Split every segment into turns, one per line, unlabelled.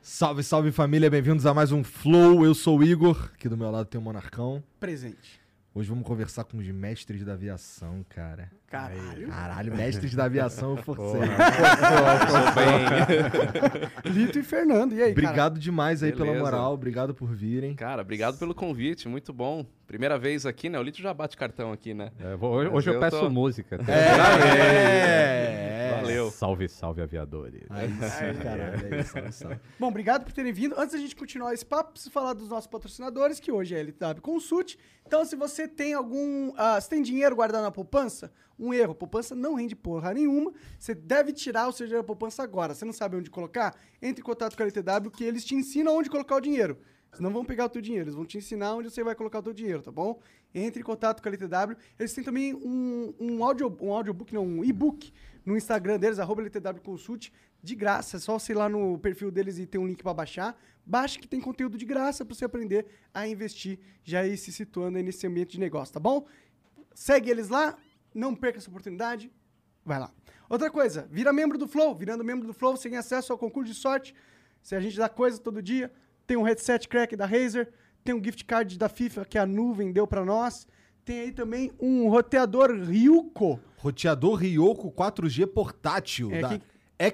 Salve, salve família, bem-vindos a mais um Flow. Eu sou o Igor, aqui do meu lado tem o Monarcão.
Presente.
Hoje vamos conversar com os mestres da aviação, cara.
Caralho.
Caralho, mestres da aviação, eu forcei.
Lito e Fernando, e aí, cara?
Obrigado demais aí pela
Beleza.
moral, obrigado por virem.
Cara, obrigado pelo convite, muito bom. Primeira vez aqui, né? O Lito já bate cartão aqui, né?
É, vou- hoje
Mas
hoje eu,
eu
peço
tô-
música.
É!
Valeu.
Salve, salve, aviadores.
Aí sim, caralho, aí, salve, salve.
Bom, obrigado por terem vindo. Antes da gente continuar esse papo, preciso falar dos nossos patrocinadores, que hoje é a LTW Consult. Então, se você tem algum. ah, se tem dinheiro guardado na poupança, um erro. Poupança não rende porra nenhuma. Você deve tirar o seu dinheiro da poupança agora. Você não sabe onde colocar? Entre em contato com a LTW, que eles te ensinam onde colocar o dinheiro. Eles não vão pegar o teu dinheiro, eles vão te ensinar onde você vai colocar o teu dinheiro, tá bom? Entre em contato com a LTW. Eles têm também um, um, audio, um audiobook, não, um e-book no Instagram deles, arroba LTW Consult, de graça. É só você ir lá no perfil deles e tem um link pra baixar. Baixa que tem conteúdo de graça pra você aprender a investir, já ir se situando aí nesse ambiente de negócio, tá bom? Segue eles lá, não perca essa oportunidade. Vai lá. Outra coisa, vira membro do Flow. Virando membro do Flow, você tem acesso ao concurso de sorte. Se a gente dá coisa todo dia, tem um headset crack da Razer, tem um gift card da FIFA que a nuvem deu pra nós. Tem aí também um roteador Ryuko.
Roteador Ryoko 4G portátil
É,
da
que-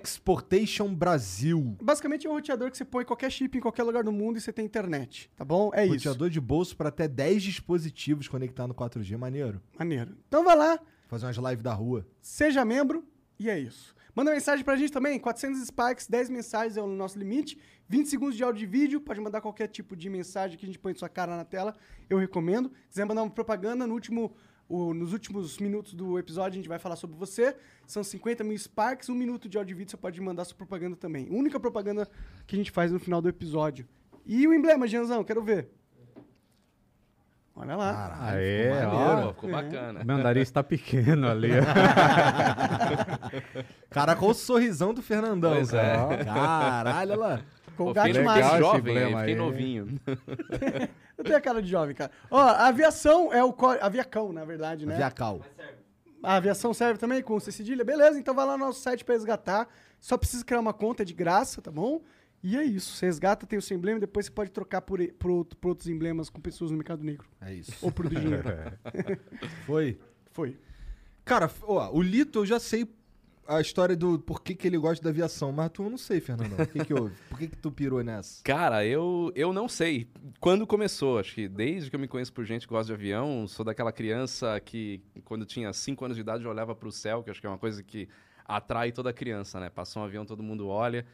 Exportation Brasil.
Basicamente é um roteador que você põe em qualquer chip em qualquer lugar do mundo e você tem internet, tá bom? É isso.
Roteador de bolso pra até 10 dispositivos conectar no 4G, maneiro.
Maneiro. Então vai lá,
Fazer umas lives da rua.
seja membro e é isso. Manda mensagem pra gente também, 400 Spikes, 10 mensagens é o nosso limite, 20 segundos de áudio e vídeo, pode mandar qualquer tipo de mensagem que a gente põe sua cara na tela, eu recomendo. Quiser mandar uma propaganda, no último, o- nos últimos minutos do episódio a gente vai falar sobre você, são 50 mil Sparks, um minuto de áudio e vídeo, você pode mandar sua propaganda também. Única propaganda que a gente faz no final do episódio. E o emblema, Gianzão, quero ver. Olha lá.
Aê,
Maneiro,
ó.
É.
ficou bacana.
Meu nariz tá pequeno ali.
Caraca, olha o sorrisão do Fernandão,
Pois é.
cara. Caralho, olha lá.
Com
Pô,
o gato
fiquei
demais.
mágico.
fiquei
Legal
jovem,
esse
aí,
emblema
fiquei
aí.
novinho.
Eu tenho a cara de jovem, cara. Ó, a aviação é o código. Aviacão, na verdade, né?
Viacal.
A aviação serve também com C cedilha? Beleza, então vai lá no nosso site pra resgatar. Só precisa criar uma conta é de graça, tá bom? E é isso. Você resgata, tem o seu emblema, depois você pode trocar por, e- por outro- por outros emblemas com pessoas no mercado negro.
É isso.
Ou por do dinheiro.
Foi.
Foi.
Cara, f- ó, o Lito eu já sei a história do por que, que ele gosta da aviação, mas tu eu não sei, Fernandão. O que, que houve? Por que, que tu pirou nessa?
Cara, eu, eu não sei quando começou. Acho que desde que eu me conheço por gente que gosta de avião, sou daquela criança que, quando tinha 5 anos de idade, eu olhava pro céu, que acho que é uma coisa que atrai toda criança, né? Passou um avião, todo mundo olha.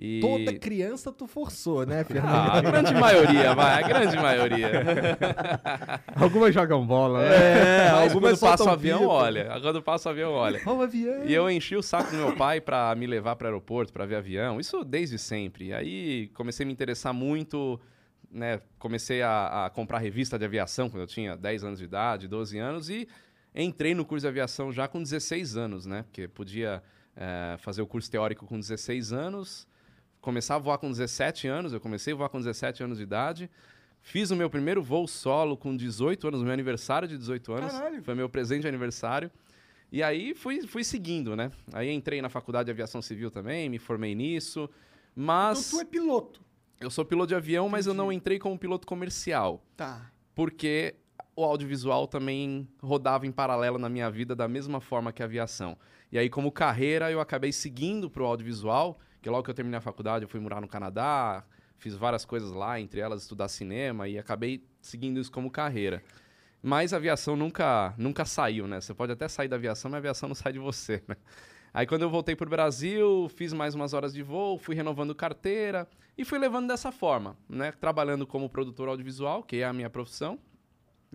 E...
Toda criança tu forçou, né, Fernando?
Ah, a grande maioria, vai, a grande maioria.
Algumas jogam bola, né?
É,
Mas
algumas
quando passa o
soltam
avião,
pipa.
olha. Quando passa o avião, olha.
Ó o avião.
E eu enchi o saco do meu pai pra me levar para aeroporto, pra ver avião. Isso desde sempre. E aí comecei a me interessar muito, né? Comecei a, a comprar revista de aviação quando eu tinha 10 anos de idade, 12 anos e entrei no curso de aviação já com 16 anos, né? Porque podia eh, fazer o curso teórico com 16 anos, começar a voar com 17 anos. Eu comecei a voar com 17 anos de idade. Fiz o meu primeiro voo solo com 18 anos, meu aniversário de 18 anos.
Caralho.
Foi meu presente de aniversário. E aí fui, fui seguindo, né? Aí entrei na faculdade de aviação civil também, me formei nisso. Mas
Então tu é piloto.
eu sou piloto de avião, mas eu não entrei como piloto comercial.
Tá.
Porque o audiovisual também rodava em paralelo na minha vida da mesma forma que a aviação. E aí, como carreira, eu acabei seguindo pro audiovisual, que logo que eu terminei a faculdade, eu fui morar no Canadá, fiz várias coisas lá, entre elas estudar cinema, e acabei seguindo isso como carreira. Mas a aviação nunca, nunca saiu, né? Você pode até sair da aviação, mas a aviação não sai de você, né? Aí quando eu voltei pro Brasil, fiz mais umas horas de voo, fui renovando carteira e fui levando dessa forma, né? Trabalhando como produtor audiovisual, que é a minha profissão,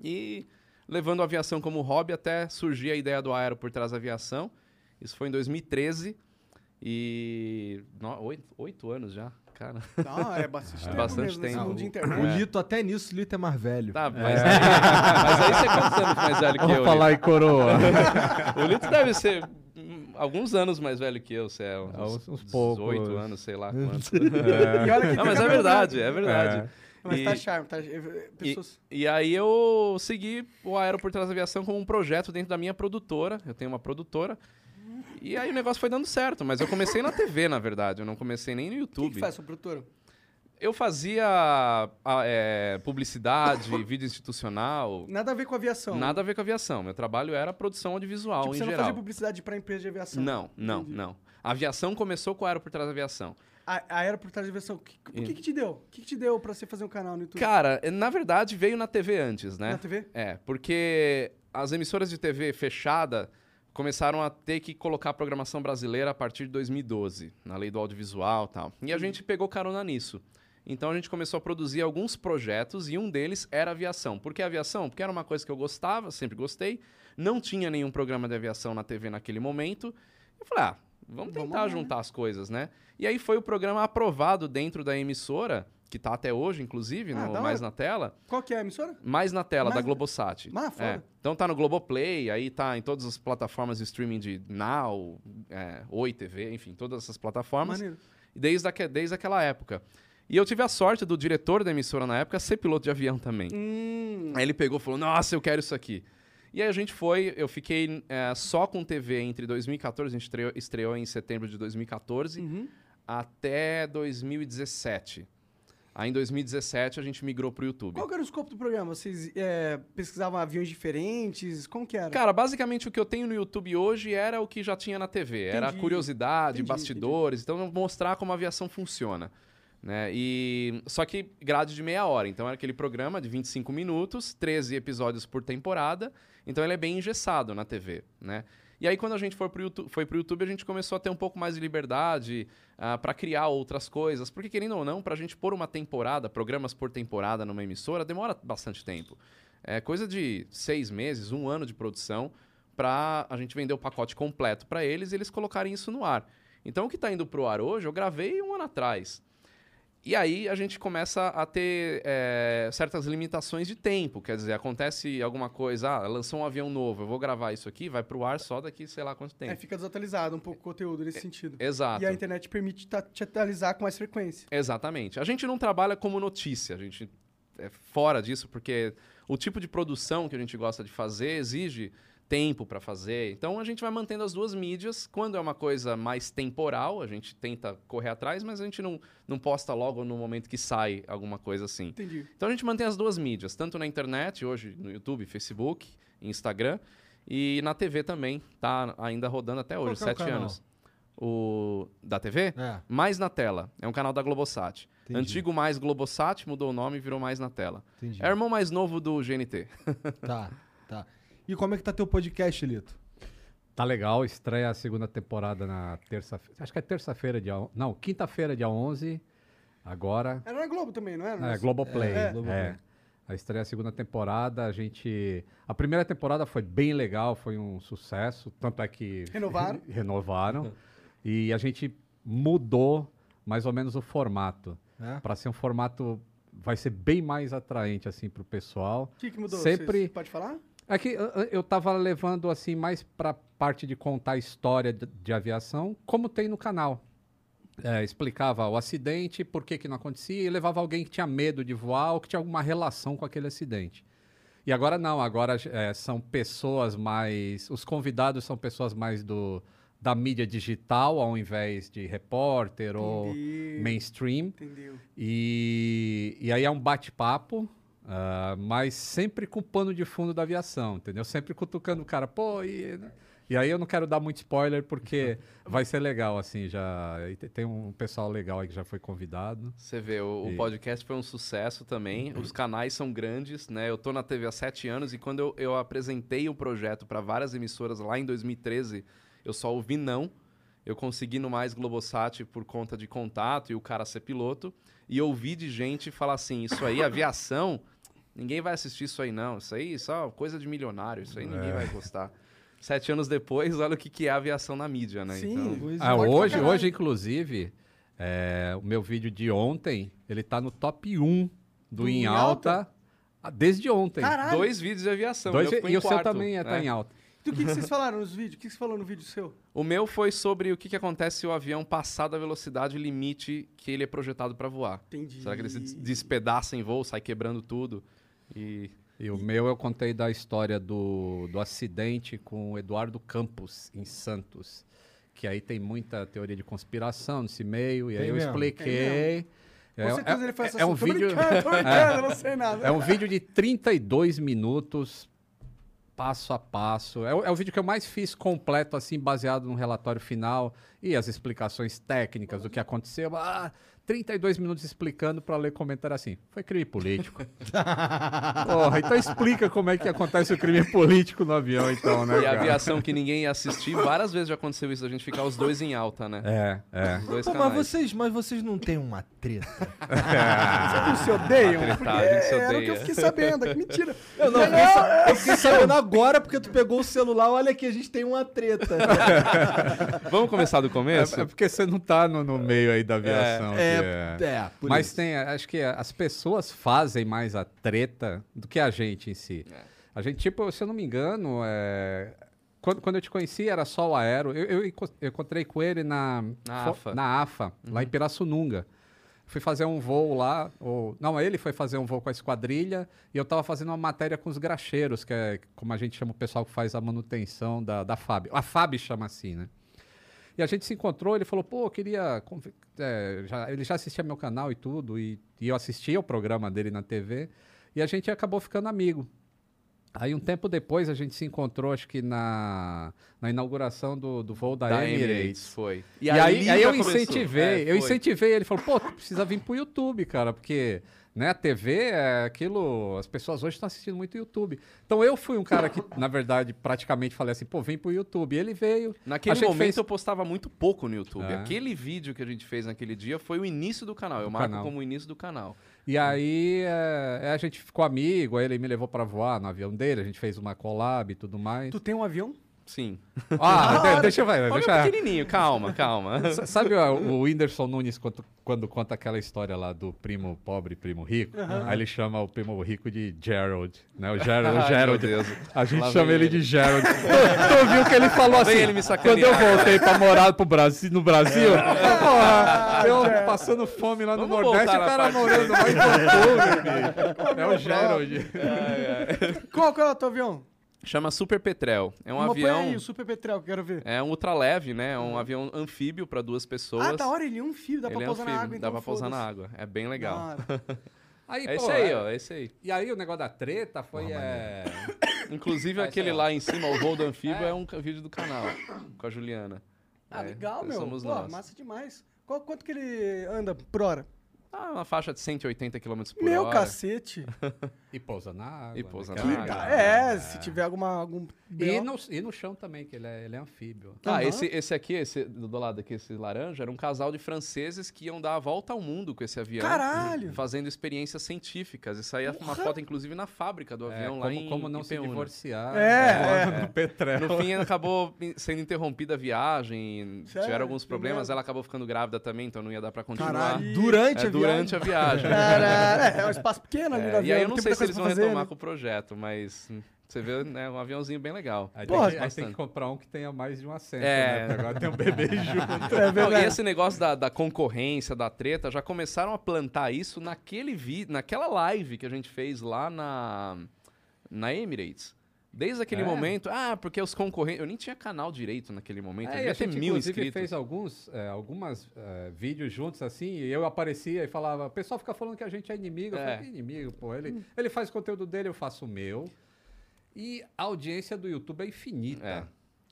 e levando a aviação como hobby até surgir a ideia do aero por trás da aviação. Isso foi em 2013 e... no- oito, oito anos já, cara.
Não, é bastante tempo
Bastante
mesmo, nesse
tempo.
mundo de
O
internet.
Lito, até nisso, o Lito é mais velho.
Tá, mas, aí, mas aí você é quantos anos mais velho que eu,
Vamos falar
Lito?
em coroa.
O Lito deve ser hum, alguns anos mais velho que eu, sei lá,
Ah,
uns,
uns- uns
18
poucos.
anos, sei lá quantos.
E olha que
Não,
tem
mas é
cabelo
verdade, é
É.
verdade.
branco. Mas tá
E-
charme, tá... eh, Pessoas...
E aí eu segui o Aero por Trás da Aviação como um projeto dentro da minha produtora. Eu tenho uma produtora. E aí o negócio foi dando certo, mas eu comecei na TV, na verdade. Eu não comecei nem no
O
YouTube.
que, que faz, seu produtor?
Eu fazia ah, é, publicidade, vídeo institucional.
Nada a ver com aviação.
Nada a ver com aviação. Meu trabalho era produção audiovisual
Então. Tipo,
em
você não
geral.
fazia publicidade pra empresa de aviação.
Não, não,
Entendi.
não. A aviação começou com o Aero por Trás da Aviação.
A, a era por trás de aviação. O que, o que que te deu? O que, que te deu pra você fazer um canal no YouTube?
Cara, na verdade veio na TV antes, né?
Na TV?
É, porque as emissoras de TV fechada começaram a ter que colocar a programação brasileira a partir de 2012, na lei do audiovisual e tal. E
Uhum.
a gente pegou carona nisso. Então a gente começou a produzir alguns projetos e um deles era aviação. Por que aviação? Porque era uma coisa que eu gostava, sempre gostei. Não tinha nenhum programa de aviação na TV naquele momento. Eu falei, ah, vamos
Vamos
tentar
lá, né?
juntar as coisas, né? E aí foi o programa aprovado dentro da emissora, que tá até hoje, inclusive,
Ah,
no
da
Mais
hora.
na Tela.
Qual que é a emissora?
Mais na tela
Mais
da
na-
Globosat.
Ah, foda.
É. Então tá no Globoplay, aí tá em todas as plataformas de streaming de Now, é, Oi TV, enfim, todas essas plataformas.
Maneiro.
Desde, aque- desde aquela época. E eu tive a sorte do diretor da emissora na época ser piloto de avião também.
Hum,
É.
Aí ele pegou e falou: Nossa, eu quero isso aqui. E aí a gente foi, eu fiquei é, só com TV entre 2014, a gente estreou, estreou em setembro de 2014,
Uhum.
até 2017. Aí em 2017 a gente migrou pro YouTube.
Qual que era o escopo do programa? Vocês é, pesquisavam aviões diferentes? Como que era?
Cara, basicamente o que eu tenho no YouTube hoje era o que já tinha na TV. Era
Entendi,
curiosidade,
entendi,
bastidores, então mostrar como a aviação funciona. Né? E só que grade de meia hora, então era aquele programa de 25 minutos, 13 episódios por temporada, então ele é bem engessado na TV, né? E aí quando a gente foi pro YouTube, foi pro YouTube a gente começou a ter um pouco mais de liberdade para criar outras coisas, porque querendo ou não, pra gente pôr uma temporada, programas por temporada numa emissora, demora bastante tempo. É coisa de seis meses, um ano de produção, pra a gente vender o pacote completo pra eles e eles colocarem isso no ar. Então, o que tá indo pro ar hoje, eu gravei um ano atrás. E aí a gente começa a ter é, certas limitações de tempo. Quer dizer, acontece alguma coisa, ah, lançou um avião novo, eu vou gravar isso aqui, vai pro ar só daqui sei lá quanto
É,
tempo.
fica desatualizado um pouco o conteúdo
É,
nesse sentido.
Exato.
E a internet permite ta- te atualizar com mais frequência.
Exatamente. A gente não trabalha como notícia, a gente é fora disso, porque o tipo de produção que a gente gosta de fazer exige tempo para fazer. Então a gente vai mantendo as duas mídias. Quando é uma coisa mais temporal, a gente tenta correr atrás, mas a gente não, não posta logo no momento que sai alguma coisa assim.
Entendi.
Então a gente mantém as duas mídias, tanto na internet, hoje no YouTube, Facebook, Instagram, e na TV também, tá ainda rodando até
Qual
hoje,
que é o
sete
canal?
anos. O da TV?
É,
Mais na Tela. É um canal da Globosat.
Entendi.
Antigo mais Globosat, mudou o nome e virou Mais na Tela.
entendi.
É o irmão mais novo do GNT.
Tá, tá. E como é que tá teu podcast, Lito?
Tá legal, estreia a segunda temporada na terça-feira. Acho que é terça-feira, dia. on- Não, quinta-feira, dia 11. Agora.
Era na Globo também, não era?
É, Globoplay.
É,
É,
Globoplay.
A estreia a segunda temporada, a gente. A primeira temporada foi bem legal, foi um sucesso. Tanto é que.
Renovaram.
renovaram. E a gente mudou mais ou menos o formato.
É?
Para ser um formato. Vai ser bem mais atraente, assim, pro pessoal.
O que, que mudou?
Sempre-
Vocês pode falar?
É que eu- eu- eu tava levando assim mais pra parte de contar a história de, de aviação, como tem no canal. É, explicava o acidente, por que, que não acontecia, e levava alguém que tinha medo de voar ou que tinha alguma relação com aquele acidente. E agora não, agora é, são pessoas mais. Os convidados são pessoas mais do, da mídia digital, ao invés de repórter ou
Entendeu.
mainstream.
Entendeu.
E, e aí é um bate-papo, ah, mas sempre com o pano de fundo da aviação, entendeu? Sempre cutucando o cara, pô, e. né?" E aí eu não quero dar muito spoiler, porque vai ser legal, assim, já. e te- Tem um pessoal legal aí que já foi convidado.
Você vê, o, o
E-
podcast foi um sucesso também. Os canais são grandes, né? Eu tô na TV há sete anos e quando eu, eu apresentei o projeto para várias emissoras lá em 2013, eu só ouvi não. eu consegui no Mais Globosat por conta de contato e o cara ser piloto. E ouvi de gente falar assim: isso aí, aviação, ninguém vai assistir isso aí não. Isso aí só coisa de milionário, isso aí ninguém
É.
vai gostar. Sete anos depois, olha o que, que é a aviação na mídia, né?
Sim.
Então,
é.
Ah,
Forte pra
hoje,
caralho.
hoje, inclusive, é, o meu vídeo de ontem, ele tá no top 1 do
Do
Em
Em
Alta, ah, desde ontem.
Caralho.
dois vídeos de aviação.
Dois-
meu ficou em
e o seu
quarto,
também é, tá
né?
em alta.
E o que, que vocês falaram nos vídeos? O que que você falou no vídeo seu?
O meu foi sobre o que, que acontece se o avião passar da velocidade limite que ele é projetado para voar.
Entendi.
Será que ele se des- despedaça em voo, sai quebrando tudo? E
E o meu eu contei da história do, do acidente com o Eduardo Campos, em Santos. Que aí tem muita teoria de conspiração nesse meio, e aí
Tem
eu
mesmo.
expliquei.
Com certeza ele foi
é um
assassino. Tô
vídeo-
brincando, tô brincando, eu não sei nada.
É um vídeo de 32 minutos, passo a passo. É o, é o vídeo que eu mais fiz completo, assim, baseado no relatório final e as explicações técnicas do que aconteceu. Ah, 32 minutos explicando para ler comentário assim. Foi crime político. Porra, então explica como é que acontece o crime político no avião, então, né?
E a
cara?
aviação que ninguém ia assistir, várias vezes já aconteceu isso, a gente ficar os dois em alta, né?
É, é.
Os dois
Pô, mas
canais.
vocês, mas vocês não têm uma treta?
Vocês não se odeiam?
Ah,
Porque é,
tretagem, se
era o que eu
odeia.
fiquei sabendo. é Que mentira.
Eu não, fiquei sa- eu fiquei sabendo agora porque tu pegou o celular, olha aqui, a gente tem uma treta.
Vamos começar do começo?
É, é porque você não tá no, no meio aí da aviação. que é.
é por
Mas
isso.
tem, acho que as pessoas fazem mais a treta do que a gente em si.
É.
A gente, tipo, se eu não me engano, é, quando, quando eu te conheci era só o Aero. Eu, eu enco- eu encontrei com ele na,
Na
fo-
AFA. Uhum.
na AFA, lá em Pirassununga. Fui fazer um voo lá, ou não, ele foi fazer um voo com a esquadrilha e eu tava fazendo uma matéria com os graxeiros, que é como a gente chama o pessoal que faz a manutenção da, da FAB. A FAB chama assim, né? E a gente se encontrou, ele falou, pô, eu queria. conv- é, já- ele já assistia meu canal e tudo, e, e eu assistia o programa dele na TV, e a gente acabou ficando amigo. Aí um tempo depois a gente se encontrou, acho que na, na inauguração do, do voo da,
da
é Emirates.
Emirates, foi.
E, aí,
ali
aí
já
eu
começou. É,
incentivei, eu
foi.
incentivei, ele falou, pô, tu precisa vir pro YouTube, cara, porque né, a TV é aquilo, as pessoas hoje estão assistindo muito YouTube. Então eu fui um cara que, na verdade, praticamente falei assim, pô, vem pro YouTube. E ele veio,
Naquele
Achei que
momento
fez-
eu postava muito pouco no YouTube.
Ah.
Aquele vídeo que a gente fez naquele dia foi o início do canal. Eu
Do
marco
canal.
como o início do canal.
E aí é, é, a gente ficou amigo, aí ele me levou pra voar no avião dele, a gente fez uma collab e tudo mais.
Tu tem um avião?
Sim.
Ah, de- deixa eu ver,
Olha o
deixa
pequenininho, calma, calma.
S- Sabe ó, o Whindersson Nunes quando, quando conta aquela história lá do primo pobre, primo rico? Aí ele chama o primo rico de Gerald, né? O Gerald, o
Ai,
Gerald.
meu Deus.
A gente
Lá
chama
vem
ele,
ele.
de Gerald. tu, tu viu que ele falou assim?
ele me
quando eu
sacanear. É.
voltei pra morar pro Brasil, no Brasil, porra, eu passando fome lá no
Vamos voltar
Nordeste, o
na
cara
parte
morando lá em Botucatu, É o Gerald.
É.
Qual, qual é o teu avião?
Chama Super Petrel. É um
Uma- põe
avião.
aí, o Super Petrel, que eu quero ver.
É um ultraleve, né? É um avião anfíbio para duas pessoas.
Ah, da hora, ele é um fio, dá
Ele
pra
é
pousar na
anfíbio,
água,
dá
então
pra pousar na
foda-se. Ah,
água. É bem
Da
legal.
hora.
Aí,
É isso aí, ó. É isso aí.
E aí o negócio da treta foi. é,
Inclusive
Vai,
aquele
sei
lá em cima, o voo do anfíbio, é. um ca- vídeo do canal com a Juliana.
Ah,
É,
legal, meu.
Somos
Pô,
nós.
massa demais. Qual- quanto que ele anda por hora?
Ah, uma faixa de 180 km por
meu
hora.
cacete.
E pousa na água.
E pousa
né,
na
cara?
água.
Cara, é, se tiver alguma, algum...
E
B.O.
no, e no chão também, que ele é, ele é anfíbio.
Ah,
Aham.
esse, esse aqui, esse do do lado aqui, esse laranja, era um casal de franceses que iam dar a volta ao mundo com esse avião.
Caralho!
Fazendo experiências científicas. Isso aí é uma
Porra!
foto, inclusive, na fábrica do
É,
avião um lá
como,
em
como não se
Ipeúna.
divorciar.
É,
né, do
tá
petróleo.
No fim, acabou sendo interrompida a viagem,
Sério?
tiveram alguns
Que
problemas,
merda.
ela acabou ficando grávida também, então não ia dar pra continuar.
Caralho.
durante
É,
a
durante a viagem.
Caralho, é um espaço pequeno ali
É,
no avião.
e aí eu
não tem
não sei
muita
se
coisa
eles
pra
vão
fazer,
retomar
né?
com o projeto, mas hum, você vê, né, um aviãozinho bem legal.
Aí,
Eu
tem
gosto
que, aí tem que
bastante.
comprar um que tenha mais de um assento,
É.
né? Porque agora tem um bebê junto.
É
Não, e
verdade.
esse negócio da, da concorrência, da treta, já começaram a plantar isso naquele vi, naquela live que a gente fez lá na, na Emirates. Desde aquele
É?
momento, ah, porque os concorrentes. Eu nem tinha canal direito naquele momento, eu
É, e
devia
a
ter
gente,
mil
inclusive,
inscritos.
fez alguns é, algumas, é, vídeos juntos, assim, e eu aparecia e falava, o pessoal fica falando que a gente é inimigo. Eu
É.
falei, que inimigo, pô. Ele, ele faz o conteúdo dele, eu faço o meu. E a audiência do YouTube é infinita.
É.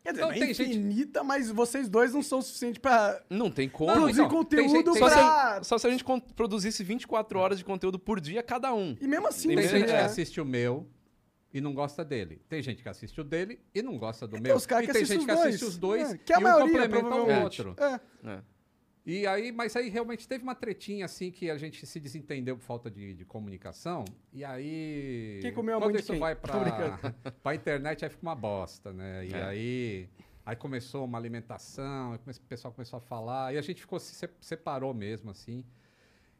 Quer dizer,
Não,
não, é
tem gente-
infinita, mas vocês dois não são o suficiente pra
Não tem como.
Não,
produzir
então, tem gente-
conteúdo
tem
Só se,
pra...
a- só se a gente con- produzisse 24 horas de conteúdo por dia cada um.
E mesmo assim,
Tem
Tem
né?
gente que
é.
assiste o meu, e não gosta dele. Tem gente que assiste o dele e não gosta do
Tem
meu.
Então os caras
e
que
tem
assistem
gente
os
que
dois.
assiste os dois
É, que é a
e
maioria,
um complementa o
provavelmente.
outro.
É.
É.
E aí, mas aí realmente teve uma tretinha assim que a gente se desentendeu por falta de, de comunicação. E aí.
Quem comeu a
quando
mão de
isso
quem?
vai
Tô
pra,
brincando.
pra internet, aí fica uma bosta, né? E
É.
aí. Aí começou uma alimentação, aí come- o pessoal começou a falar, e a gente ficou se se- separou mesmo, assim.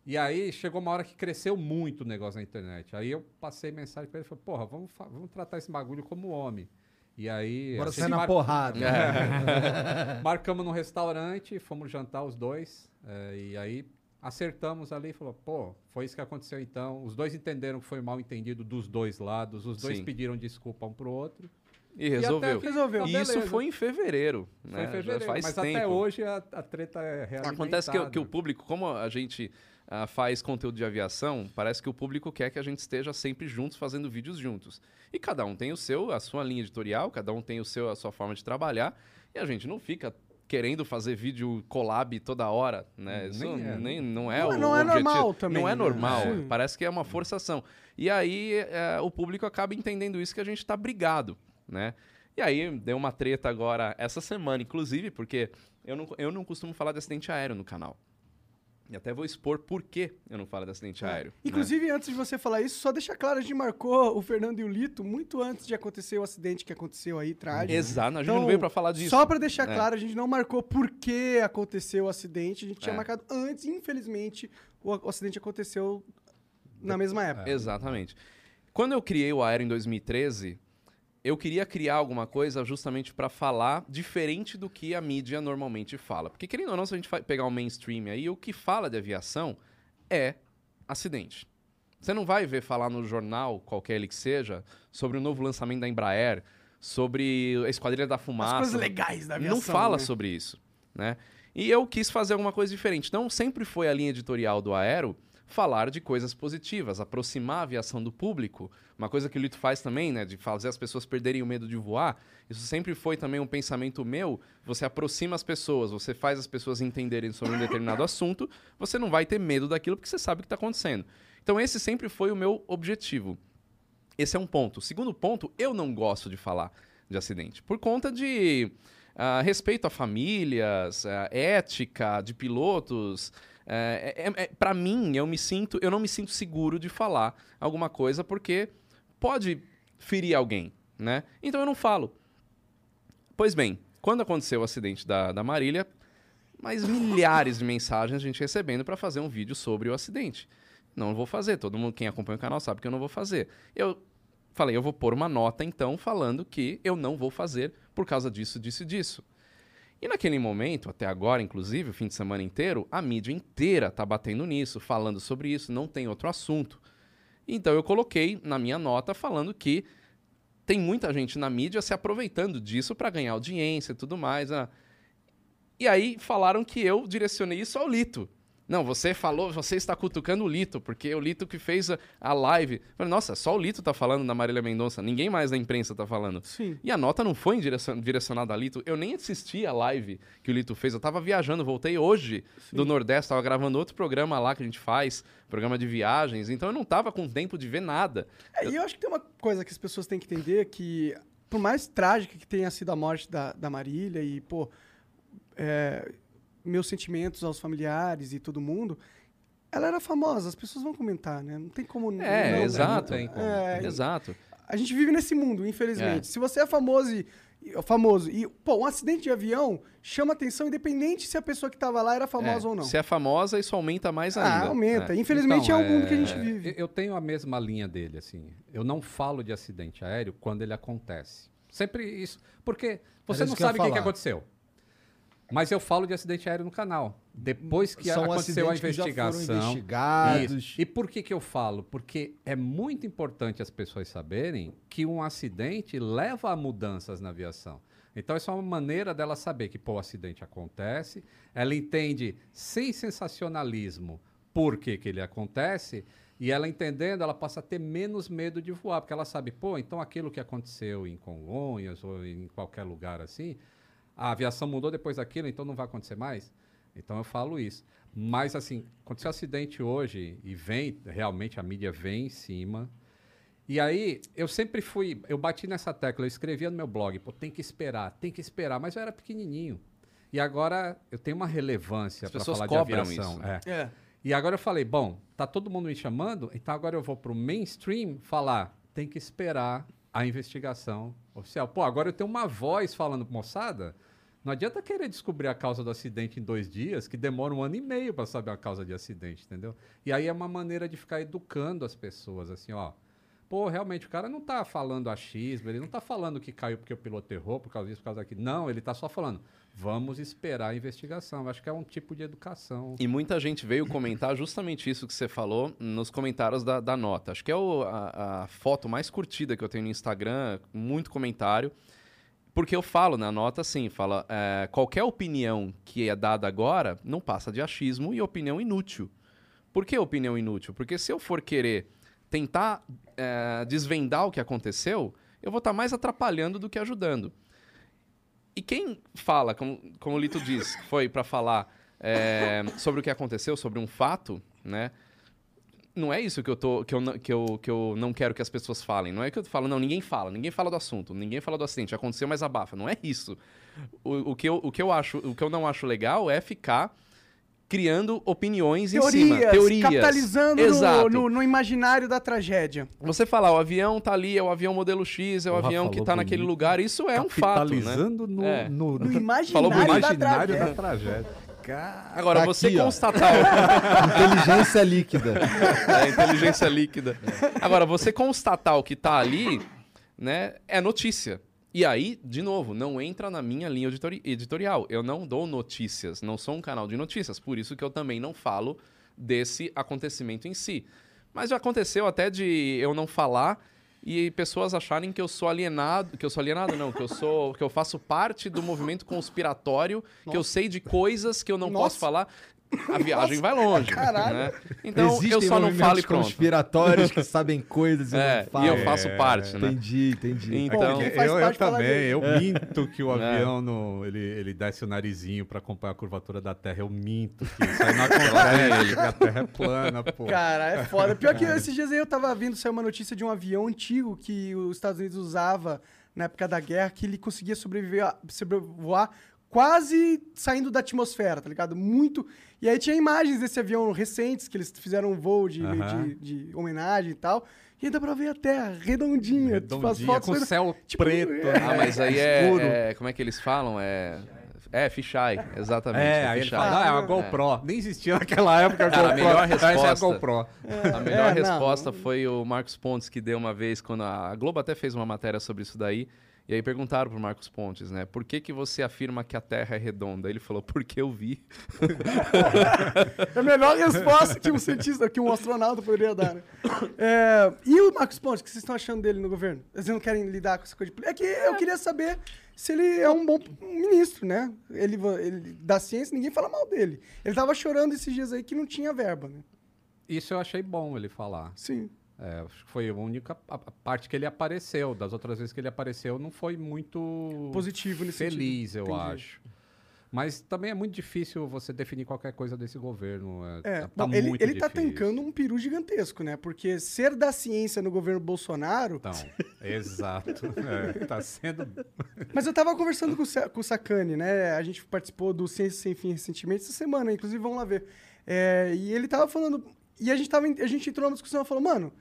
E aí chegou uma hora que cresceu muito o negócio na internet. Aí eu passei mensagem pra ele e falei, porra, vamos, fa- vamos tratar esse bagulho como homem. E aí.
Bora
a gente
é
sair na
mar-
porrada.
né?
É.
Marcamos num restaurante, fomos jantar os dois. eh, e aí acertamos ali e falou: pô, foi isso que aconteceu então. Os dois entenderam que foi mal entendido dos dois lados. Os dois
Sim.
pediram desculpa um pro outro.
E
até
resolveu.
aqui-
Resolveu.
tá
E isso
beleza.
foi em fevereiro.
Foi
né?
em
Já
fevereiro.
Faz
mas
tempo.
até hoje a, a treta é real.
Acontece que, que o público, como a gente ah, faz conteúdo de aviação, parece que o público quer que a gente esteja sempre juntos fazendo vídeos juntos. E cada um tem o seu, a sua linha editorial, cada um tem o seu, a sua forma de trabalhar, e a gente não fica querendo fazer vídeo collab toda hora, né?
Nem
Isso
é.
nem, não é
Não,
o
não é
objetivo.
normal também,
Não é
né?
normal,
Sim.
parece que é uma forçação. E aí eh, o público acaba entendendo isso que a gente tá brigado, né? E aí deu uma treta agora essa semana, inclusive, porque eu não, eu não costumo falar de acidente aéreo no canal. E até vou expor por que eu não falo de acidente aéreo. né?
É. Inclusive, antes de você falar isso, só deixa claro, a gente marcou o Fernando e o Lito muito antes de acontecer o acidente que aconteceu aí, trágico.
Exato, a gente
Então,
não veio pra falar disso.
Só pra deixar
É.
claro, a gente não marcou por que aconteceu o acidente, a gente tinha
É.
marcado antes, infelizmente, o ac- o acidente aconteceu
É.
na mesma época.
Exatamente. Quando eu criei o Aero em 2013, eu queria criar alguma coisa justamente para falar diferente do que a mídia normalmente fala. Porque, querendo ou não, se a gente fa- pegar o mainstream aí, o que fala de aviação é acidente. Você não vai ver falar no jornal, qualquer ele que seja, sobre o novo lançamento da Embraer, sobre a Esquadrilha da Fumaça.
As coisas legais da aviação.
Não fala
né?
sobre isso, né? E eu quis fazer alguma coisa diferente. Então, sempre foi a linha editorial do Aero falar de coisas positivas, aproximar a aviação do público. Uma coisa que o Lito faz também, né? De fazer as pessoas perderem o medo de voar. Isso sempre foi também um pensamento meu. Você aproxima as pessoas, você faz as pessoas entenderem sobre um determinado assunto. Você não vai ter medo daquilo porque você sabe o que está acontecendo. Então, esse sempre foi o meu objetivo. Esse é um ponto. O segundo ponto, eu não gosto de falar de acidente. Por conta de ah, respeito a famílias, ah, ética de pilotos. eh, é, para mim, eu me sinto, eu não me sinto seguro de falar alguma coisa porque pode ferir alguém, né? Então eu não falo. Pois bem, quando aconteceu o acidente da, da Marília, mais milhares de mensagens a gente recebendo para fazer um vídeo sobre o acidente. Não vou fazer, todo mundo quem acompanha o canal sabe que eu não vou fazer. Eu falei, eu vou pôr uma nota então falando que eu não vou fazer por causa disso, disso e disso. E naquele momento, até agora inclusive, o fim de semana inteiro, a mídia inteira tá batendo nisso, falando sobre isso, não tem outro assunto. Então eu coloquei na minha nota falando que tem muita gente na mídia se aproveitando disso para ganhar audiência e tudo mais. né? E aí falaram que eu direcionei isso ao Lito. Não, você falou, você está cutucando o Lito, porque é o Lito que fez a, a live. Eu Falei, nossa, só o Lito tá falando da Marília Mendonça, ninguém mais da imprensa tá falando.
Sim.
E a nota não foi em direcion- direcionada a Lito. Eu nem assisti a live que o Lito fez. Eu tava viajando, voltei hoje do Nordeste, tava gravando outro programa lá que a gente faz, programa de viagens. Então eu não tava com tempo de ver nada.
É, e eu acho que tem uma coisa que as pessoas têm que entender que, por mais trágica que tenha sido a morte da, da Marília e, pô, é, meus sentimentos aos familiares e todo mundo, ela era famosa, as pessoas vão comentar, né? Não tem como n-
É,
não, né?
exato.
tem como.
É,
Exato.
A gente vive nesse mundo, infelizmente. Se você é famoso e, e- famoso e, pô, um acidente de avião chama atenção independente se a pessoa que tava lá era famosa
É,
ou não.
Se é famosa, isso aumenta mais ainda.
ah, aumenta.
É.
Infelizmente
Então,
é o mundo que a gente
é,
vive.
Eu eu tenho a mesma linha dele, assim. Eu não falo de acidente aéreo quando ele acontece. Sempre isso. Porque você
isso
não
que eu ia
sabe o que, que
falar.
aconteceu. Mas eu falo de acidente aéreo no canal. Depois que
São
é
aconteceu a
acidentes que já foram
investigação.
investigados.
E por que, que eu falo? Porque é muito importante as pessoas saberem que um acidente leva a mudanças na aviação. Então, isso é uma maneira dela saber que, pô, o acidente acontece, ela entende sem sensacionalismo por que, que ele acontece, e ela entendendo, ela passa a ter menos medo de voar, porque ela sabe, pô, então aquilo que aconteceu em Congonhas ou em qualquer lugar assim, a aviação mudou depois daquilo, então não vai acontecer mais? Então eu falo isso. Mas assim, aconteceu um acidente hoje e vem, realmente a mídia vem em cima. E aí, eu sempre fui, eu bati nessa tecla, eu escrevia no meu blog, pô, tem que esperar, tem que esperar, mas eu era pequenininho. E agora eu tenho uma relevância
As
para
pessoas
falar de
cobram
aviação.
isso, né?
É.
É.
E agora eu falei, bom, tá todo mundo me chamando, então agora eu vou pro mainstream falar, tem que esperar a investigação oficial. Pô, agora eu tenho uma voz falando, moçada, não adianta querer descobrir a causa do acidente em dois dias, que demora um ano e meio para saber a causa de acidente, entendeu? E aí é uma maneira de ficar educando as pessoas, assim, ó. Pô, realmente, o cara não tá falando achismo, ele não tá falando que caiu porque o piloto errou, por causa disso, por causa daquilo. Não, ele tá só falando, vamos esperar a investigação. Eu Acho que é um tipo de educação.
E muita gente veio comentar justamente isso que você falou nos comentários da, da nota. Acho que é o- a, a foto mais curtida que eu tenho no Instagram, muito comentário. Porque eu falo na nota assim, fala, é, qualquer opinião que é dada agora não passa de achismo e opinião inútil. Por que opinião inútil? Porque se eu for querer tentar é, desvendar o que aconteceu, eu vou estar mais atrapalhando do que ajudando. E quem fala, como, como o Lito diz, que foi para falar é, sobre o que aconteceu, sobre um fato, né? Não é isso que eu, tô, que, eu, não- que, eu, que eu não quero que as pessoas falem. Não é que eu falo, não, ninguém fala, ninguém fala do assunto, ninguém fala do acidente, aconteceu, mas abafa. Não é isso. O, o que, eu, o que eu acho, o que eu não acho legal é ficar criando opiniões em cima.
Teorias,
Teorias.
capitalizando
Exato.
no, no- no imaginário da tragédia.
Você falar, o avião tá ali, é o avião modelo X, é o
Porra,
avião que
falou
tá naquele
bonito.
lugar, isso é um fato, né?
Capitalizando no,
É.
no,
No
Falou
imaginário,
no
bonito.
da
imaginário
tragédia.
da tragédia.
Agora,
Tá
você
aqui, ó.
constatar
Inteligência líquida.
a É, inteligência líquida.
É.
Agora, você constatar o que tá ali, né, é notícia. E aí, de novo, não entra na minha linha editori- editorial. Eu não dou notícias, não sou um canal de notícias, por isso que eu também não falo desse acontecimento em si. Mas já aconteceu até de eu não falar e pessoas acharem que eu sou alienado, que eu sou alienado não, que eu sou, que eu faço parte do movimento conspiratório, que eu sei de coisas que eu não posso
Nossa.
falar. A viagem vai longe,
Caralho.
né? Então
Existem
eu só não
movimentos
falo e pronto.
conspiratórios que sabem coisas e
É,
não falam.
e eu faço
É,
parte, né?
Entendi, entendi. É
Então,
Bom,
Eu,
Quem faz
eu
parte fala
também,
dele.
eu minto que o
É.
avião não, ele, ele desce o narizinho pra acompanhar a curvatura da Terra. Eu minto que isso aí não acontece, que a Terra é plana, pô.
Cara, é foda. Pior que esses dias aí eu tava vindo saiu uma notícia de um avião antigo que os Estados Unidos usava na época da guerra, que ele conseguia sobreviver, a- sobrevoar quase saindo da atmosfera, tá ligado? Muito. E aí tinha imagens desse avião recentes, que eles fizeram um voo de,
Aham.
de, de homenagem e tal. E dá pra ver a terra redondinha. tipo, as
Redondinha,
fotos
com o
redondas.
céu
Tipo,
preto.
né?
é.
ah, mas aí
escuro.
é, é- como é que eles falam? É é fisheye, exatamente.
É, aí ele
fisheye.
fala, ah, é uma GoPro. Nem existia naquela época a
Cara, a
GoPro.
melhor
Essa é a
resposta.
GoPro.
A melhor
É, não.
resposta foi o Marcos Pontes que deu uma vez quando a a Globo até fez uma matéria sobre isso daí. E aí perguntaram pro Marcos Pontes, né? Por que, que você afirma que a Terra é redonda? Ele falou, porque eu vi.
É a melhor resposta que um cientista, que um astronauta poderia dar, né? É, e o Marcos Pontes, o que vocês estão achando dele no governo? Vocês não querem lidar com essa coisa de política? É que eu queria saber se ele é um bom ministro, né? Ele, va- ele da ciência, ninguém fala mal dele. Ele tava chorando esses dias aí que não tinha verba, né?
Isso eu achei bom ele falar.
Sim.
É, acho que foi a única a- a parte que ele apareceu. Das outras vezes que ele apareceu, não foi muito
Positivo nesse
feliz, eu
sentido. Entendi.
acho. Mas também é muito difícil você definir qualquer coisa desse governo. É,
É,
tá
bom, ele,
muito
ele tá
difícil.
tancando um peru gigantesco, né? Porque ser da ciência no governo Bolsonaro
Então, exato. É, tá sendo.
Mas eu tava conversando com, o Sa- com o Sacani, né? A gente participou do Ciência Sem Fim recentemente, essa semana, inclusive, vão lá ver. É, e ele tava falando. E a gente, tava, em- a gente entrou numa discussão e falou, mano,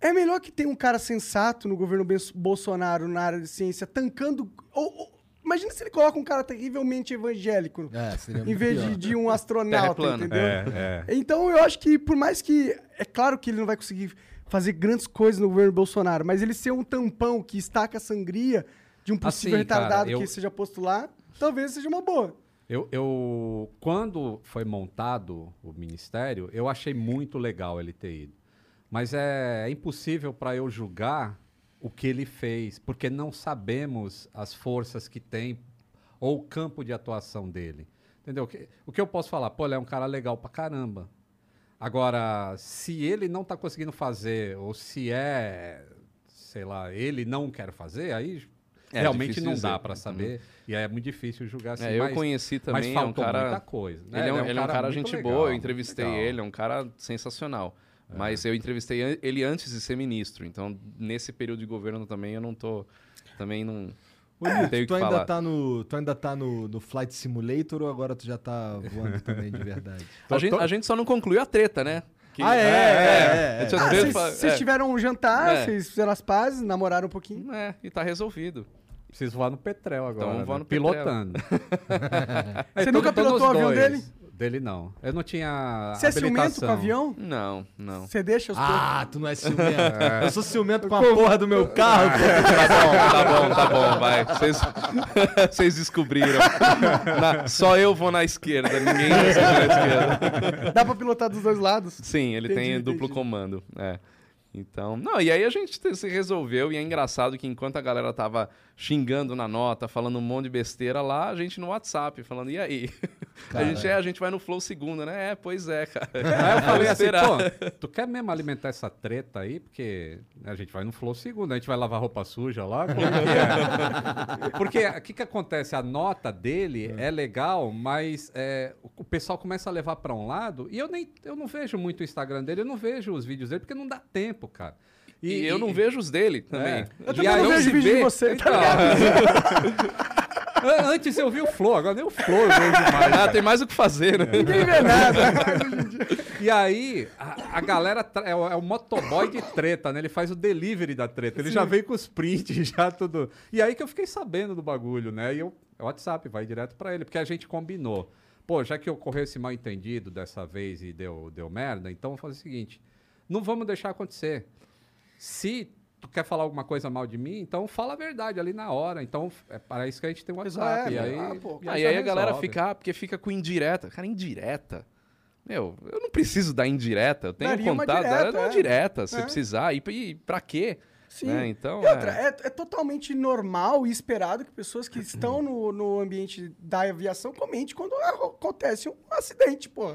é melhor que tenha um cara sensato no governo Bens- Bolsonaro na área de ciência, tancando. Ou, ou- imagina se ele coloca um cara terrivelmente evangélico
É, seria
em vez de, de um
Terra é
astronauta,
plana.
entendeu?
É, é.
Então eu acho que, por mais que. É claro que ele não vai conseguir fazer grandes coisas no governo Bolsonaro, mas ele ser um tampão que estaca a sangria de um
Ah,
possível
Assim, cara,
retardado que
eu-
seja posto lá, talvez seja uma boa.
Eu, eu- quando foi montado o ministério, eu achei muito legal ele ter ido. Mas é, é impossível para eu julgar o que ele fez, porque não sabemos as forças que tem ou o campo de atuação dele. Entendeu? O que, o que eu posso falar? Pô, ele é um cara legal pra caramba. Agora, se ele não tá conseguindo fazer, ou se é, sei lá, ele não quer fazer, aí
É,
realmente
difícil
não
dizer.
dá pra saber. E aí é muito difícil julgar assim.
É, eu
mas-
conheci
mas
também, é um
faltou
cara...
muita coisa. né?
Ele é um, ele é um cara,
muito
gente
legal,
boa, eu
muito
entrevistei
legal.
ele, é um cara sensacional. Mas eu entrevistei an- ele antes de ser ministro. Então, nesse período de governo também, eu não tô. Também não.
Ô, Lito,
Tenho
tu,
que
ainda
falar.
tá no, tu ainda tá no, no Flight Simulator ou agora tu já tá voando também de verdade?
Tô-
a, gente,
tô-
a gente só não concluiu a treta, né? Que-
Ah, é, é, é,
A gente às
Ah,
vezes
vocês
fala-
vocês
é.
tiveram um jantar,
É.
vocês fizeram as pazes, namoraram um pouquinho.
É, e tá resolvido.
Preciso voar no Petrel agora.
Então,
né?
voar no Petrel. É,
Pilotando.
Você nunca pilotou o avião
dele? Dele não. Eu não tinha.
Você é ciumento com o
Ah, habilitação.
avião?
Não, não.
Você deixa os
Ah, tu não é ciumento. Eu sou ciumento com a porra do meu carro.
Tá bom, tá bom, tá bom, vai. Vocês, vocês descobriram. Na- só eu vou na esquerda, ninguém vai ser na esquerda.
Dá pra pilotar dos dois lados.
Sim, ele tem
Entendi,
duplo
entendi.
comando. É. Então, não, e aí a gente te- se resolveu, e é engraçado que enquanto a galera tava xingando na nota, falando um monte de besteira lá, a gente no WhatsApp, falando, e aí? A gente, é, a gente vai no Flow segunda, né? É, pois é, cara.
Aí eu falei assim,
Será?
pô, tu quer mesmo alimentar essa treta aí? Porque a gente vai no flow segundo, a gente vai lavar roupa suja lá. como é que é? Porque o que, que acontece? A nota dele é, legal, mas é, o- o pessoal começa a levar pra um lado e eu, nem, eu não vejo muito o Instagram dele, eu não vejo os vídeos dele, porque não dá tempo, cara.
E, eu não vejo os dele também.
É.
Eu
E
também
aí
não
não
vejo
se
vídeo de
vê.
você, tá
Então,
ligado?
an- Antes eu vi o Flow, agora nem o Flow eu vejo mais.
Ah, tem mais o que fazer, né?
É,
Ninguém vê é nada.
E aí, a, a galera tra- é, o, é o motoboy de treta, né? Ele faz o delivery da treta. Ele já veio com os prints, já tudo. E aí que eu fiquei sabendo do bagulho, né? E eu, é WhatsApp, vai direto pra ele, porque a gente combinou. Pô, já que ocorreu esse mal entendido dessa vez e deu, deu merda, então vamos fazer o seguinte: não vamos deixar acontecer. Se tu quer falar alguma coisa mal de mim, então fala a verdade ali na hora. Então é para isso que a gente tem o WhatsApp.
É,
e aí,
ah, pô,
e
Ah,
aí
e aí
já
a galera
resolve.
fica, ah, porque fica com indireta. Cara, indireta? Meu, eu não preciso dar indireta. Eu tenho
Daria uma
contato,
direta,
daria uma
é.
direta, se
É.
precisar. E, e pra quê?
Sim.
Né? Então,
E outra,
é.
é, é totalmente normal e esperado que pessoas que estão no, no ambiente da aviação comente quando a- acontece um acidente, pô.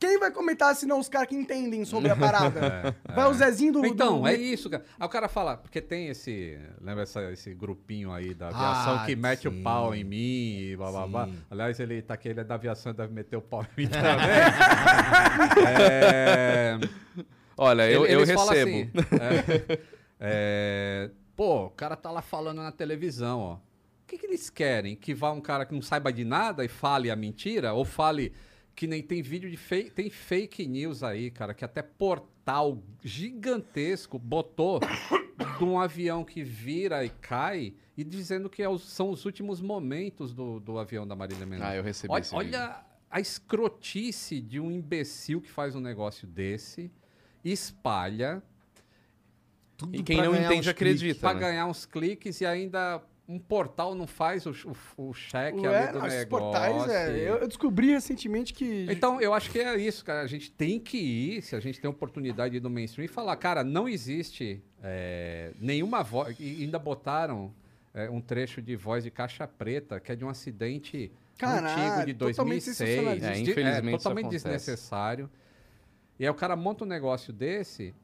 Quem vai comentar se não os caras que entendem sobre a parada? vai o Zezinho do...
Então,
do-
é isso, cara. Aí o cara fala, porque tem esse. Lembra essa- esse grupinho aí da aviação
Ah,
que
sim.
mete o pau em mim e blá blá blá.
Sim.
Aliás, ele tá aqui, ele é da aviação, ele deve meter o pau em mim também. é,
Olha, eu,
ele-
eu
eles falam
recebo.
assim, é, é, pô, o cara tá lá falando na televisão, ó. O que, que eles querem? Que vá um cara que não saiba de nada e fale a mentira? Ou fale que nem tem vídeo de fake. Tem fake news aí, cara, que até portal gigantesco botou de um avião que vira e cai e dizendo que é os- são os últimos momentos do, do avião da Marília
assim,
Mendonça.
Ah, eu recebi
Olha,
esse vídeo.
olha a escrotice de um imbecil que faz um negócio desse, espalha
Tudo
E quem
pra
não
ganhar
entende
uns cliques.
acredita.
pra
né?
ganhar uns cliques e ainda um portal não faz o, o, o cheque
Ué,
ali do
É, não, esses
negócio.
portais, é, eu, eu descobri recentemente que...
Então, eu acho que é isso, cara. A gente tem que ir, se a gente tem oportunidade de ir no mainstream, e falar, cara, não existe é, nenhuma voz. E ainda botaram é, um trecho de voz de caixa preta, que é de um acidente
Caralho,
antigo de
totalmente
2006.
sensacionalista. É,
De-
infelizmente isso
totalmente
acontece.
desnecessário. E aí o cara monta um negócio desse.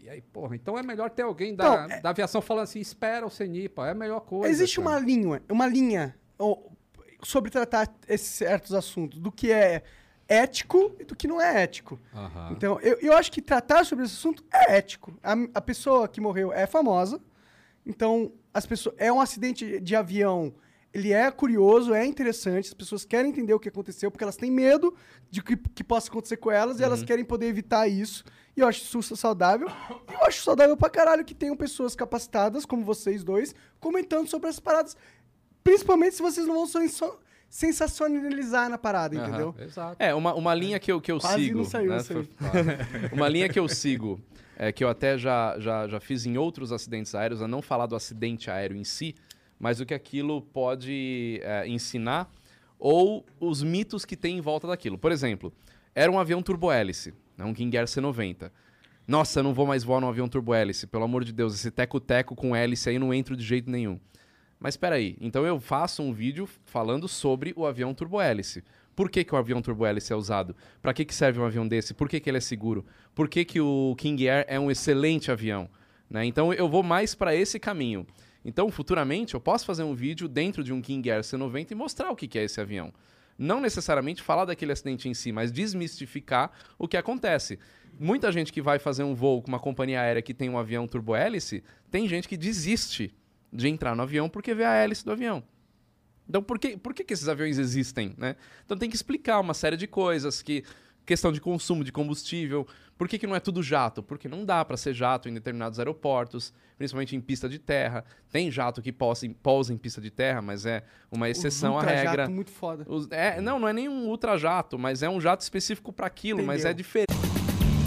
E aí, porra, então é melhor ter alguém da,
Então,
da aviação falando assim, espera o CENIPA, é a melhor coisa.
Existe
cara.
uma linha, uma linha ó, sobre tratar esses certos assuntos, do que é ético e do que não é ético.
Aham.
Então, eu, eu acho que tratar sobre esse assunto é ético. A, a pessoa que morreu é famosa, então as pessoas é um acidente de avião. Ele é curioso, é interessante, as pessoas querem entender o que aconteceu, porque elas têm medo de que, que possa acontecer com elas e
Uhum.
elas querem poder evitar isso. E eu acho isso saudável. E eu acho saudável pra caralho que tenham pessoas capacitadas, como vocês dois, comentando sobre as paradas. Principalmente se vocês não vão sensa- sensacionalizar na parada,
Aham.
entendeu?
Exato.
É, uma, uma linha que eu, que eu
Quase
sigo.
não saiu
né?
isso aí.
Uma linha que eu sigo, é, que eu até já, já, já fiz em outros acidentes aéreos, a não falar do acidente aéreo em si, mas o que aquilo pode é, ensinar ou os mitos que tem em volta daquilo. Por exemplo, era um avião turbohélice, né, um King Air C90. Nossa, eu não vou mais voar num avião turbohélice, pelo amor de Deus, esse teco-teco com hélice aí eu não entro de jeito nenhum. Mas peraí, então eu faço um vídeo falando sobre o avião turbohélice. Por que, que o avião turbohélice é usado? Para que, que serve um avião desse? Por que, que ele é seguro? Por que, que o King Air é um excelente avião? né? Então eu vou mais para esse caminho. Então futuramente eu posso fazer um vídeo dentro de um King Air C90 e mostrar o que, que é esse avião. não necessariamente falar daquele acidente em si, mas desmistificar o que acontece. Muita gente que vai fazer um voo com uma companhia aérea que tem um avião turbohélice, tem gente que desiste de entrar no avião porque vê a hélice do avião. Então, por que, por que, que esses aviões existem? Né? Então, tem que explicar uma série de coisas que questão de consumo de combustível. Por que, que não é tudo jato? Porque não dá para ser jato em determinados aeroportos, principalmente em pista de terra. Tem jato que pousa em, pousa em pista de terra, mas é uma exceção à
ultrajato
regra.
muito foda.
Os- é, não, não é nem um ultrajato, mas é um jato específico para aquilo, mas
Entendeu.
é diferente.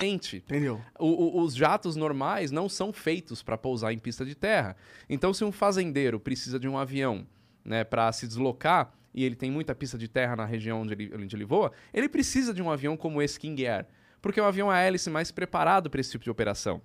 Entendeu?
O- o- os jatos normais não são feitos para pousar em pista de terra. Então, se um fazendeiro precisa de um avião né, para se deslocar e ele tem muita pista de terra na região onde ele, onde ele voa, ele precisa de um avião como esse King Air, porque é um avião a hélice mais preparado para esse tipo de operação.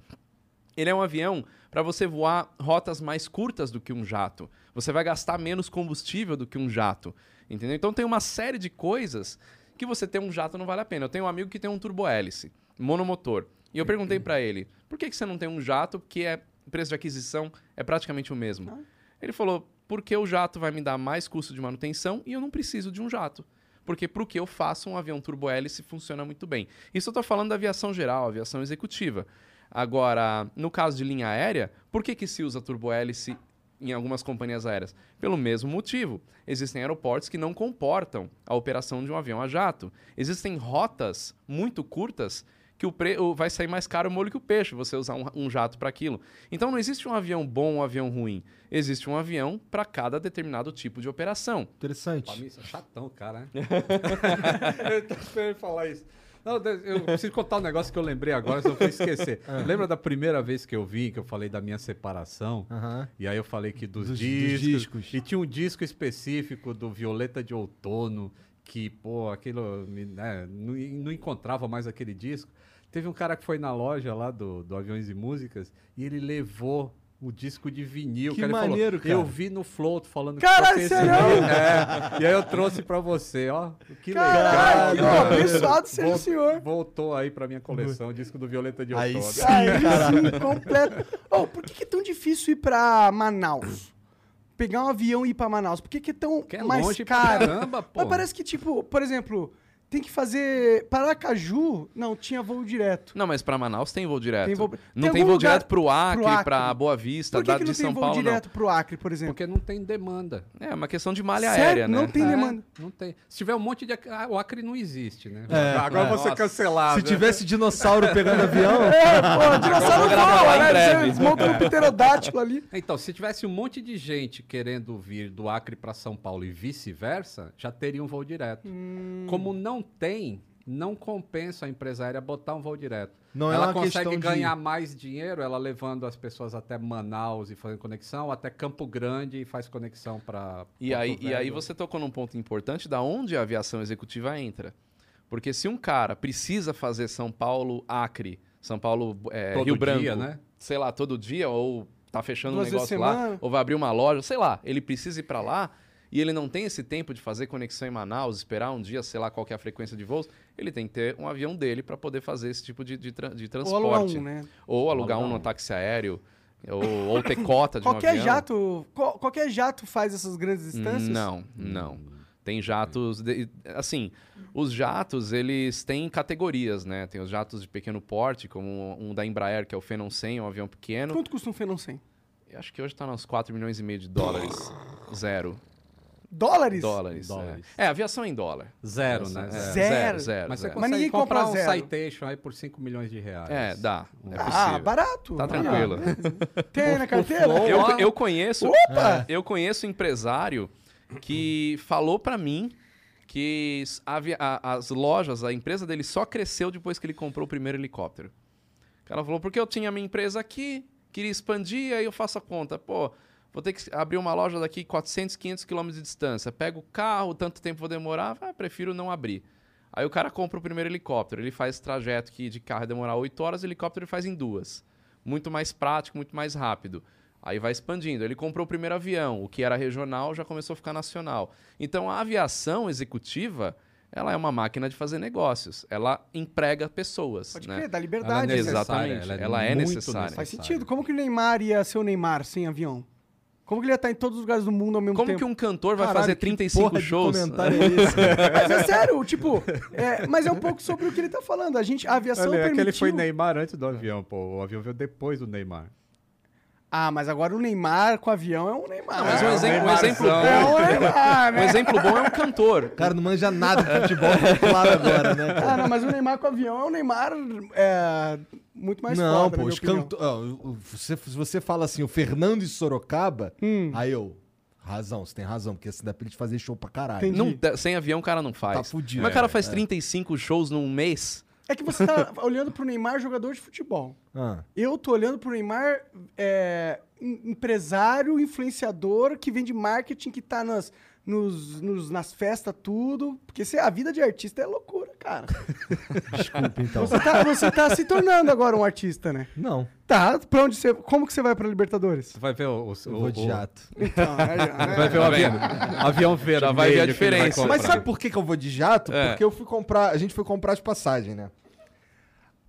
Ele é um avião para você voar rotas mais curtas do que um jato. Você vai gastar menos combustível do que um jato, entendeu? Então tem uma série de coisas que você ter um jato não vale a pena. Eu tenho um amigo que tem um turbohélice, monomotor. E eu perguntei para ele: "Por que que você não tem um jato que é o preço de aquisição é praticamente o mesmo?" Ele falou: "Porque o jato vai me dar mais custo de manutenção e eu não preciso de um jato." Porque para o que eu faço, um avião turbohélice funciona muito bem. Isso eu estou falando da aviação geral, aviação executiva. Agora, no caso de linha aérea, por que, que se usa turbohélice em algumas companhias aéreas? Pelo mesmo motivo. Existem aeroportos que não comportam a operação de um avião a jato. Existem rotas muito curtas que o pre- o- vai sair mais caro o molho que o peixe você usar um, um jato para aquilo. Então não existe um avião bom ou um avião ruim. Existe um avião para cada determinado tipo de operação.
Pra mim,
Interessante.
isso é chatão, cara, né? eu tô esperando falar isso. Não, Deus, eu preciso contar um negócio que eu lembrei agora, só vou esquecer. Lembra da primeira vez que eu vim, que eu falei da minha separação?
Aham.
E aí eu falei que dos,
Dos- dos
discos,
discos.
E tinha um disco específico do Violeta de Outono, que, pô, aquilo. me- né, não, não encontrava mais aquele disco. Teve um cara que foi na loja lá do, do Aviões e Músicas e ele levou. O disco de vinil,
Que
cara, ele falou,
maneiro, cara.
Eu vi no Flow tu falando
Caralho,
que
sério?
é, E aí eu trouxe pra você, ó. Que
Caralho,
legal.
que abençoado seja o
Vol-
senhor.
Voltou aí pra minha coleção, o disco do Violeta de
Aí
Outono.
sim.
Aí sim, completo. Oh, por que, que é tão difícil ir pra Manaus? Pegar um avião e ir pra Manaus? Por que, que é tão
Que é
mais
longe pra
caro?
caramba, pô.
Mas parece que, tipo, por exemplo, tem que fazer Paracaju. Não, tinha voo direto.
Não, mas para Manaus tem voo direto.
Tem voo-
Não
tem
tem,
algum
voo
lugar-
direto para o Acre,
pro Acre.
para Boa Vista,
Por que,
da,
que
de
não tem
São
voo
Paulo,
direto pro Acre, por exemplo?
Porque não tem demanda.
não. É uma questão de malha
Sério?
aérea, né?
Não tem demanda.
É, Não tem. Se tiver um monte de. ac- ah, O Acre não existe, né?
É,
Agora
é.
você
Nossa.
cancelar.
Se tivesse dinossauro pegando avião,
É, pô, dinossauro
Vamos gravar
voa,
lá em
né?
breve.
Você Desmonta no pterodátilo ali.
Então, se tivesse um monte de gente querendo vir do Acre para São Paulo e vice-versa, já teria um voo direto.
Hum.
Como não tem, não compensa a empresa aérea botar um voo direto.
Então
Não é
ela
uma
consegue
questão de-
ganhar mais dinheiro, ela levando as pessoas até Manaus e fazendo conexão, até Campo Grande e faz conexão para.
E aí, e aí você tocou num ponto importante da onde a aviação executiva entra. Porque se um cara precisa fazer São Paulo, Acre, São Paulo, é,
Todo
Rio Branco,
dia, né?
sei lá, todo dia, ou tá fechando
Duas
um
vezes
negócio
semana.
lá, ou vai abrir uma loja, sei lá, ele precisa ir para lá e ele não tem esse tempo de fazer conexão em Manaus, esperar um dia, sei lá qual que é a frequência de voos, ele tem que ter um avião dele para poder fazer esse tipo de, de, tra- de
Ou alugar
transporte.
um, né?
Ou alugar um
Alugar
no
um.
táxi aéreo, ou, ou ter cota de um
Qualquer
avião.
jato, qual- qualquer jato faz essas grandes distâncias?
Não, não. Tem jatos. de- assim, os jatos, eles têm categorias, né? Tem os jatos de pequeno porte, como um da Embraer, que é o Phenom 100, um avião pequeno.
Quanto custa um Fenon 100?
Eu acho que hoje tá nos 4 milhões e meio de dólares. Zero.
Dólares?
Dólares.
Dólares.
É. É, aviação é em dólar.
Zero, né?
É,
Zero.
Zero, zero.
Mas você
zero.
consegue
Mas ninguém compra
comprar um
zero.
Citation aí por 5 milhões de reais.
É, dá. É
Ah,
possível.
barato.
Tá
barato.
tranquilo. né?
Tem na carteira?
flow-
Eu, eu conheço.
Opa!
Eu conheço um empresário que falou pra mim que s- a via- a- as lojas, a empresa dele só cresceu depois que ele comprou o primeiro helicóptero. O cara falou, porque eu tinha minha empresa aqui, queria expandir, aí eu faço a conta. Pô, Vou ter que abrir uma loja daqui 400, 500 quilômetros de distância. Pego o carro, tanto tempo vou demorar, ah, prefiro não abrir. Aí o cara compra o primeiro helicóptero, ele faz esse trajeto que de carro ia demorar 8 horas, o helicóptero ele faz em duas. Muito mais prático, muito mais rápido. Aí vai expandindo. Ele comprou o primeiro avião, o que era regional já começou a ficar nacional. Então a aviação executiva, ela é uma máquina de fazer negócios. Ela emprega pessoas,
Pode
né?
crer, dá
Ela é
liberdade. né?
necessária,
Exatamente, ela é
muito
necessária.
Faz sentido. Como que o Neymar ia ser o Neymar sem avião? Como que ele ia estar em todos os lugares do mundo ao mesmo
Como
tempo?
que um cantor vai
Caralho,
fazer
que
35
porra de
shows?
comentário é esse?
Mas é sério, tipo, é, mas é um pouco sobre o que ele tá falando. A gente, a aviação
Olha, é que
permitiu...
ele foi Neymar antes do avião, pô. O avião veio depois do Neymar.
Ah, mas agora o Neymar com avião é um Neymar.
Não, mas um
É
exemplo, um
Neymar.
exemplo bom,
É um Neymar,
um
né?
exemplo bom é um cantor.
O cara não manja nada de futebol, tá claro agora, né?
Ah,
cara?
não, mas o Neymar com avião é um Neymar é, muito mais
não, pô,
foda, na minha
os
opinião.
canto... ah, o- o- você- se você fala assim, o Fernando de Sorocaba,
um.
aí eu, razão, você tem razão, porque assim dá pra ele fazer show pra caralho.
Entendi.
Não dá- sem avião o cara não faz.
Tá fudido.
Mas o cara
É,
faz 35 shows num mês.
É que você tá olhando pro Neymar jogador de futebol.
Ah,
Eu tô olhando pro Neymar é, em- empresário, influenciador, que vende marketing, que tá nas, nos, nos- nas festas, tudo. Porque cê- a vida de artista é loucura, cara.
desculpa, então.
Você tá, você tá se tornando agora um artista, né?
Não,
Tá, pra onde você. Como que você vai pra Libertadores?
Você vai ver o... o,
eu
o-
vou de
o-
jato.
Então, é,
Você
é,
vai ver o
Tá
avião. avião vermelho.
Já vai ver a
que ele vai
diferença.
comprar.
Mas sabe por que, que eu vou de jato?
É.
Porque eu fui comprar. A gente foi comprar as passagens, né?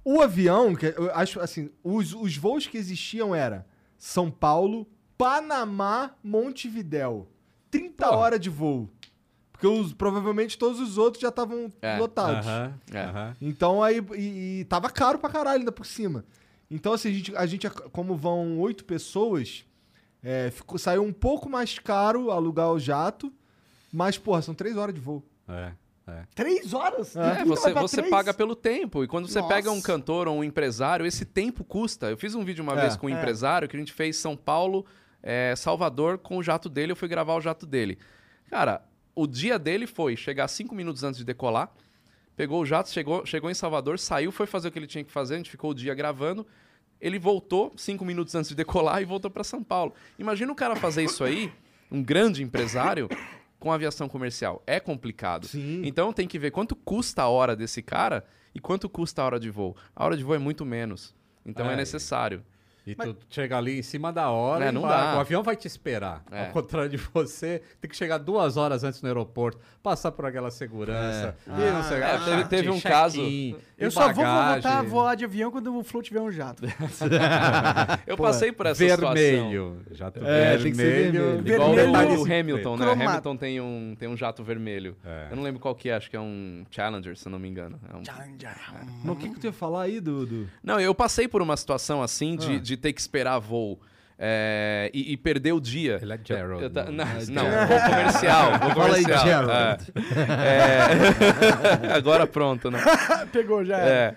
O avião, que eu acho assim, os, os voos que existiam era São Paulo, Panamá, Montevidéu. 30
Porra.
horas de voo. Porque os, provavelmente todos os outros já estavam
É.
lotados.
Aham,
É.
aham.
Então aí. E, e tava caro pra caralho ainda por cima. Então, assim, a gente, a gente como vão oito pessoas, é, ficou, saiu um pouco mais caro alugar o jato. Mas, porra, são três horas de voo.
É.
Três horas?
É,
Então,
você
vai pra
você
três?
paga pelo tempo. E quando você
Nossa.
pega um cantor ou um empresário, esse tempo custa. Eu fiz um vídeo uma
É,
vez com um
é.
empresário que a gente fez São Paulo, eh, Salvador, com o jato dele. Eu fui gravar o jato dele. Cara, o dia dele foi chegar cinco minutos antes de decolar, pegou o jato, chegou, chegou em Salvador, saiu, foi fazer o que ele tinha que fazer. A gente ficou o dia gravando. Ele voltou cinco minutos antes de decolar e voltou para São Paulo. Imagina o cara fazer isso aí, um grande empresário, com aviação comercial. É complicado.
Sim.
Então tem que ver quanto custa a hora desse cara e quanto custa a hora de voo. A hora de voo é muito menos. Então é
Ai.
necessário.
E tu chega ali em cima da hora,
É,
e
não
embarca.
dá.
o avião vai te esperar.
É.
Ao contrário de você, tem que chegar duas horas antes no aeroporto, passar por aquela segurança. E não sei,
É,
ah,
teve- teve um
check-in,
caso-
e
Eu só vou
bagagem.
voltar a voar de avião quando o Flow tiver um jato.
Eu passei por essa situação.
vermelho. Jato
É,
vermelho.
tem que ser vermelho.
Igual
Vermelho
o- o
ou-
Hamilton, né?
cromado.
O Hamilton tem um, tem um jato vermelho.
É.
Eu não lembro qual que é, acho que é um Challenger, se eu não me engano. É um-
Mas o que, que tu ia falar aí, Dudu?
Não, eu passei por uma situação assim de, de ter que esperar voo. é, e, e perder o dia.
Ele é Gerald,
Eu- eu ta-
né?
não,
É
não,
Gerald.
voo comercial. Voo
Fala aí,
comercial.
Gerald.
É. É. Agora pronto, né?
Pegou já. era.
É.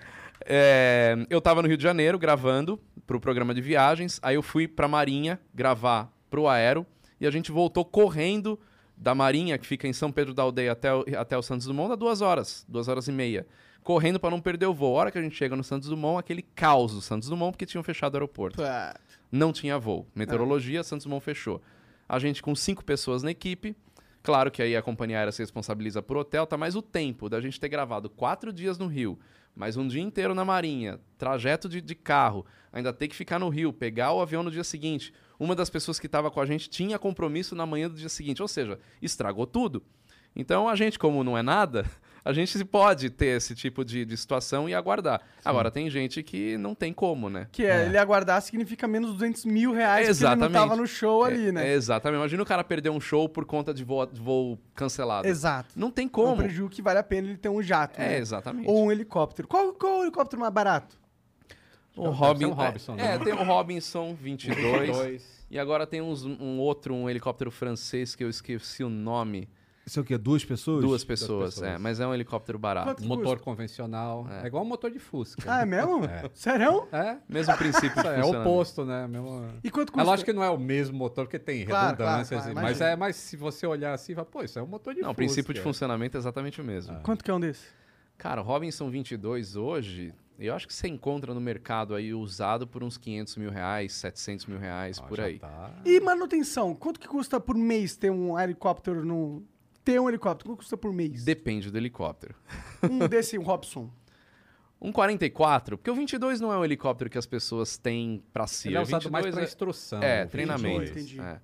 É, eu tava no Rio de Janeiro gravando pro programa de viagens, aí eu fui pra Marinha gravar pro Aero e a gente voltou correndo da Marinha, que fica em São Pedro da Aldeia, até o, até o Santos Dumont, dá duas horas, duas horas e meia. Correndo pra não perder o voo. A hora que a gente chega no Santos Dumont, aquele caos do Santos Dumont, porque tinham fechado o aeroporto.
Pá.
Não tinha voo. Meteorologia, Santos Dumont fechou. A gente com cinco pessoas na equipe. Claro que aí a companhia aérea se responsabiliza por hotel, tá? Mas o tempo da gente ter gravado quatro dias no Rio, mais um dia inteiro na Marinha, trajeto de, de carro, ainda ter que ficar no Rio, pegar o avião no dia seguinte. Uma das pessoas que estava com a gente tinha compromisso na manhã do dia seguinte, ou seja, estragou tudo. Então a gente, como não é nada, a gente pode ter esse tipo de, de situação e aguardar. Agora, tem gente que não tem como, né?
Que é, ele aguardar significa menos 200 mil reais porque ele
Exatamente.
não tava no show ali,
É,
né?
é, exatamente. Imagina o cara perder um show por conta de voo, de voo cancelado.
Exato.
Não tem
É um
como.
prejuízo que vale a pena ele ter um jato,
É,
né?
exatamente.
Ou um helicóptero. Qual, qual é o helicóptero mais barato?
o
Deve ser
Robin,
um Robinson,
é,
né?
é, tem o Robinson 22.
22.
E agora tem uns- um outro, um helicóptero francês que eu esqueci o nome.
Isso é o quê? Duas pessoas?
Duas pessoas,
pessoas.
é. Mas é um helicóptero barato.
Quanto custa?
Motor convencional. É. igual um motor de Fusca.
Ah, é mesmo?
É.
Sério?
É?
Mesmo princípio de
É o
funcionamento.
oposto, né? Mesmo...
E quanto
É
custa?
lógico que não é o mesmo motor, porque tem
Claro, claro,
redundâncias.
claro,
e- mas,
imagino.
é, mas se você olhar assim, vai, pô, isso é um motor de Ah.
Não, o
Fusca.
princípio de funcionamento é exatamente o mesmo.
Quanto que é um desse?
Cara, o Robinson 22 hoje Eu acho que você encontra no mercado aí usado por uns 500 mil reais, 700 mil reais, por
tá
aí.
E manutenção, quanto que custa por mês ter um helicóptero no. Ter um helicóptero, quanto custa por mês?
Depende do helicóptero.
Um desse, um Robson.
Um 44, porque o 22 não é um helicóptero que as pessoas têm pra si.
Ele é
O
usado mais
22
para
é-
instrução.
É,
o
treinamento.
22.
entendi.
é.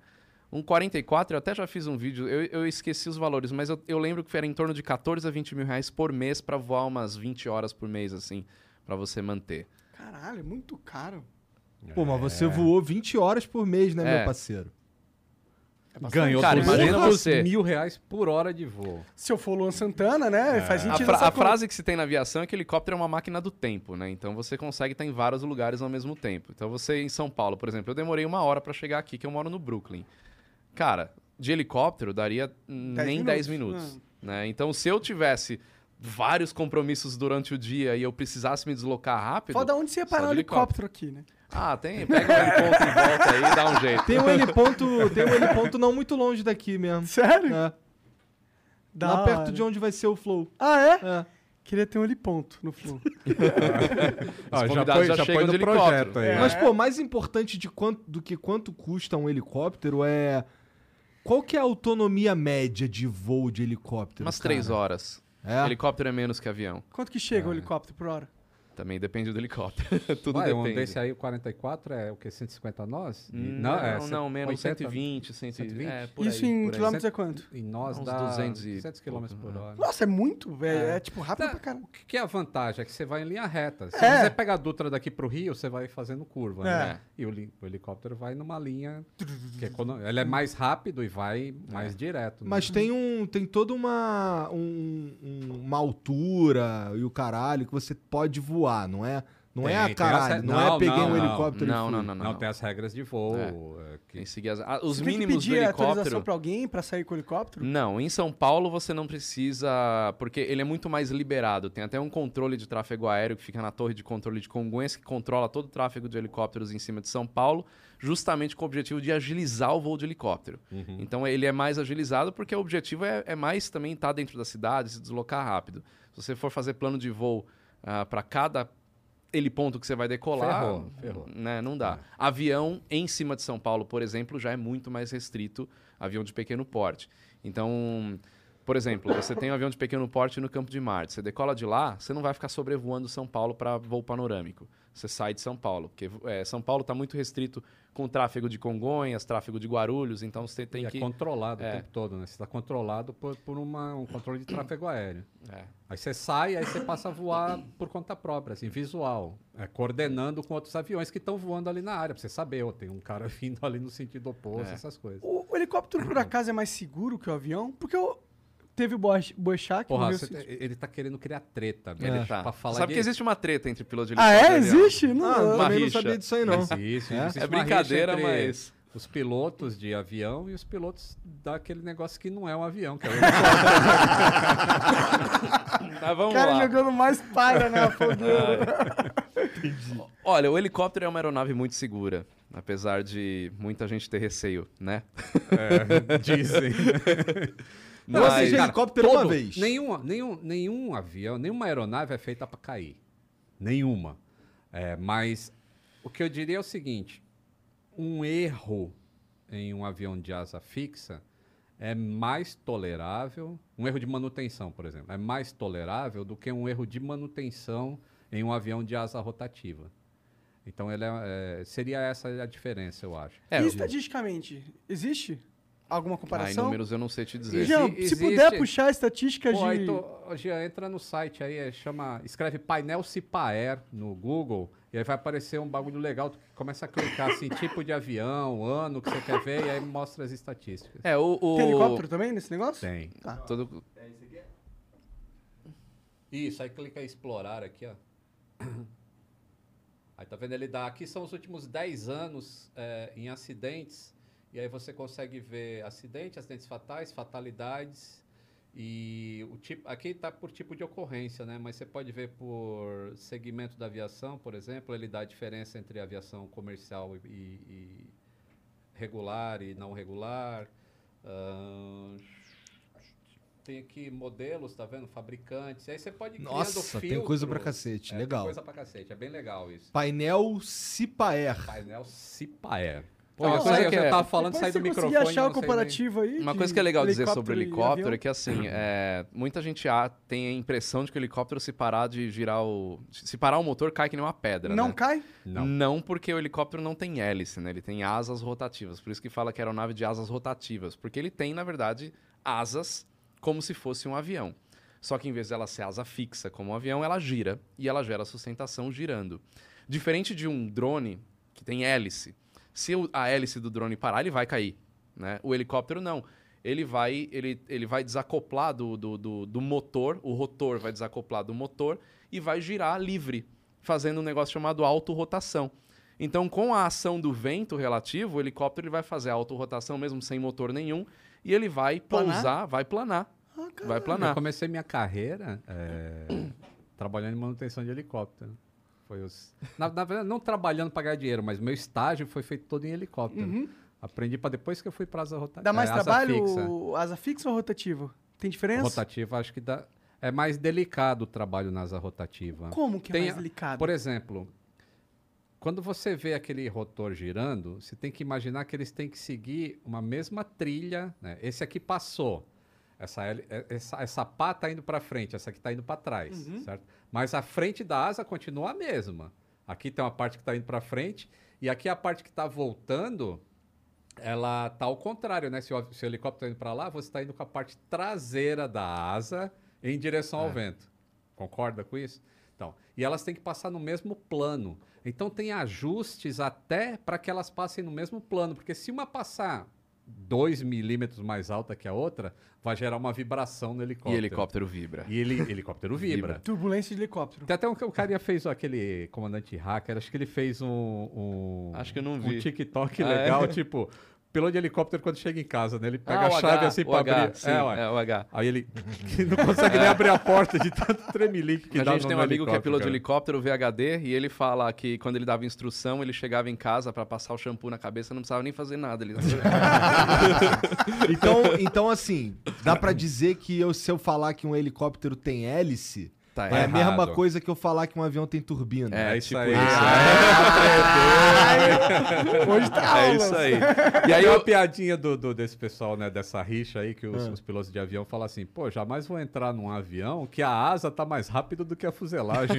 Um 44, eu até já fiz um vídeo, eu, eu esqueci os valores, mas eu, eu lembro que era em torno de 14 a 20 mil reais por mês pra voar umas 20 horas por mês, assim, pra você manter.
Caralho, é muito caro.
Pô, mas você voou 20 horas por mês, né,
É.
meu parceiro?
tá
Ganhou
Cara, imagina
200
você.
mil reais por hora de voo.
Se eu for Luan Santana, né? Faz
É. A,
é
sentido.
fra-
essa
a
conta.
frase que se tem na aviação é que helicóptero é uma máquina do tempo, né? Então você consegue estar em vários lugares ao mesmo tempo. Então você em São Paulo, por exemplo, eu demorei uma hora pra chegar aqui, que eu moro no Brooklyn. Cara, de helicóptero daria nem 10
minutos. Hum.
minutos. né? Então se eu tivesse vários compromissos durante o dia e eu precisasse me deslocar rápido.
Foda onde você ia
Só
parar
de
o helicóptero aqui, né?
Ah, tem. Pega um ponto e volta aí e dá um jeito.
Tem um L ponto, tem um L ponto não muito longe daqui mesmo.
Sério?
É.
Da
Lá
hora.
perto
um-
de onde vai ser o flow.
Ah, é?
É.
Queria ter um heliponto no flow.
Ó, Ah, já
convidados
foi,
já
já
chegam
foi no
de helicóptero.
projeto
É.
aí.
Mas, pô, mais importante de quanto, do que quanto custa um helicóptero é... Qual que é a autonomia média de voo de helicóptero?
Umas três
cara?
horas.
É?
Helicóptero é menos que avião.
Quanto que chega um
É.
helicóptero por hora?
Também depende do helicóptero. Tudo
Vai,
depende.
um desse aí, o 44, é o quê? 150 nós?
Não,
é,
não,
cento-
Hum, não, menos
80?
120, 120.
120?
É, por
Isso
aí,
em
por aí.
quilômetros é quanto?
Em nós
Uns
dá
200 e
200 km
pouco,
por
né?
hora.
Nossa, é muito, velho. É.
É.
tipo
Tá,
rápido pra caralho.
O que que é a vantagem? É que você vai em linha reta. Se
É.
você pegar a Dutra daqui pro Rio, você vai fazendo curva,
É.
né? E o, li- o helicóptero vai numa linha que é econo- ele é mais rápido e vai mais
É.
direto. né?
Mas tem um. Tem toda uma. um- um- uma altura e o caralho que você pode voar, não é? Não é
Tem,
a
tem
caralho,
essa-
não, é
não,
peguei
não,
um
não.
helicóptero e
Não,
fui.
não, não,
não,
não.
tem as regras de voo. é, que-
Tem que seguir as- ah, os
Você tem que
mínimos do
pedir autorização
helicóptero.
pra alguém pra sair com o helicóptero?
Não, em São Paulo você não precisa, porque ele é muito mais liberado. Tem até um controle de tráfego aéreo que fica na torre de controle de Congonhas, que controla todo o tráfego de helicópteros em cima de São Paulo, justamente com o objetivo de agilizar o voo de helicóptero.
Uhum.
Então ele é mais agilizado porque o objetivo é, é mais também estar dentro da cidade, se deslocar rápido. Se você for fazer plano de voo para cada heliponto que você vai decolar,
Ferrou, ferrou. É.
né, não dá. Avião em cima de São Paulo, por exemplo, já é muito mais restrito, avião de pequeno porte. Então, por exemplo, você tem um avião de pequeno porte no Campo de Marte. Você decola de lá, você não vai ficar sobrevoando São Paulo para voo panorâmico. Você sai de São Paulo, porque eh, São Paulo está muito restrito com tráfego de Congonhas, tráfego de Guarulhos, então você tem
e
que...
é controlado
É.
o tempo todo, né? Você está controlado por, por uma- um controle de tráfego aéreo.
É.
Aí você sai, aí você passa a voar por conta própria, assim, visual. É, coordenando com outros aviões que estão voando ali na área, pra você saber, ó, tem um cara vindo ali no sentido oposto,
É.
essas coisas.
O, o helicóptero, por acaso, é mais seguro que o avião? Porque eu... teve o Boas- Boechat que
Porra,
morreu...
você-
se-
ele tá querendo criar treta,
Ele
velho.
tá.
É, Pra falar
Sabe
de-
que existe uma treta entre piloto de
Ah,
helicóptero
é?
e avião?
Existe? Não.
Ah, eu
Uma
também
rixa.
não sabia disso aí, não.
Existe,
É?
existe
É
uma rixa
brincadeira,
entre
mas...
Os pilotos de avião e os pilotos daquele negócio que não é um avião, que é um
Mas
O
vamos
cara
lá.
jogando mais para, né? Afogando.
Olha, o helicóptero é uma aeronave muito segura, apesar de muita gente ter receio, né?
É, dizem.
Não,
Mas,
assim,
cara,
helicóptero uma vez.
Nenhum, nenhum, nenhum avião, nenhuma aeronave é feita para cair. Nenhuma. É, mas o que eu diria é o seguinte: um erro em um avião de asa fixa é mais tolerável, um erro de manutenção, por exemplo, é mais tolerável do que um erro de manutenção em um avião de asa rotativa. Então ele é- é- seria essa a diferença, eu acho.
É,
e
eu-
estatisticamente, existe alguma
Ah, em
comparação?
números eu não sei te dizer.
Jean,
Exi-
se puder
existe.
puxar estatísticas
Pô,
de...
aí tu- ô, Jean, entra no site aí, é, chama, escreve painel Cipaer no Google, e aí vai aparecer um bagulho legal, tu começa a clicar assim, tipo de avião, ano que você quer ver, e aí mostra as estatísticas.
É, o... o...
Tem helicóptero também nesse negócio?
Tem.
Todo...
Isso, aí clica em explorar aqui, ó. Aí tá vendo ele dá, aqui são os últimos 10 anos é, em acidentes, e aí você consegue ver acidente, acidentes fatais, fatalidades, e o tipo, aqui tá por tipo de ocorrência, né? Mas você pode ver por segmento da aviação, por exemplo, ele dá a diferença entre aviação comercial e, e regular e não regular. Ahn, Tem aqui modelos, tá vendo? Fabricantes. Aí você pode ir criando
Nossa, tem coisa pra
filtros.
cacete.
É,
legal.
Tem coisa pra cacete. É bem legal isso.
Painel Cipaer.
Painel Cipaer.
Pô, uma
é. eu
coisa
sei
que
eu
é-
tava falando,
Depois
saí do
você conseguir
microfone.
achar
eu
o
não sei nem-
comparativo aí.
Uma
de
coisa que é legal dizer sobre
e
helicóptero
avião.
é que, assim, é, muita gente ah, tem a impressão de que o helicóptero, se parar de girar o. Se parar o motor, cai que nem uma pedra.
Não
né?
cai?
Não.
porque o helicóptero não tem hélice, né? Ele tem asas rotativas. Por isso que fala que é aeronave de asas rotativas. Porque ele tem, na verdade, asas como se fosse um avião. Só que em vez dela ser asa fixa como um avião, ela gira e ela gera sustentação girando. Diferente de um drone que tem hélice. Se o- a hélice do drone parar, ele vai cair. Né? O helicóptero não. Ele vai, ele, ele vai desacoplar do, do, do, do motor, o rotor vai desacoplar do motor e vai girar livre, fazendo um negócio chamado autorrotação. Então, com a ação do vento relativo, o helicóptero ele vai fazer a autorrotação mesmo sem motor nenhum e ele vai
Planar?
pousar, vai planar.
Ah, cara.
Vai
Eu
planar.
comecei minha carreira é, trabalhando em manutenção de helicóptero. Foi os... na, na verdade, não trabalhando para ganhar dinheiro, mas meu estágio foi feito todo em helicóptero. Aprendi para depois que eu fui para asa rotativa.
Uhum. Dá mais
É, asa
trabalho
Fixa.
o asa fixa ou rotativo? Tem diferença?
Rotativa, acho que dá. É mais delicado o trabalho na asa rotativa.
Como que é
Tem
mais
a-
delicado?
Por exemplo, quando você vê aquele rotor girando, você tem que imaginar que eles têm que seguir uma mesma trilha. Né? Esse aqui passou. Essa, heli- eh, essa, essa pá está indo para frente, essa aqui está indo para trás, certo? Mas a frente da asa continua a mesma. Aqui tem uma parte que está indo para frente e aqui a parte que está voltando, ela tá ao contrário, né? Se o, se o helicóptero está indo para lá, você está indo com a parte traseira da asa em direção
É.
ao vento. Concorda com isso? Então, e elas têm que passar no mesmo plano. Então tem ajustes até para que elas passem no mesmo plano, porque se uma passar 2 milímetros mais alta que a outra, vai gerar uma vibração no helicóptero.
E helicóptero vibra.
E ele, helicóptero vibra.
Turbulência de helicóptero.
Tem até um que o carinha fez aquele comandante hacker, acho que ele fez um. um-
Acho que eu não
Um
vi.
TikTok
Ah, é?
legal, tipo, piloto de helicóptero quando chega em casa, né? Ele pega
Ah,
a
o
chave
H,
assim
o
pra
H,
abrir.
sim,
é, ué.
é, o H.
Aí ele que não consegue nem abrir a porta de tanto tremelique que
a
dá
gente
no-
tem um
no
amigo que é piloto de
cara.
helicóptero, VHD, e ele fala que quando ele dava instrução, ele chegava em casa pra passar o shampoo na cabeça, não precisava nem fazer nada. Ele...
Então, então, assim, dá pra dizer que eu, se eu falar que um helicóptero tem hélice,
Tá,
é a
é.
mesma
errado.
coisa que eu falar que um avião tem turbina. Ah,
É,
É isso
tipo
aí. Ah,
isso.
Hoje tá
é,
aula.
isso aí.
E
E aí
aí uma
eu...
piadinha do, do- desse pessoal, né? Dessa rixa aí, que os, os pilotos de avião falam assim, pô, jamais vou entrar num avião que a asa tá mais rápido do que a fuselagem.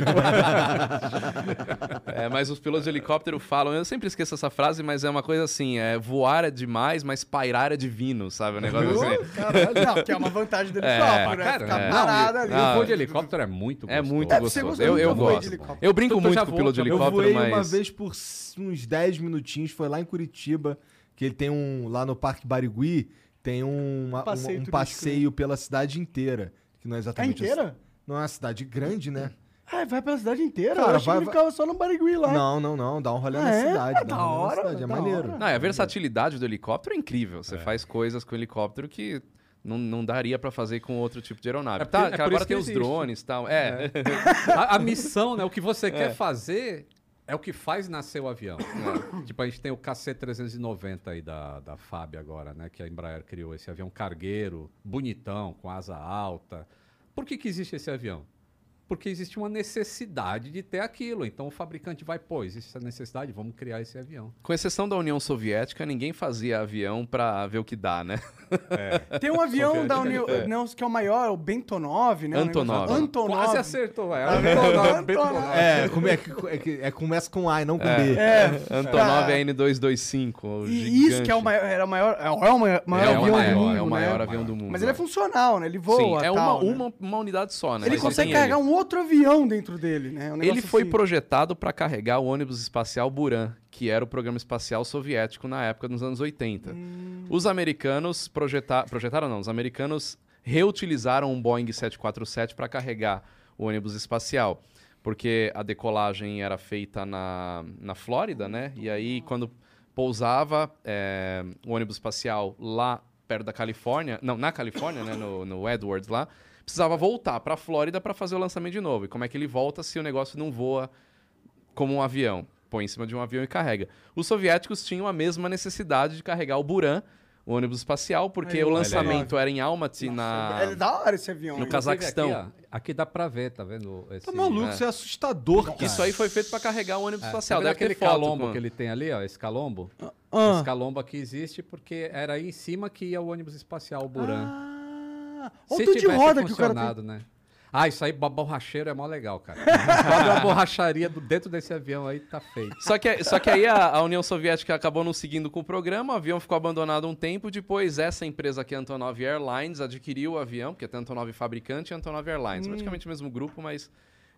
É, mas os pilotos de helicóptero falam, eu sempre esqueço essa frase, mas é uma coisa assim, é voar é demais, mas pairar é divino, sabe? Um negócio assim.
Ô, caralho. Não, que é uma vantagem do helicóptero, né?
Cara,
Ficar
é.
parado ali.
E o
Ah,
voo de helicóptero é muito
É
gostoso.
muito
Deve ser
gostoso.
gostoso,
Eu, eu
nunca voei de
gosto.
helicóptero.
Eu brinco
Tu já
muito com o
voou
piloto de
também?
Eu voei
helicóptero, mas...
uma vez por s- uns 10 minutinhos, foi lá em Curitiba, que ele tem um. Lá no Parque Barigui, tem um, uma- um- um
Passeio
passeio,
turístico,
pela cidade inteira. Que não é
É
exatamente.
inteira?
Não é uma cidade grande, né?
Ah, vai pela cidade inteira?
Cara,
eu achei
vai-
que ele ficava só no Barigui lá.
Não, não, não. Dá um rolê
Ah,
na
é?
cidade.
É
dá
da
um rolê
hora,
na cidade. É
da
maneiro.
hora.
Não, e a versatilidade do helicóptero é incrível. Você faz coisas com helicóptero que não, não daria pra fazer com outro tipo de aeronave.
É
tá,
porque- é
que
por
agora
isso que
tem os
existe.
drones e tal. É.
A, a missão, né? O que você quer fazer é o que faz nascer o avião. Tipo, a gente tem o KC-390 aí da, da FAB agora, né? Que a Embraer criou. Esse avião cargueiro, bonitão, com asa alta. Por que, que existe esse avião? Porque existe uma necessidade de ter aquilo. Então o fabricante vai, pô, existe essa necessidade, vamos criar esse avião.
Com exceção da União Soviética, ninguém fazia avião pra ver o que dá, né?
Tem um avião da União, não, que é o maior, o Bentonov, né? Um negócio-
Antonov.
Antonov. É,
Quase acertou, é. vai.
Antonov.
É, como é que é que- é, começa com A e não com B.
Antonov N225. o
É, E isso
gigante.
que é o maior, era o maior, é o maior, maior
É o
avião do
maior,
mundo,
é o maior
né?
avião do mundo.
Mas ele é
né?
funcional, né? Ele voa,
Sim, é uma,
tal, né?
uma, uma unidade só, né?
Ele
Mas só
consegue
tem
carregar um outro avião dentro dele, né? Um
Ele
negócio
foi
assim.
projetado para carregar o ônibus espacial Buran, que era o programa espacial soviético na época dos anos 80.
Hum.
Os americanos projeta- projetaram, não, os americanos reutilizaram um Boeing 747 para carregar o ônibus espacial, porque a decolagem era feita na, na Flórida, né? E aí, quando pousava é, o ônibus espacial lá perto da Califórnia, não, na Califórnia, né, no, no Edwards lá, precisava voltar para a Flórida para fazer o lançamento de novo. E como é que ele volta se o negócio não voa como um avião? Põe em cima de um avião e carrega. Os soviéticos tinham a mesma necessidade de carregar o Buran, o ônibus espacial, porque
Aí,
o
olha aí.
lançamento era em Almaty, na...
É da hora esse avião.
no
hein?
caso- Cazaquistão.
Aqui, ó, aqui dá pra ver, tá vendo? Esse,
Tá maluco,
é.
isso é assustador, cara.
Isso é aí foi feito pra carregar o ônibus
É,
espacial.
tá
Deve
vendo
ter
aquele
foto.
calombo
com-
que ele tem ali, ó, esse calombo?
Ah.
Esse calombo aqui existe porque era aí em cima que ia o ônibus espacial, o Buran.
Ah,
é. Se
olha o de
tivesse
roda que o cara tem.
funcionado, né? Ah, isso aí, bo- borracheiro é mó legal, cara. Quando a borracharia do dentro desse avião aí tá feito.
Só que, só que aí a, a União Soviética acabou não seguindo com o programa, o avião ficou abandonado um tempo. Depois, essa empresa aqui, Antonov Airlines, adquiriu o avião, porque é Antonov Fabricante e Antonov Airlines. Praticamente o mesmo grupo, mas.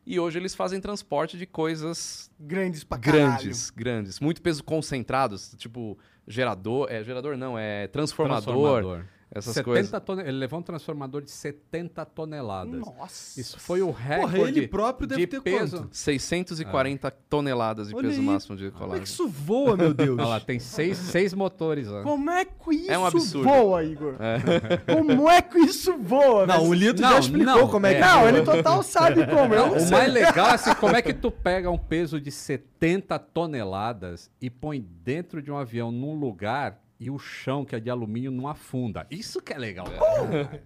E hoje eles fazem transporte de coisas
Grandes pra caralho.
grandes, grandes. Muito peso concentrado, tipo gerador. É, gerador não, é transformador, essas
70
coisas.
tone- Ele levou um transformador de 70 toneladas.
Nossa.
Isso foi o É, recorde.
Porra, ele próprio
de
deve ter
peso.
quanto?
640 toneladas de
Ah. Olha
peso
aí.
máximo de
Como é que
colagem.
isso voa, meu Deus?
Olha lá, tem seis, seis motores lá.
Como é que isso
É um absurdo.
voa, Igor? Como é que isso voa?
não,
velho?
o Lito
Não,
já explicou
não,
como é que...
é.
Não, ele total sabe como. Eu não
o
sei.
mais legal é assim, como é que tu pega um peso de 70 toneladas e põe dentro de um avião num lugar e o chão, que é de alumínio, não afunda. Isso que é legal.
Porra,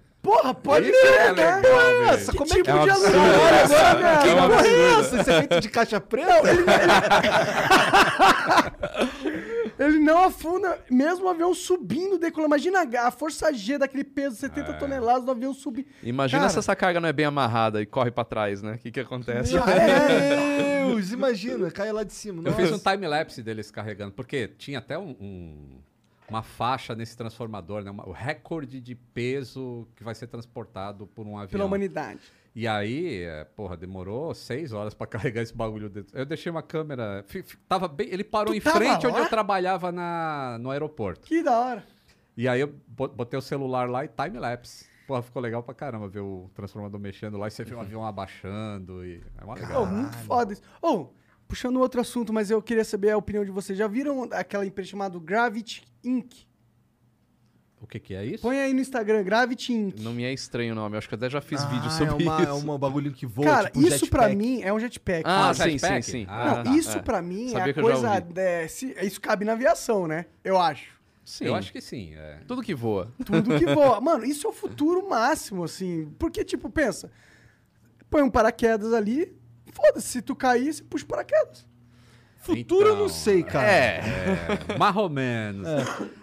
Oh, pode
Isso
ser,
é
cara.
legal, velho.
Nossa,
Que
como é
tipo
que
de
podia
absurdo.
agora,
Que
velho?
porra é essa? Isso é feito de caixa preta?
é
Ele não afunda, mesmo o avião subindo, decolando. Imagina a força G daquele peso,
É.
70 toneladas do avião subir.
Imagina
Cara.
se essa carga não é bem amarrada e corre pra trás, né? O que, que acontece?
Meu Deus, imagina, cai lá de cima.
Eu
Nossa.
fiz um time-lapse deles carregando, porque tinha até um- um- uma faixa nesse transformador, né? Uma- o recorde de peso que vai ser transportado por um avião.
Pela humanidade.
E aí, é, porra, demorou seis horas pra carregar esse bagulho dentro. Eu deixei uma câmera. fi- fi- Tava bem, ele parou
Tu
em
tava
frente onde
lá?
eu trabalhava na, no aeroporto.
Que da hora.
E aí eu bo- botei o celular lá e time-lapse. Porra, ficou legal pra caramba ver o transformador mexendo lá e você vê o avião abaixando. E... É mó
Pô,
legal.
muito foda isso. Ou, puxando outro assunto, mas eu queria saber a opinião de vocês. Já viram aquela empresa chamada Gravity Inc?
O que, que é isso?
Põe aí no Instagram, Gravity Inc.
Não me é estranho o nome, eu acho que eu até já fiz
Ah,
vídeo sobre
é uma,
isso.
É um bagulho que voa,
Cara,
tipo um
isso pra
jetpack.
mim é um jetpack.
Ah,
Ah,
sim, sim,
jetpack?
sim.
Ah,
Ah,
Não, isso
é.
pra mim
Sabia
é
que
a
eu já
coisa.
ouvi.
é, se- isso cabe na aviação, né? Eu acho.
Sim.
Eu acho que sim. é.
Tudo que voa.
Tudo que voa. Mano, isso é o futuro máximo, assim. Porque, tipo, pensa. Põe um paraquedas ali. Foda-se, se tu cair, você puxa o paraquedas.
Futuro eu não
Então,
sei, cara.
É, mais ou menos.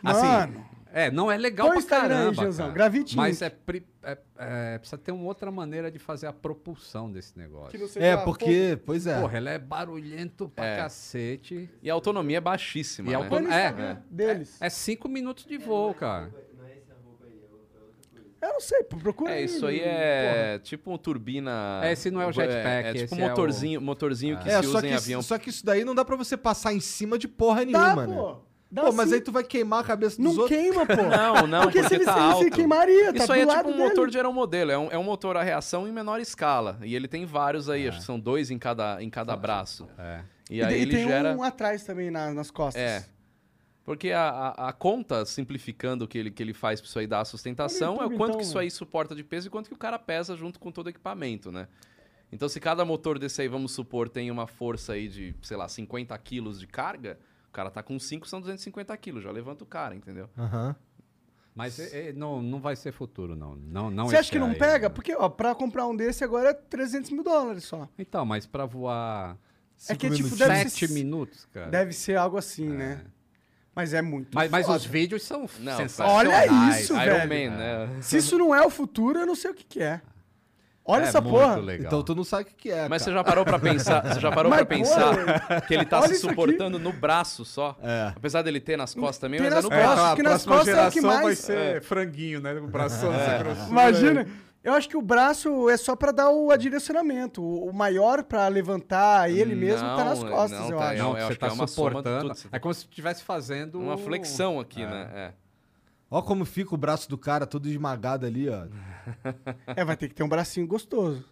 Assim,
Mano.
É, não é legal
Põe o
pra
Instagram aí,
caramba,
Janzão,
cara.
Gravity
Mas
Inc.
é, pri- é- é, precisa ter uma outra maneira de fazer a propulsão desse negócio.
É, porque... Pois é.
Porra, ela é barulhento pra
É.
cacete.
E a autonomia é baixíssima.
E a
né?
Põe no
É,
Instagram deles.
É cinco minutos de voo, cara.
Eu não sei, procura
É, isso aí é tipo uma turbina.
É, esse não é o jetpack,
É, é tipo um
esse é o-
motorzinho, motorzinho que
É,
se
só
usa
que,
em avião.
só que isso daí não dá pra você passar em cima de porra
Dá,
nenhuma, né?
pô. Dá
Pô, mas
sim.
aí tu vai queimar a cabeça dos
Não
outros.
queima, pô.
Não, não,
porque,
porque,
se ele
tá
se-
alto.
se queimaria, tá
Isso
do
aí é
lado
tipo um
dele.
motor de aeromodelo, é um, é um motor a reação em menor escala. E ele tem vários aí,
É.
acho que são dois em cada, em cada braço.
É.
E aí
tem-
ele
tem
gera.
um atrás também na- nas costas.
É. Porque a, a- a conta, simplificando o que ele, que ele faz pra isso aí dar a sustentação,
Olha o
é o
YouTube,
quanto
então,
que isso
mano.
aí suporta de peso e quanto que o cara pesa junto com todo o equipamento, né? Então, se cada motor desse aí, vamos supor, tem uma força aí de, sei lá, 50 quilos de carga, o cara tá com 5, são 250 quilos, já levanta o cara, entendeu?
Aham.
Mas é- é, não, não vai ser futuro, não. não, não
Você acha
esse
que não
aí,
pega?
né?
Porque, ó, pra comprar um desse agora é 300 mil dólares só.
Então, mas pra voar
Cinco
que, tipo,
minutinhos.
Deve
sete
ser-
minutos,
É.
cara.
Deve ser algo assim, né? Mas é muito.
Mas, mas os
foda.
vídeos são
Não,
sensacionais.
olha isso,
Iron
velho.
Man, né?
Se isso não é o futuro, eu não sei o que, que é. Olha
É
essa
muito
porra.
legal.
Então tu não sabe o que que é,
Mas você
cara.
já parou pra pensar, você já parou
tá. Mas,
pra
pô,
pensar que ele tá
olha
se
isso aqui. É.
suportando no braço só? Apesar dele ter nas costas também,
Tem
mas é
nas
no
costas.
braço.
acho que nas costas é o que mais-
franguinho, né? O braço grossura.
Imagina. Eu acho que o braço é só pra dar o adirecionamento. O o maior pra levantar ele mesmo tá nas
Não,
costas,
não,
eu
tá,
acho.
Não,
Eu acho
você
que é
tá
uma soma de
suportando.
tudo.
É como se estivesse fazendo
Uma flexão aqui, né? É.
Ó como fica o braço do cara todo esmagado ali, ó.
É, vai ter que ter um bracinho gostoso.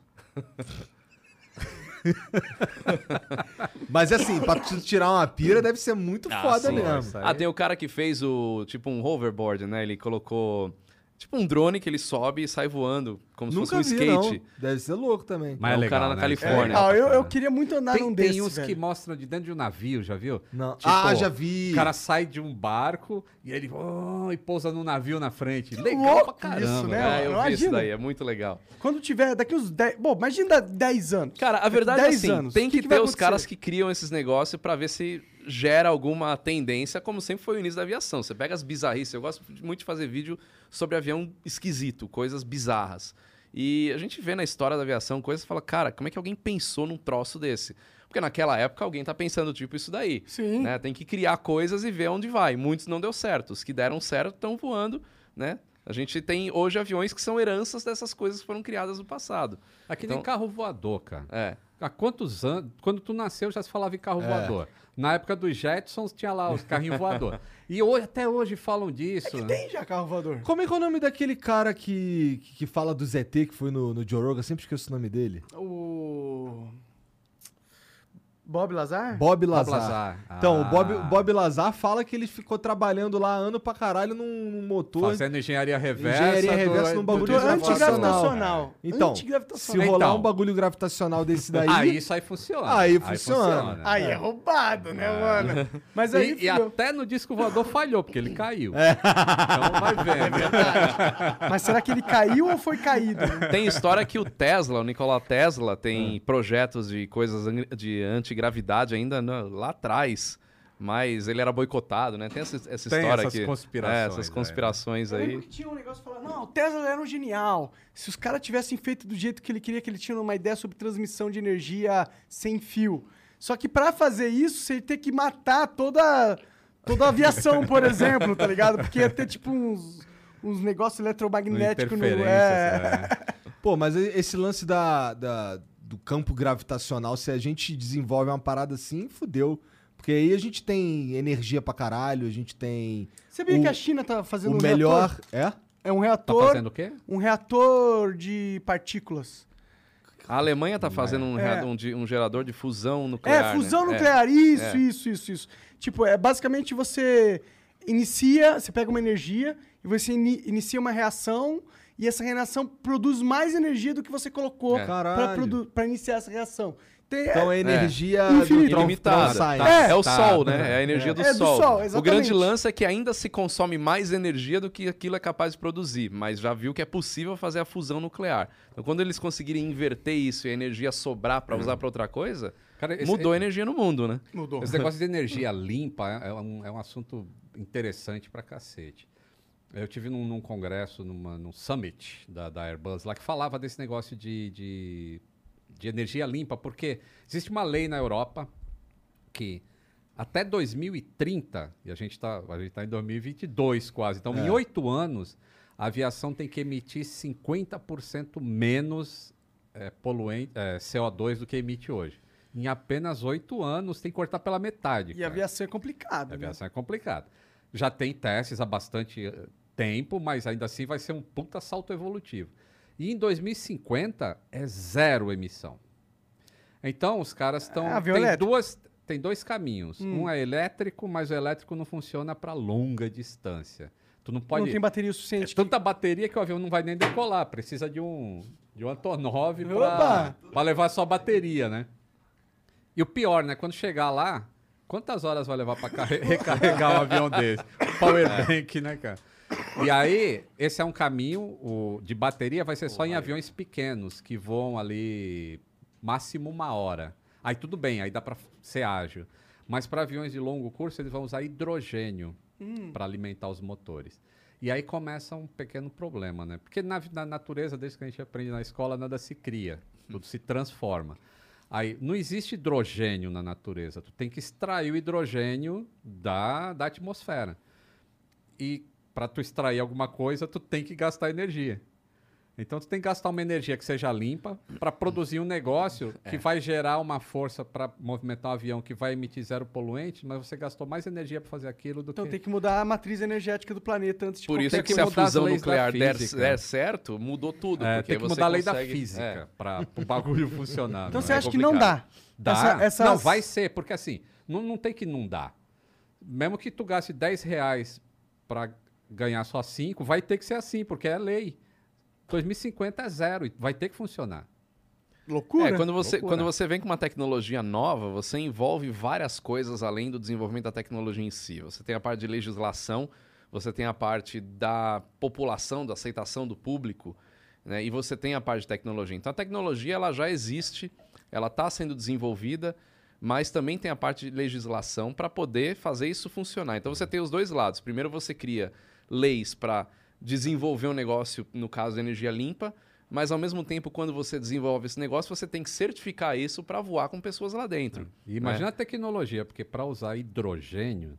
Mas assim, pra tu tirar uma pira deve ser muito
Ah,
foda
sim.
mesmo.
Isso aí.
Ah, tem o cara que fez o tipo um hoverboard, né? Ele colocou Tipo um drone que ele sobe e sai voando, como se fosse
Nunca
um
vi,
skate.
não. Deve ser louco também.
Mas
É
é
um
legal,
cara na
né?
Califórnia.
É legal
Ah,
pra
eu, eu
caralho.
queria muito andar
Tem,
num
tem
desses,
uns que
velho.
mostram de dentro de um navio, já viu?
Não.
Tipo,
ah, já vi.
O cara sai de um barco e ele oh, e pousa num navio na frente. legal
louco
pra caramba.
isso, né?
velho.
É, eu vi isso
Imagina.
daí, é muito legal.
Quando tiver daqui uns 10... Bom, imagina 10 anos.
Cara, a verdade é
10
assim,
anos,
tem
o
que,
que que vai
ter os
acontecer?
caras que criam esses negócios pra ver se gera alguma tendência, como sempre foi o início da aviação. Você pega as bizarrices, eu gosto de- muito de fazer vídeo sobre avião esquisito, coisas bizarras. E a gente vê na história da aviação coisas e fala, cara, como é que alguém pensou num troço desse? Porque naquela época alguém tá pensando tipo isso daí.
Sim.
né? Tem que criar coisas e ver onde vai. Muitos não deu certo. Os que deram certo estão voando, né? A gente tem hoje aviões que são heranças dessas coisas que foram criadas no passado.
Aqui
Então-
É nem carro voador, cara.
É.
Há quantos anos? Quando tu nasceu já se falava em carro voador. Na época dos Jetsons tinha lá os carrinhos voador. E hoje, até hoje falam disso. né?
é Tem já carro voador.
Como é que é o nome daquele cara que, que fala do ZT, que foi no, no Joe Rogan? Eu Sempre esqueço o nome dele.
O... Bob
É.
Lazar?
Bob Lazar.
Lazar.
Então, o Bob,
Ah.
Bob Lazar fala que ele ficou trabalhando lá ano pra caralho num, num motor.
Fazendo engenharia reversa.
Engenharia
do-
reversa num
do
bagulho
turismo
gravitacional.
Antigravitacional.
Então, se
Antigravitacional.
rolar
Então.
um bagulho gravitacional desse daí.
Aí isso aí funciona.
Aí funciona.
Aí é roubado, né, mano? Mas aí,
E, e
fudeu. É.
até no disco voador falhou, porque ele caiu. Então vai ver.
É
né?
Mas será que ele caiu ou foi caído?
Tem história que o Tesla, o Nikola Tesla, tem projetos de coisas an- de antigravidade ainda na- lá atrás. Mas ele era boicotado, né? Tem essa, essa
Tem
história
essas
aqui.
conspirações,
É, essas
né?
conspirações
Eu lembro
aí.
que tinha um negócio falando, não, o Tesla era um genial. Se os caras tivessem feito do jeito que ele queria, que ele tinha uma ideia sobre transmissão de energia sem fio. Só que pra fazer isso, você ia ter que matar toda, toda a aviação, por exemplo, tá ligado? Porque ia ter tipo uns, uns negócios eletromagnéticos no.
Interferências,
é.
né?
Pô, mas e- esse lance da, da- do campo gravitacional, se a gente desenvolve uma parada assim, fudeu. Porque aí a gente tem energia pra caralho, a gente tem
Sabia
O-
que a China tá fazendo
o
um
melhor.
reator?
É?
É um
Tá
reator.
fazendo o quê?
Um reator de partículas.
A Alemanha tá fazendo um, rea-
É.
um de- um gerador de fusão
É,
nuclear.
fusão
né?
nuclear, isso,
É.
isso, isso, isso. Tipo, é basicamente você inicia, você pega uma energia e você ini- inicia uma reação e essa reação produz mais energia do que você colocou
É.
Caralho.
para iniciar essa reação. Tem-
Então é energia
Infinito.
tron-
Ilimitada.
tron-
Tá.
É, o
Tá.
sol, né? É a energia
É.
do,
É do
sol.
sol,
o
exatamente.
grande lance é que ainda se consome mais energia do que aquilo é capaz de produzir, mas já viu que é possível fazer a fusão nuclear. Então, quando eles conseguirem inverter isso e a energia sobrar para usar para outra coisa,
Cara, Hum. esse- é-
mudou a energia no mundo, né?
Mudou.
Esse negócio de energia limpa é é um, é um assunto interessante pra cacete. Eu tive num, num congresso, numa, num summit da, da Airbus lá, que falava desse negócio de, de, de energia limpa, porque existe uma lei na Europa que até 2030, e a gente está tá em 2022 quase, então
É.
em oito anos, a aviação tem que emitir 50% menos é, poluen- é, CO2 do que emite hoje. Em apenas oito anos, tem que cortar pela metade.
E a
cara.
aviação é complicada.
A
né?
aviação é complicada. Já tem testes há bastante eh, tempo, mas ainda assim vai ser um puta salto evolutivo. E em 2050 é zero emissão. Então os caras estão.
É, avião
tem,
elétrico.
duas, tem dois caminhos.
Hum.
Um é elétrico, mas o elétrico não funciona para longa distância. Tu não pode.
Não tem bateria o
É
suficiente.
tanta bateria que o avião não vai nem decolar. Precisa de um, de um Antonov pra,
Opa!
pra levar só a bateria, né? E o pior, né? Quando chegar lá, quantas horas vai levar pra carre- recarregar um avião desse? Power bank, né, cara? E aí, esse é um caminho o de bateria, vai ser só em aviões pequenos, que voam ali máximo uma hora. Aí tudo bem, aí dá pra ser ágil. Mas para aviões de longo curso, eles vão usar hidrogênio
Hum.
para alimentar os motores. E aí começa um pequeno problema, né? Porque na, vi- na natureza, desde que a gente aprende na escola, nada se cria,
Hum.
tudo se transforma. Aí não existe hidrogênio na natureza, tu tem que extrair o hidrogênio da, da atmosfera. E para tu extrair alguma coisa, tu tem que gastar energia. Então tu tem que gastar uma energia que seja limpa para produzir um negócio
É.
que vai gerar uma força para movimentar um avião que vai emitir zero poluente, mas você gastou mais energia para fazer aquilo do
Então
que
tem que mudar a matriz energética do planeta antes de
Por
qualquer
isso
tem
que,
que
se a
mudar as
fusão
leis da
nuclear der,
física.
der certo, mudou tudo.
É,
porque
tem que
você
mudar a lei da
consegue-
física
É.
para o bagulho funcionar.
Então
né?
você
É
acha que não
complicado.
dá?
Dá?
Essa- essas-
Não, vai ser, porque assim, não, não tem que não dar. Mesmo que tu gaste 10 reais para ganhar só 5, vai ter que ser assim, porque é lei. 2050 é zero e vai ter que funcionar.
Loucura.
É, quando você,
Loucura.
quando você vem com uma tecnologia nova, você envolve várias coisas além do desenvolvimento da tecnologia em si. Você tem a parte de legislação, você tem a parte da população, da aceitação do público, né? e você tem a parte de tecnologia. Então, a tecnologia ela já existe, ela está sendo desenvolvida, mas também tem a parte de legislação para poder fazer isso funcionar. Então, você tem os dois lados. Primeiro, você cria leis para desenvolver um negócio, no caso de energia limpa, mas ao mesmo tempo, quando você desenvolve esse negócio, você tem que certificar isso para voar com pessoas lá dentro.
E
É.
imagina a tecnologia, porque para usar hidrogênio,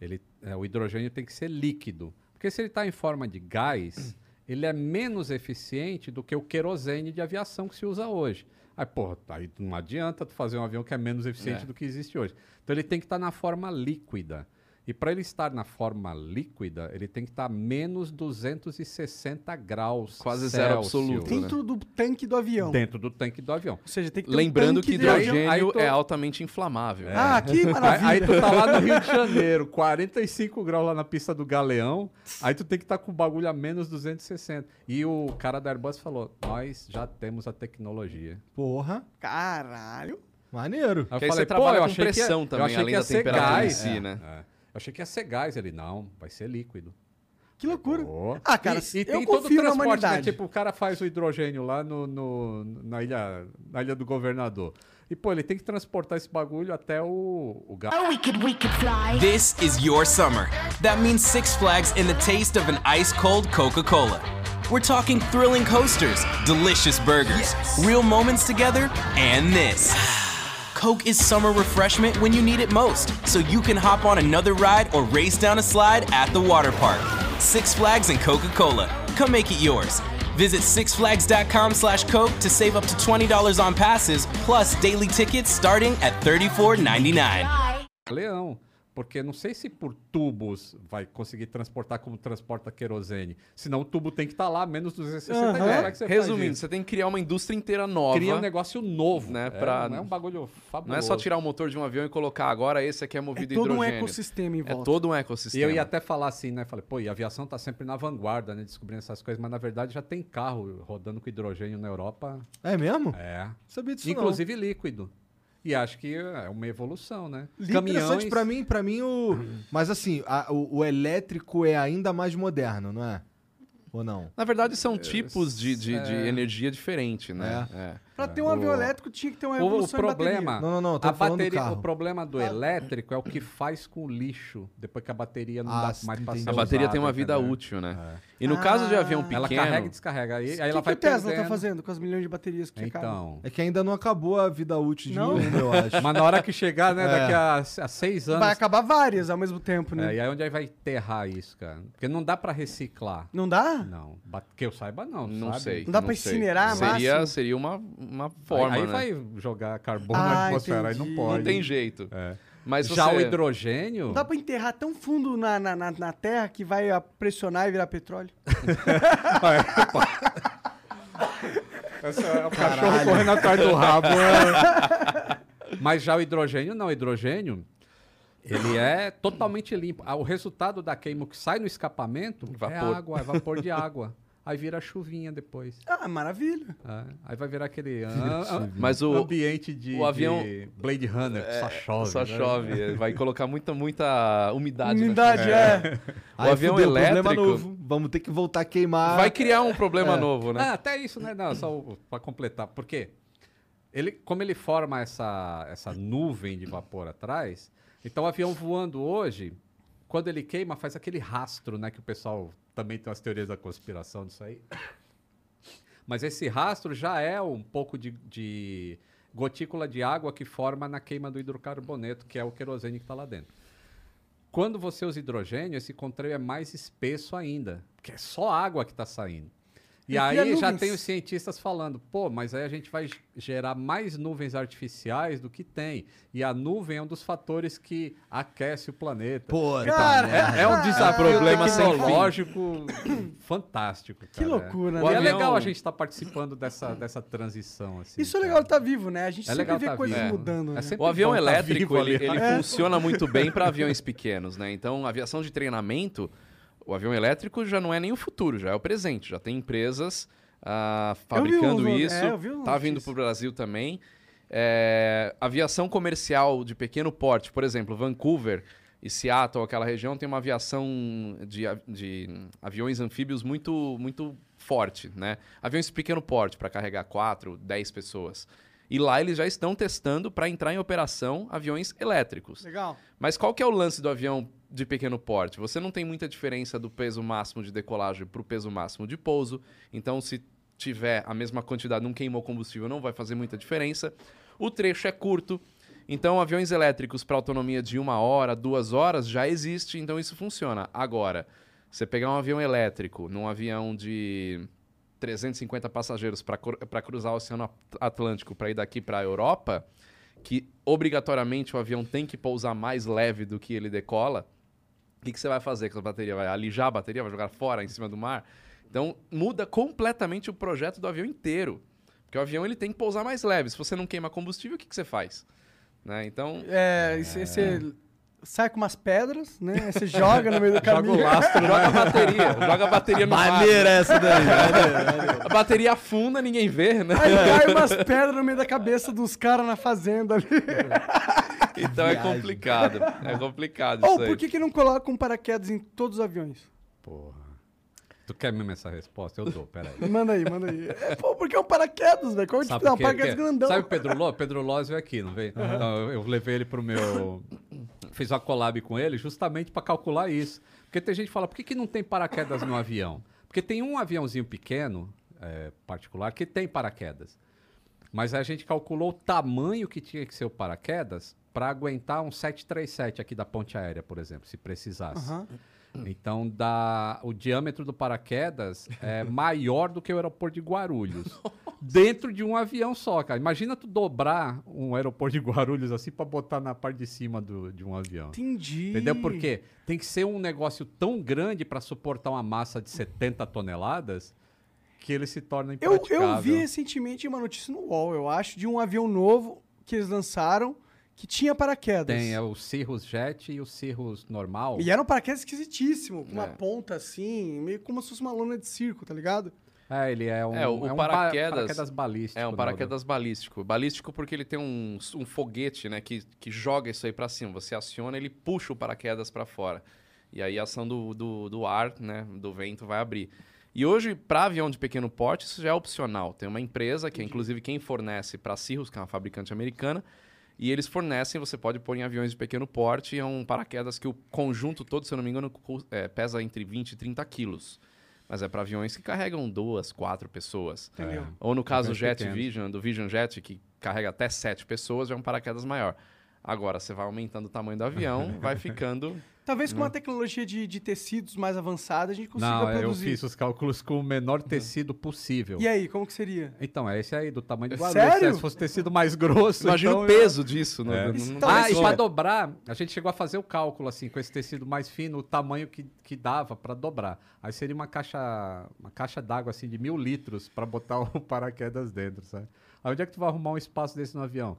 ele, é, o hidrogênio tem que ser líquido. Porque se ele está em forma de gás, ele é menos eficiente do que o querosene de aviação que se usa hoje. Aí, porra, aí não adianta tu fazer um avião que é menos eficiente
É.
do que existe hoje. Então ele tem que estar na forma líquida. E para ele estar na forma líquida, ele tem que estar a menos 260 graus.
Quase zero
Celsius
absoluto, né?
Dentro do tanque do avião.
Dentro do tanque do avião.
Ou seja,
então,
tem que ter um
Lembrando
tanque
que
de avião.
hidrogênio
aí tô-
é altamente inflamável. É.
Ah, que
Aí, aí
maravilha.
tu tá lá no Rio de Janeiro, 45 graus lá na pista do Galeão, aí tu tem que estar com o bagulho a menos 260. E o cara da Airbus falou, nós já temos a tecnologia.
Porra,
Caralho.
maneiro.
Aí
Porque aí você trabalha com
é,
pressão também, além da
ser
temperatura em
gás.
si, né?
é. Eu achei que ia ser gás. Ele, não, vai ser líquido.
Que loucura.
Pô.
Ah, cara,
E- e,
eu
tem todo o
confio na
transporte, né?
humanidade.
Tipo, o cara faz o hidrogênio lá no, no- na, ilha, na ilha do governador. E, pô, ele tem que transportar esse bagulho até o, o
É
gás.
This is your summer. That means Six Flags and the taste of an ice cold Coca Cola. We're talking thrilling coasters, delicious burgers, real moments together, and this. Coke is summer refreshment when you need it most, so you can hop on another ride or race down a slide at the water park. Six Flags and Coca Cola. Come make it yours. Visit sixflags.com slash Coke to save up to $20 on passes, plus daily tickets starting at $34.99.
Leão. Porque não sei se por tubos vai conseguir transportar como transporta querosene. Senão o tubo tem que estar lá, menos 260
Aham.
graus. Como é que você faz
Resumindo,
isso?
você tem que criar uma indústria inteira nova.
cria um negócio novo.
Né,
É,
pra-
Não é um bagulho fabuloso.
Não é só tirar o motor de um avião e colocar agora esse aqui é movido
É todo um
hidrogênio.
ecossistema em volta.
É todo um
E
ecossistema.
eu ia até falar assim, né? Falei, pô, e a aviação tá sempre na vanguarda, né? Descobrindo essas coisas, mas na verdade já tem carro rodando com hidrogênio na Europa.
É mesmo?
É.
Sabia disso não.
Inclusive líquido. E acho que é uma evolução, né?
Interessante pra mim, para mim o, mas assim, a- o, o elétrico é ainda mais moderno, não é? Ou não?
Na verdade,
é,
são tipo tipos de, de, de energia diferente, né? É.
Pra ter um avião elétrico tinha que ter uma
O- O,
evolução em bateria.
problema,
Não, é? não, não, eu tô
Ah. a
falando do
bateria,
carro.
o problema do elétrico é o que faz com o lixo depois que a bateria não
Ah,
dá mais pra
entendi.
ser
A bateria
usada,
tem uma vida
entendeu?
útil, né? E no caso de avião pequeno...
Ela carrega e descarrega, aí, é, aí
O
ela
que,
vai
que o Tesla
perdendo.
tá fazendo com as milhões de baterias que acabam?
Então,
É que ainda não acabou a vida útil de
Não?
nenhuma, eu acho.
mas na hora que chegar, né, daqui a, a seis anos,
É. Vai acabar várias ao mesmo tempo,
é,
né?
e aí onde aí vai enterrar isso, cara? Porque não dá pra reciclar.
Não dá?
Não, Ba- que eu saiba não,
Não
sabe?
sei.
Aí-
Não dá pra
sei.
incinerar,
Seria,
máximo?
seria uma, uma forma,
aí
né?
vai jogar carbono na
Ah,
atmosfera, aí não
entendi.
pode. É.
Não tem jeito. Mas
Já
você-
o hidrogênio...
Não dá pra enterrar tão fundo na, na, na, na terra que vai ah, pressionar e virar petróleo?
Essa é o cachorro correndo atrás do rabo. é. Mas já o hidrogênio, não. O hidrogênio, ele é totalmente limpo. Ah, O resultado da queima que sai no escapamento é
Vapor.
água, é vapor de água. Aí vira chuvinha depois.
Ah, maravilha.
Ah, Aí vai virar aquele ah, ah,
Mas o-
ambiente de,
o avião- é,
de Blade Runner, que só chove.
Só
né?
chove. é, Vai colocar muita, muita umidade. na
Unidade, é.
O avião
Problema
elétrico-
novo. Ah. Vamos ter que voltar a queimar.
Vai criar um problema novo, né?
Ah, até isso, né? Não, só o- pra completar. Porque ele, como ele forma essa, essa nuvem de vapor atrás, então o avião voando hoje, quando ele queima, faz aquele rastro, né? Que o pessoal também tem umas teorias da conspiração disso aí. Mas esse rastro já é um pouco de, de gotícula de água que forma na queima do hidrocarboneto, que é o querosene que está lá dentro. Quando você usa hidrogênio, esse contrário é mais espesso ainda, porque é só água que está saindo. E
E
aí
cria
já
nuvens.
tem os cientistas falando, pô, mas aí a gente vai gerar mais nuvens artificiais do que tem. E a nuvem é um dos fatores que aquece o planeta.
Pô, tá Ah,
Cara,
é, é um desafio
problema sem fim.
tecnológico fantástico, cara.
Que loucura, né?
E é
O
legal
avião-
a gente estar participando dessa, dessa transição, assim.
Isso é
cara.
legal estar tá vivo, né? A gente
É
sempre
legal
vê
tá
coisas
vivo.
mudando,
É
né?
sempre
O avião
bom tá
elétrico
vivo,
ele,
aliás.
né? ele funciona muito bem para aviões pequenos, né? Então, aviação de treinamento, O avião elétrico já não é nem o futuro, já é o presente. Já tem empresas ah,
Eu vi
fabricando
um- é,
isso.
eu vi uma
tá vindo
notícia.
para o Brasil também. É, aviação comercial de pequeno porte, por exemplo, Vancouver e Seattle, aquela região, tem uma aviação de, a- de aviões anfíbios muito, muito forte, né? Aviões de pequeno porte para carregar 4, 10 pessoas. E lá eles já estão testando para entrar em operação aviões elétricos.
Legal.
Mas qual que é o lance do avião de pequeno porte? Você não tem muita diferença do peso máximo de decolagem para o peso máximo de pouso. Então, se tiver a mesma quantidade, não queimou combustível, não vai fazer muita diferença. O trecho é curto. Então, aviões elétricos para autonomia de uma hora, duas horas, já existe. Então, isso funciona. Agora, você pegar um avião elétrico num avião de 350 passageiros para cruzar o Oceano At- Atlântico para ir daqui para a Europa, que obrigatoriamente o avião tem que pousar mais leve do que ele decola, o que, que você vai fazer com essa bateria? Vai alijar a bateria? Vai jogar fora, em cima do mar? Então, muda completamente o projeto do avião inteiro. Porque o avião ele tem que pousar mais leve. Se você não queima combustível, o que, que você faz? Né? Então,
É, e você- você sai com umas pedras, né? Você joga no meio do caminho.
joga a bateria. Joga a bateria no mar.
Maneira essa daí.
né?
A bateria afunda, ninguém vê, né?
Aí cai umas pedras no meio da cabeça dos caras na fazenda ali.
Então é complicado. É complicado
Ou
isso aí.
por que, que não colocam um paraquedas em todos os aviões?
Tu quer mesmo essa resposta? Eu dou, peraí.
Manda aí, manda aí. É, pô, porque é um paraquedas, velho. Qual é o tipo?
Sabe
Não, um
por quê?
paraquedas
Porque-
grandão.
Sabe o Pedro Ló? Pedro Ló veio aqui, não veio? Então, eu, eu levei ele pro meu. Fiz uma collab com ele justamente para calcular isso. Porque tem gente que fala, por que, que não tem paraquedas no avião? Porque tem um aviãozinho pequeno, é, particular, que tem paraquedas. Mas a gente calculou o tamanho que tinha que ser o paraquedas para aguentar um 737 aqui da ponte aérea, por exemplo, se precisasse.
Aham.
Então, dá, o diâmetro do paraquedas é maior do que o aeroporto de Guarulhos. dentro de um avião só, cara. Imagina tu dobrar um aeroporto de Guarulhos assim para botar na parte de cima do- de um avião.
Entendi.
Entendeu por quê? Tem que ser um negócio tão grande para suportar uma massa de 70 toneladas que ele se torna
Eu,
impraticável.
eu vi recentemente uma notícia no UOL, eu acho, de um avião novo que eles lançaram que tinha paraquedas.
Tem é, o Cirrus Jet e o Cirrus normal.
E era um paraquedas esquisitíssimo, com uma
É.
ponta assim, meio como se fosse uma lona de circo, tá ligado?
É, ele é um,
É, o
é um ba-
paraquedas-
paraquedas balístico.
É um
né,
paraquedas balístico. Balístico porque ele tem um, um foguete, né, que, que joga isso aí pra cima. Você aciona, ele puxa o paraquedas pra fora. E aí a ação do, do, do ar, né, do vento vai abrir. E hoje, para avião de pequeno porte, isso já é opcional. Tem uma empresa que é inclusive quem fornece para Cirrus, que é uma fabricante americana, e eles fornecem, você pode pôr em aviões de pequeno porte, é um paraquedas que o conjunto todo, se eu não me engano, cu- é, pesa entre 20 e 30 quilos. Mas é para aviões que carregam duas, quatro pessoas.
Entendeu?
Ou no caso do
Aviões
Jet
pequenos.
Vision, do Vision Jet, que carrega até sete pessoas, já é um paraquedas maior. Agora, você vai aumentando o tamanho do avião, vai ficando.
Talvez com uma tecnologia de, de tecidos mais avançada a gente consiga
Não, eu
produzir.
fiz os cálculos com o menor tecido possível.
E aí, como que seria?
Então, é esse aí, do tamanho de Guarulhos.
Sério?
É, Se fosse tecido mais grosso.
Imagina
então
o
eu-
peso disso. né? No, no- no-
Ah, e
Isso.
pra dobrar, a gente chegou a fazer o cálculo, assim, com esse tecido mais fino, o tamanho que, que dava pra dobrar. Aí seria uma caixa, uma caixa d'água, assim, de mil litros pra botar o paraquedas dentro, sabe? Aí onde é que tu vai arrumar um espaço desse no avião?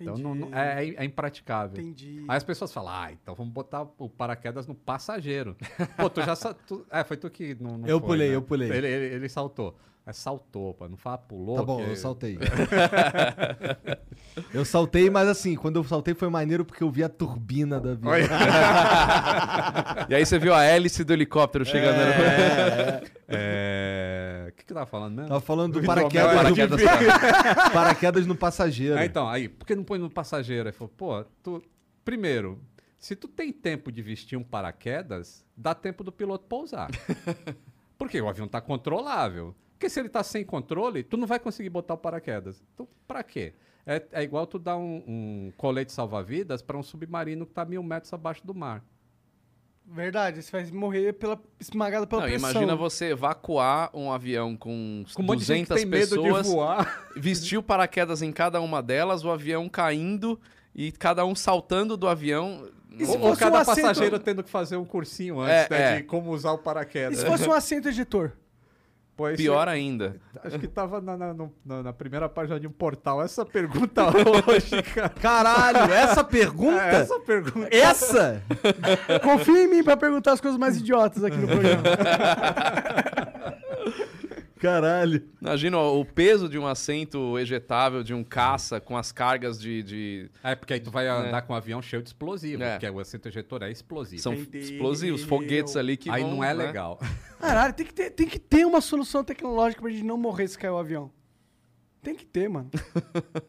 Entendi.
Então, não, não- é, é impraticável.
Entendi.
Aí as pessoas falam, ah, então vamos botar o paraquedas no passageiro. Pô, tu já sa- tu- É, foi tu que não, não
Eu
foi,
pulei,
né?
eu pulei.
Ele, ele- ele saltou. É, saltou, pô. Não fala pulou.
Tá bom,
porque-
eu saltei.
Eu
Saltei, mas assim, quando eu saltei foi maneiro porque eu vi a turbina da vida.
E aí você viu a hélice do helicóptero chegando.
É... O que que eu tava falando mesmo?
Tava falando do
Não,
paraquedas,
paraquedas,
no, paraquedas no passageiro.
Né?
Ah, então, aí, por que não põe no passageiro? Aí falou, pô, tu... primeiro, se tu tem tempo de vestir um paraquedas, dá tempo do piloto pousar. Porque o avião tá controlável. Porque se ele tá sem controle, tu não vai conseguir botar o paraquedas. Então, pra quê? É, é igual tu dar um, um colete salva-vidas pra um submarino que tá mil metros abaixo do mar.
Verdade, você vai morrer pela, esmagado pela
Não,
pressão.
imagina você evacuar um avião com,
Com um monte de gente que
200
tem medo
pessoas,
de voar.
vestiu paraquedas em cada uma delas, o avião caindo e cada um saltando do avião.
E se
Ou, ou
fosse um
cada
assento-
passageiro tendo que fazer um cursinho
É,
antes, né,
é.
de como usar o
E
paraquedas.
se fosse um assento ejetor?
Pô, esse-
Pior ainda.
Acho que tava na, na- no- na- na primeira página de um portal. Essa pergunta hoje, cara.
Caralho, essa pergunta?
É, essa pergunta.
Essa?
Confia em mim pra perguntar as coisas mais idiotas aqui no programa.
Caralho.
Imagina ó, o peso de um assento ejetável de um caça com as cargas de. de-
É, porque aí tu vai andar com um avião cheio de explosivo,
É.
porque o assento ejetor é explosivo.
são
Entendeu.
explosivos, foguetes ali que.
aí
vão,
não é
né?
legal.
Caralho, tem que, ter, tem que ter uma solução tecnológica pra gente não morrer se cair o avião. Tem que ter, mano.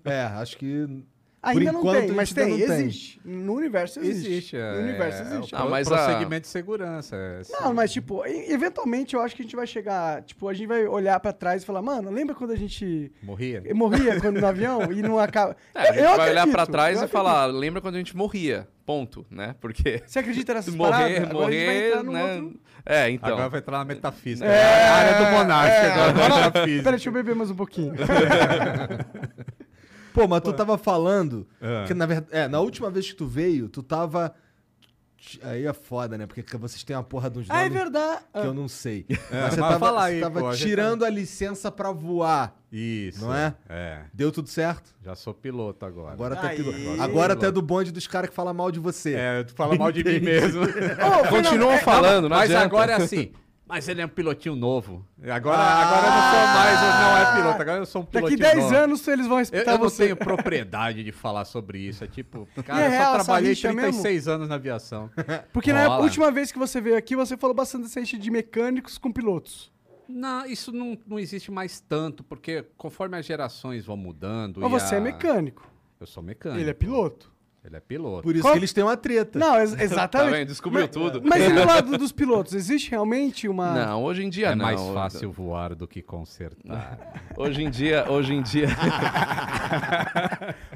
É, acho que.
Ainda não
enquanto, a
tem,
gente
mas
ainda
tem,
não tem.
existe. No universo existe.
Existe. é-
No universo
é
existe.
o
Ah,
pro-
mas a-
prosseguimento de segurança. é-
Não, mas tipo, e- eventualmente eu acho que a gente vai chegar, tipo, a gente vai olhar pra trás e falar, mano, lembra quando a gente
Morria?
Então. morria quando no avião e não acaba.
É, a gente vai olhar
acredito,
pra trás
eu
e
acredito.
falar, lembra quando a gente morria? Ponto, né? Porque.
Você acredita nessas
morrer,
paradas? Agora a gente vai
morrer,
entrar num
né?
outro-
É, então.
Agora vai entrar na metafísica. É, a área do Monark. agora é vai entrar na física.
Pera, deixa eu beber mais um pouquinho.
Pô, mas tu tava falando.
É.
Que na verdade. É, na última vez que tu veio, tu tava. Aí é foda, né? Porque vocês têm uma porra de uns
ah, é
nomes
verdade.
que eu não sei.
É. mas
mas você tava,
fala
você
aí,
tava
pô, a gente- tá-
tirando a licença pra voar.
Isso.
Não é?
É.
Deu tudo certo?
Já sou piloto agora.
Agora
Aí.
até piloto. Agora até do bonde dos caras que falam mal de você.
É, tu fala mal de mim mesmo.
Ô,
Continuam
um
falando, não
mas
adianta.
agora é assim. Mas ele é um pilotinho novo. Agora,
Ah!
agora eu não sou mais, eu não é piloto, agora eu sou um pilotinho
Daqui 10
novo.
anos eles vão
Eu,
respeitar
eu não
você.
tenho propriedade de falar sobre isso. É tipo, cara,
é
eu só
real essa
trabalhei
rixa mesmo?
36 anos na aviação.
Porque na
Rola.
última vez que você veio aqui, você falou bastante dessa rixa de mecânicos com pilotos.
Não, isso não, não existe mais tanto, porque conforme as gerações vão mudando.
Mas
e
você
a-
é mecânico.
Eu sou mecânico.
Ele é piloto.
Ele é piloto.
Por isso
Qual-
que eles têm uma treta.
Não, ex-
Tá
exatamente.
vendo? Descobriu
Mas-
tudo.
Mas e do lado dos pilotos, existe realmente uma.
Não, hoje em dia
É
não.
mais fácil voar do que consertar.
Hoje em dia, hoje em dia.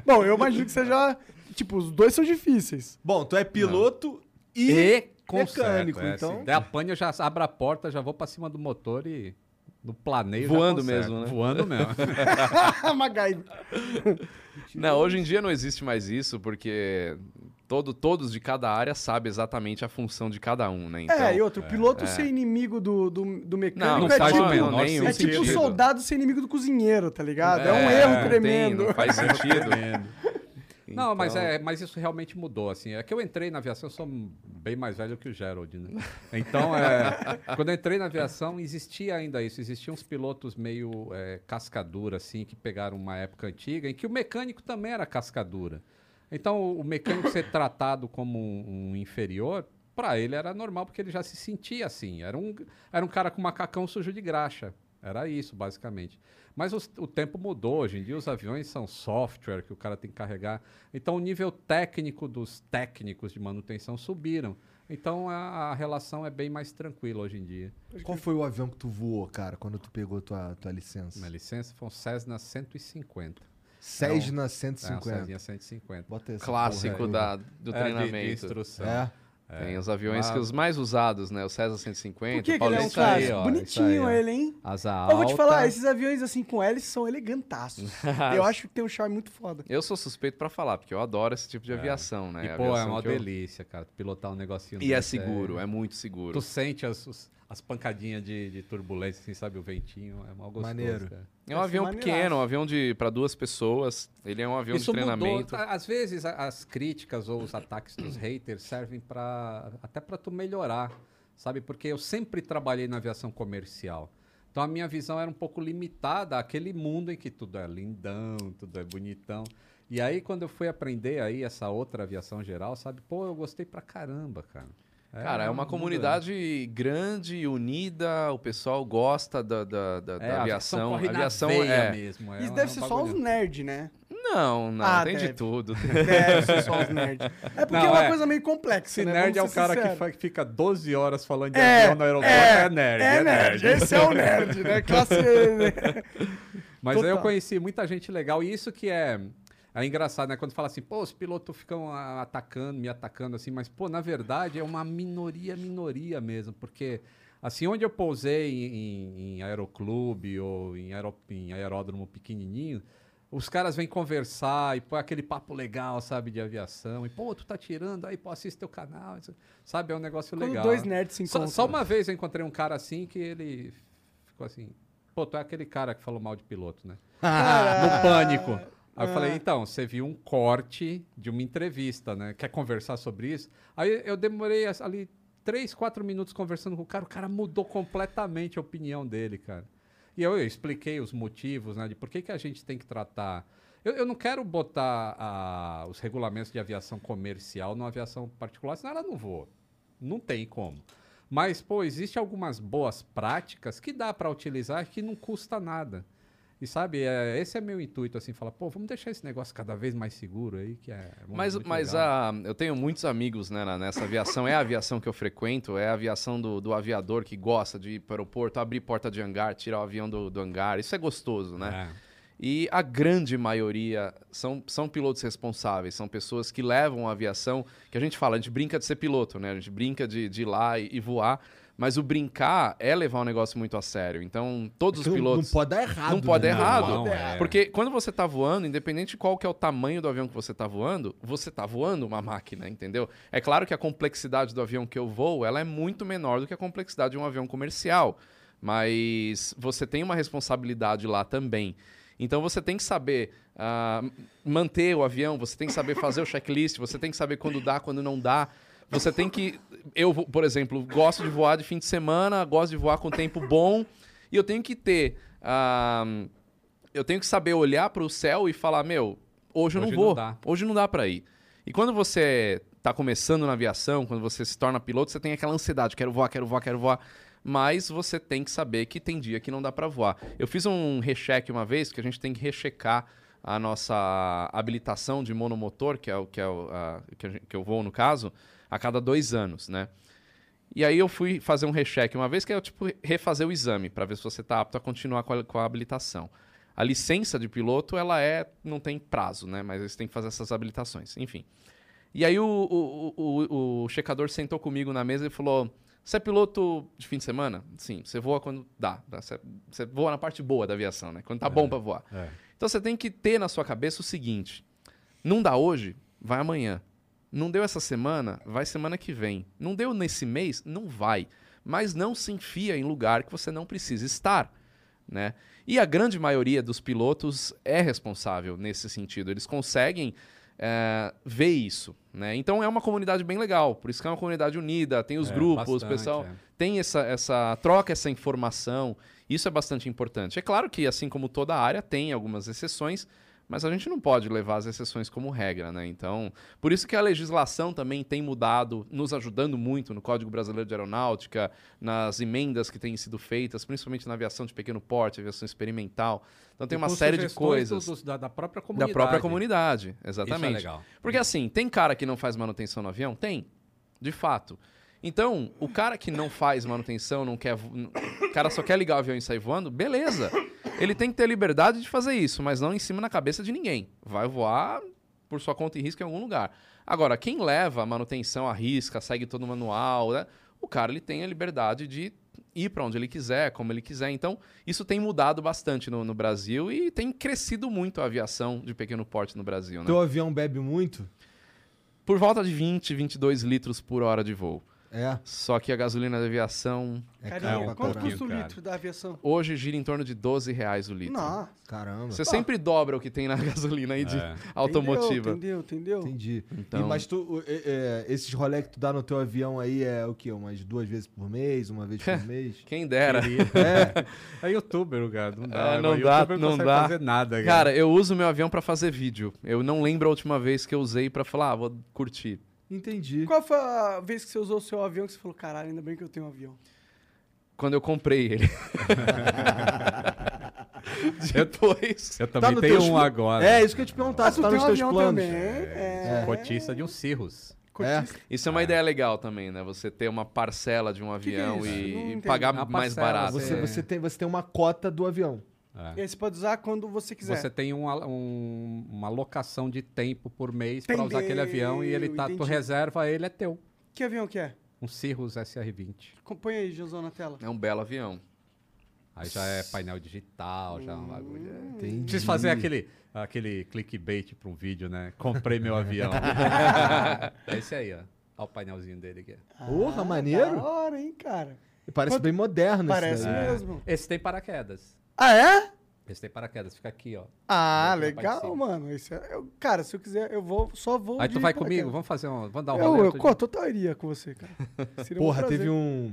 Bom, eu imagino que seja. Tipo, os dois são difíceis.
Bom, tu é piloto e.
conserta,
mecânico,
é,
então-
Se der a pane, eu já abro a porta, já vou pra cima do motor e. No planeio. já
Voando
conserto.
mesmo, né?
Voando mesmo.
MacGyver.
Não, hoje em dia não existe mais isso, porque todo, todos de cada área sabem exatamente a função de cada um, né? Então,
é, e outro, piloto ser inimigo do, do, do mecânico
Não,
não
é
faz
tipo.
o menor
nenhum
é tipo
sentido.
soldado ser inimigo do cozinheiro, tá ligado? É, um erro
não tem,
tremendo.
não faz sentido.
Não, mas,
Então-
é, mas isso realmente mudou, assim. É que eu entrei na aviação, eu sou bem mais velho que o Gerald, né? Então, é, quando eu entrei na aviação, existia ainda isso. Existiam uns pilotos meio é, cascadura, assim, que pegaram uma época antiga, em que o mecânico também era cascadura. Então, o o mecânico ser tratado como um, um inferior, para ele era normal, porque ele já se sentia assim. Era um, era um cara com macacão sujo de graxa. Era isso, basicamente. Mas os- o tempo mudou. Hoje em dia, os aviões são software que o cara tem que carregar. Então, o nível técnico dos técnicos de manutenção subiram. Então, a, a relação é bem mais tranquila hoje em dia.
Qual foi o avião que tu voou, cara, quando tu pegou tua, tua licença?
Minha licença foi um Cessna 150.
Cessna
É, um
150.
Cessna 150.
Bota essa
Clássico
porra aí.
da, do
É, de- De,
treinamento.
instrução.
É.
Tem os aviões que os mais usados, né? O César 150,
Por que,
o
que ele é um
Paulista
Paulista
aí,
clássico?
ó,
Bonitinho
isso aí, ó.
ele, hein?
Asa alta.
Eu vou te falar, esses aviões assim com hélice são elegantaços. eu acho que tem um charme muito foda.
Eu sou suspeito pra falar, porque eu adoro esse tipo de aviação, né?
E,
A
pô, é
aviação
uma
que eu-
delícia, cara. Pilotar um negocinho
E é
desse
seguro, é muito seguro.
Tu sente as, os- as pancadinhas de, de turbulência, assim, sabe? O ventinho, é mal gostoso.
Maneiro.
cara.
É
Deve
um
ser
avião
maneiraço.
pequeno, um avião de para duas pessoas. Ele é um avião de treinamento.
Tá, Às vezes a- as críticas ou os ataques dos haters servem para até para tu melhorar, sabe? Porque eu sempre trabalhei na aviação comercial. Então a minha visão era um pouco limitada àquele mundo em que tudo é lindão, tudo é bonitão. E aí quando eu fui aprender aí essa outra aviação geral, sabe? Pô, eu gostei pra caramba, cara.
Cara, é uma
um-
comunidade grande, unida, o pessoal gosta da, da, da, da
É, a
aviação.
corre na
aviação
veia
é.
mesmo. é
Isso
um-
deve
é um
ser só os
bagulho.
nerds, né?
Não, não,
Ah,
tem
deve.
de tudo.
Deve ser só os nerds. É porque
Não,
é uma
é.
coisa meio complexa.
Esse
né?
nerd é o
Vamos ser
cara que,
sinceros.
fa- que fica 12 horas falando de
É,
avião no aeroporto.
é,
É, nerd,
É nerd, esse é o nerd, né? Classe.
Mas aí eu
Total.
conheci muita gente legal e isso que é, é engraçado, né? Quando fala assim, pô, os pilotos ficam ah, atacando, me atacando assim, mas pô, na verdade é uma minoria, minoria mesmo, porque assim, onde eu pousei em, em- em aeroclube ou em, aero- em aeródromo pequenininho, os caras vêm conversar e põe aquele papo legal, sabe, de aviação. E, pô, tu tá tirando, aí, pô, assiste teu canal. isso- Sabe, é um negócio
Quando
legal.
dois nerds se
Só,
encontram.
só uma vez eu encontrei um cara assim que ele ficou assim: Pô, tu é aquele cara que falou mal de piloto, né? no pânico. Aí eu falei, então, você viu um corte de uma entrevista, né? Quer conversar sobre isso? Aí eu demorei as- ali três, quatro minutos conversando com o cara, o cara mudou completamente a opinião dele, cara. E eu, eu expliquei os motivos, né? De por que, que a gente tem que tratar. Eu, eu não quero botar ah, os regulamentos de aviação comercial numa aviação particular, senão ela não voa. Não tem como. Mas, pô, existe algumas boas práticas que dá para utilizar que não custa nada. E sabe, é, esse é meu intuito, assim, falar, pô, vamos deixar esse negócio cada vez mais seguro aí, que é. mu-
Mas,
muito
mas
legal.
a, eu tenho muitos amigos né, na- nessa aviação. É a aviação que eu frequento, é a aviação do, do aviador que gosta de ir para o aeroporto, abrir porta de hangar, tirar o avião do, do hangar. Isso é gostoso, né?
É.
E a grande maioria são, são pilotos responsáveis, são pessoas que levam a aviação, que a gente fala, a gente brinca de ser piloto, né? A gente brinca de, de ir lá e, e voar, mas o brincar é levar o negócio muito a sério. Então,
um
todos os
Não-
pilotos...
Não pode dar errado.
Não pode
né?
dar errado.
Não, é.
Porque quando você tá voando, independente de qual que é o tamanho do avião que você tá voando, você tá voando uma máquina, entendeu? É claro que a complexidade do avião que eu voo, ela é muito menor do que a complexidade de um avião comercial, mas você tem uma responsabilidade lá também. Então você tem que saber ah, manter o avião, você tem que saber fazer o checklist, você tem que saber quando dá, quando não dá. Você tem que. Eu, vou- por exemplo, gosto de voar de fim de semana, gosto de voar com tempo bom. E eu tenho que ter. ah, eu tenho que saber olhar para o céu e falar: meu, hoje eu
Hoje
não
não
vou.
dá.
hoje não dá para ir. E quando você tá começando na aviação, quando você se torna piloto, você tem aquela ansiedade: quero voar, quero voar, quero voar. Mas você tem que saber que tem dia que não dá para voar. Eu fiz um recheque uma vez, que a gente tem que rechecar a nossa habilitação de monomotor, que é o que, é o, a- que, a gen- que eu vou no caso, a cada dois anos, né? E aí eu fui fazer um recheque uma vez, que é tipo refazer o exame, para ver se você está apto a continuar com a, com a habilitação. A licença de piloto, ela é. não tem prazo, né? Mas você tem que fazer essas habilitações, enfim. E aí o, o, o, o- o checador sentou comigo na mesa e falou: Você é piloto de fim de semana? Sim, você voa quando dá. tá? Você, você voa na parte boa da aviação, né? Quando tá bom para voar.
É.
Então você tem que ter na sua cabeça o seguinte: não dá hoje, vai amanhã. Não deu essa semana, vai semana que vem. Não deu nesse mês, não vai. Mas não se enfia em lugar que você não precisa estar, né? E a grande maioria dos pilotos é responsável nesse sentido. Eles conseguem eh, ver isso, né? Então é uma comunidade bem legal. Por isso que é uma comunidade unida, tem os
É,
grupos, o
bastante,
pessoal
é.
tem essa, essa troca, essa informação. Isso é bastante importante. É claro que, assim como toda área, tem algumas exceções, mas a gente não pode levar as exceções como regra, né? Então, por isso que a legislação também tem mudado, nos ajudando muito no Código Brasileiro de Aeronáutica, nas emendas que têm sido feitas, principalmente na aviação de pequeno porte, aviação experimental. Então, tem
E
uma
com
série de
sugestões
coisas
do- do- da, da própria
da
comunidade.
própria comunidade. Exatamente.
Isso é legal.
Porque assim, tem cara que não faz manutenção no avião? Tem, de fato. Então, o cara que não faz manutenção, não quer. vo- O cara só quer ligar o avião e sair voando, beleza. Ele tem que ter liberdade de fazer isso, mas não em cima na cabeça de ninguém. Vai voar por sua conta e risco em algum lugar. Agora, quem leva a manutenção, arrisca, segue todo o manual, né? o cara ele tem a liberdade de ir para onde ele quiser, como ele quiser. Então, isso tem mudado bastante no, no Brasil e tem crescido muito a aviação de pequeno porte no Brasil. Né?
Teu avião bebe muito?
Por volta de 20, 22 litros por hora de voo.
É.
Só que a gasolina da aviação
É
Caramba, um
caro pra
quanto
caralho.
custa o
Cara.
litro da aviação?
hoje gira em torno de 12 reais o litro.
Não,
Caramba.
Você sempre dobra o que tem na gasolina aí de
É.
automotiva.
Entendeu, entendeu? entendeu?
Entendi.
Então-
E, mas tu, o- é, é, esses rolé que tu dá no teu avião aí é o quê? Umas duas vezes por mês, uma vez por mês?
Quem dera.
É youtuber, cara. Não dá.
É, não
youtuber
dá, não
consegue
dá.
fazer nada, cara.
Cara, eu uso meu avião pra fazer vídeo. Eu não lembro a última vez que eu usei pra falar, ah, vou curtir.
Entendi.
Qual foi a vez que você usou o seu avião que você falou, caralho, ainda bem que eu tenho um avião?
Quando eu comprei ele. Depois.
eu
Tá
também
no
tenho
teu-
um agora.
É, isso que eu ia te perguntar, se
tu
tá
tem
nos
um
teus
avião
planos.
também, é.
Cotista de um cirrus.
Cotista.
Isso é uma ideia legal também, né? Você ter uma parcela de um
que é
avião
isso? Não
e, e
entendi.
pagar
Uma
mais
parcela,
barato.
Você,
É.
você, tem, você tem uma cota do avião.
E aí você pode usar quando você quiser.
Você tem um al- um- uma locação de tempo por mês pra usar aquele
Entendeu,
avião e ele tá, tu
entendi.
reserva, ele é teu.
Que avião que é?
Um cirrus SR20.
Põe aí, Janzão, na tela.
É um belo avião.
Aí já é painel digital, já é um bagulho. é.
Hum, Entendi.
Preciso fazer aquele, aquele clickbait pra um vídeo, né? Comprei meu avião. é esse aí, ó. Olha o painelzinho dele aqui.
Porra,
Ah,
maneiro.
Da hora, hein, cara.
E Parece
Quanto-
bem moderno
Parece
esse daí. é-
mesmo.
Esse tem paraquedas.
Ah, é?
Pensei paraquedas, fica aqui, ó.
Ah,
Aqui na parte de
legal,
cima.
mano. Isso é- eu- cara, se eu quiser, eu vou, só vou.
Aí tu
de
tá,
vai
paraquedas.
comigo, vamos fazer um. Vamos dar um rolê
Eu, eu,
outro
co-
dia.
total iria com você, cara. Seria um
Porra,
prazer.
teve um.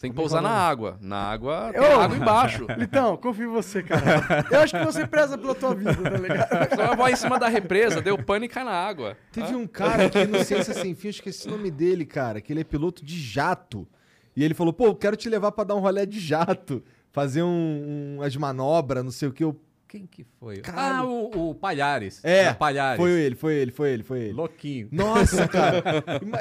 Tem que pousar na água. Na água, tem
Ô!
água embaixo.
Então, confio em você, cara. Eu acho que você preza pela tua vida, tá ligado?
Só vai em cima da represa, deu pano e cai na água.
Teve um cara aqui no Ciência Sem Fim, eu esqueci o nome dele, cara, que ele é piloto de jato. E ele falou, pô, eu quero te levar pra dar um rolé de jato, fazer um, um- as manobras, não sei o que. Eu...
Quem que foi?
Caralho.
Ah, o, o Palhares.
É,
O Palhares.
foi ele, foi ele, foi ele, foi ele.
Louquinho.
Nossa, cara.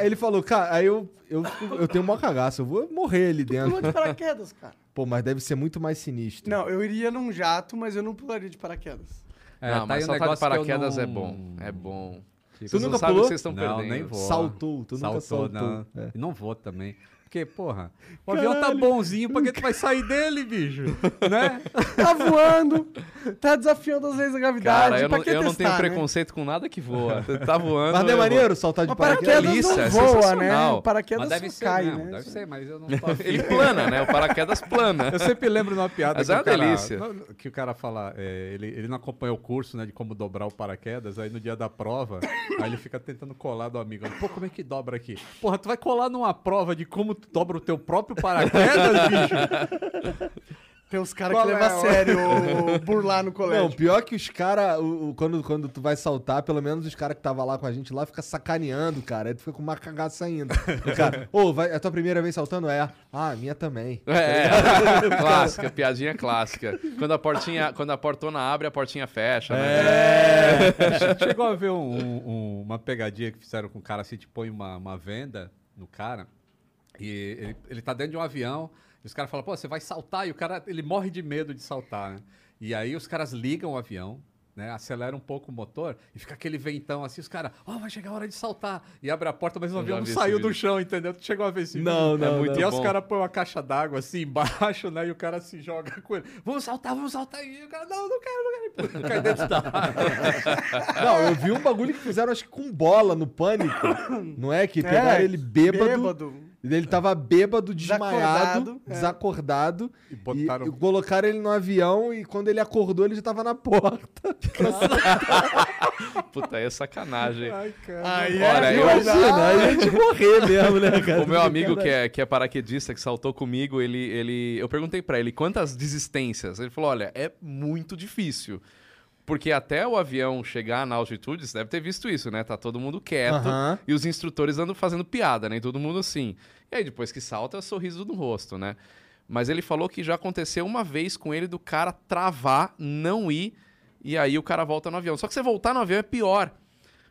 Ele falou, cara, aí eu, eu, eu tenho uma cagaça, eu vou morrer ali
Pulou
dentro.
de paraquedas, cara.
Pô, mas deve ser muito mais sinistro.
Não, eu iria num jato, mas eu não pularia de paraquedas.
É,
não,
tá
mas
aí
saltar
um
de
negócio que eu
paraquedas é
não-
bom. É bom.
Tu
não
nunca
sabem o
pulou?
que vocês estão
Não,
perdendo.
nem vou.
Saltou, tu nunca
Saltou,
saltou.
Não.
É.
não vou também. Porque, porra, o avião tá bonzinho, pra que tu vai sair dele, bicho? né?
Tá voando, tá desafiando as leis da gravidade.
Cara, eu
pra
não,
que
eu não
testar,
tenho
né?
preconceito com nada que voa. Tá voando.
Mas não é
eu vou.
maneiro saltar de
Mas
paraquedas?
paraquedas
paraquedas
não
é
voa, né?
sensacional.
O Paraquedas
mas deve ser,
cai,
mesmo,
né?
Deve ser, mas eu não tô afim.
Ele plana, né? O paraquedas plana.
Eu sempre lembro de uma piada
Mas
que,
é
o
uma
cara,
delícia.
não, que o cara fala, é, ele, ele não acompanhou o curso né, de como dobrar o paraquedas, aí no dia da prova, aí ele fica tentando colar do amigo. Pô, como é que dobra aqui? Porra, tu vai colar numa prova de como tu dobra o teu próprio paraquedas, bicho?
Tem uns caras que
Qual
levam
é
a
o-
sério o- o burlar no
Não,
colégio.
pior que os caras, quando, quando tu vai saltar, pelo menos os caras que tava lá com a gente lá fica sacaneando, cara. Aí tu fica com uma cagaça ainda. O cara, ô, vai- é a tua primeira vez saltando? É. Ah, a minha também.
É, clássica, piadinha clássica. Quando a portinha, quando a portona abre, a portinha fecha,
É.
né?
Chegou a ver um- um- uma pegadinha que fizeram com o cara, assim, tipo, põe uma, uma venda no cara, e ele, ele tá dentro de um avião, e os caras falam, pô, você vai saltar, e o cara, ele morre de medo de saltar, né? E aí os caras ligam o avião, né, acelera um pouco o motor, e fica aquele ventão assim, os caras, ó, vai chegar a hora de saltar, e abre a porta, mas o avião
já
não
vi
saiu
esse
do
vídeo.
chão, entendeu? Tu chegou a ver esse
Não,
vídeo? É
não,
muito
não.
E aí os
bom.
caras põem uma caixa d'água assim embaixo, né, e o cara se joga com ele, vamos saltar, vamos saltar, e o cara, não, não quero, não quero, e pum, cai dentro da água.
Não, eu vi um bagulho que fizeram, acho que com bola no pânico. Não é? Que pegaram ele bêbado. Ele tava bêbado, desmaiado,
Desacordado, é.
desacordado.
E botaram-
e- e colocaram ele no avião e quando ele acordou, ele já tava na porta.
Puta, aí é sacanagem.
Aí
Olha,
é
eu-
violado.
Imagina, aí a gente morrer mesmo, né, cara?
O meu amigo que é, que é paraquedista, que saltou comigo, ele, ele, eu perguntei pra ele quantas desistências. Ele falou: olha, é muito difícil. Porque até o avião chegar na altitude, você deve ter visto isso, né? Tá todo mundo quieto
Aham.
e os instrutores andam fazendo piada, né? E todo mundo assim. E aí, depois que salta, é sorriso no rosto, né? Mas ele falou que já aconteceu uma vez com ele do cara travar, não ir, e aí o cara volta no avião. Só que você voltar no avião é pior.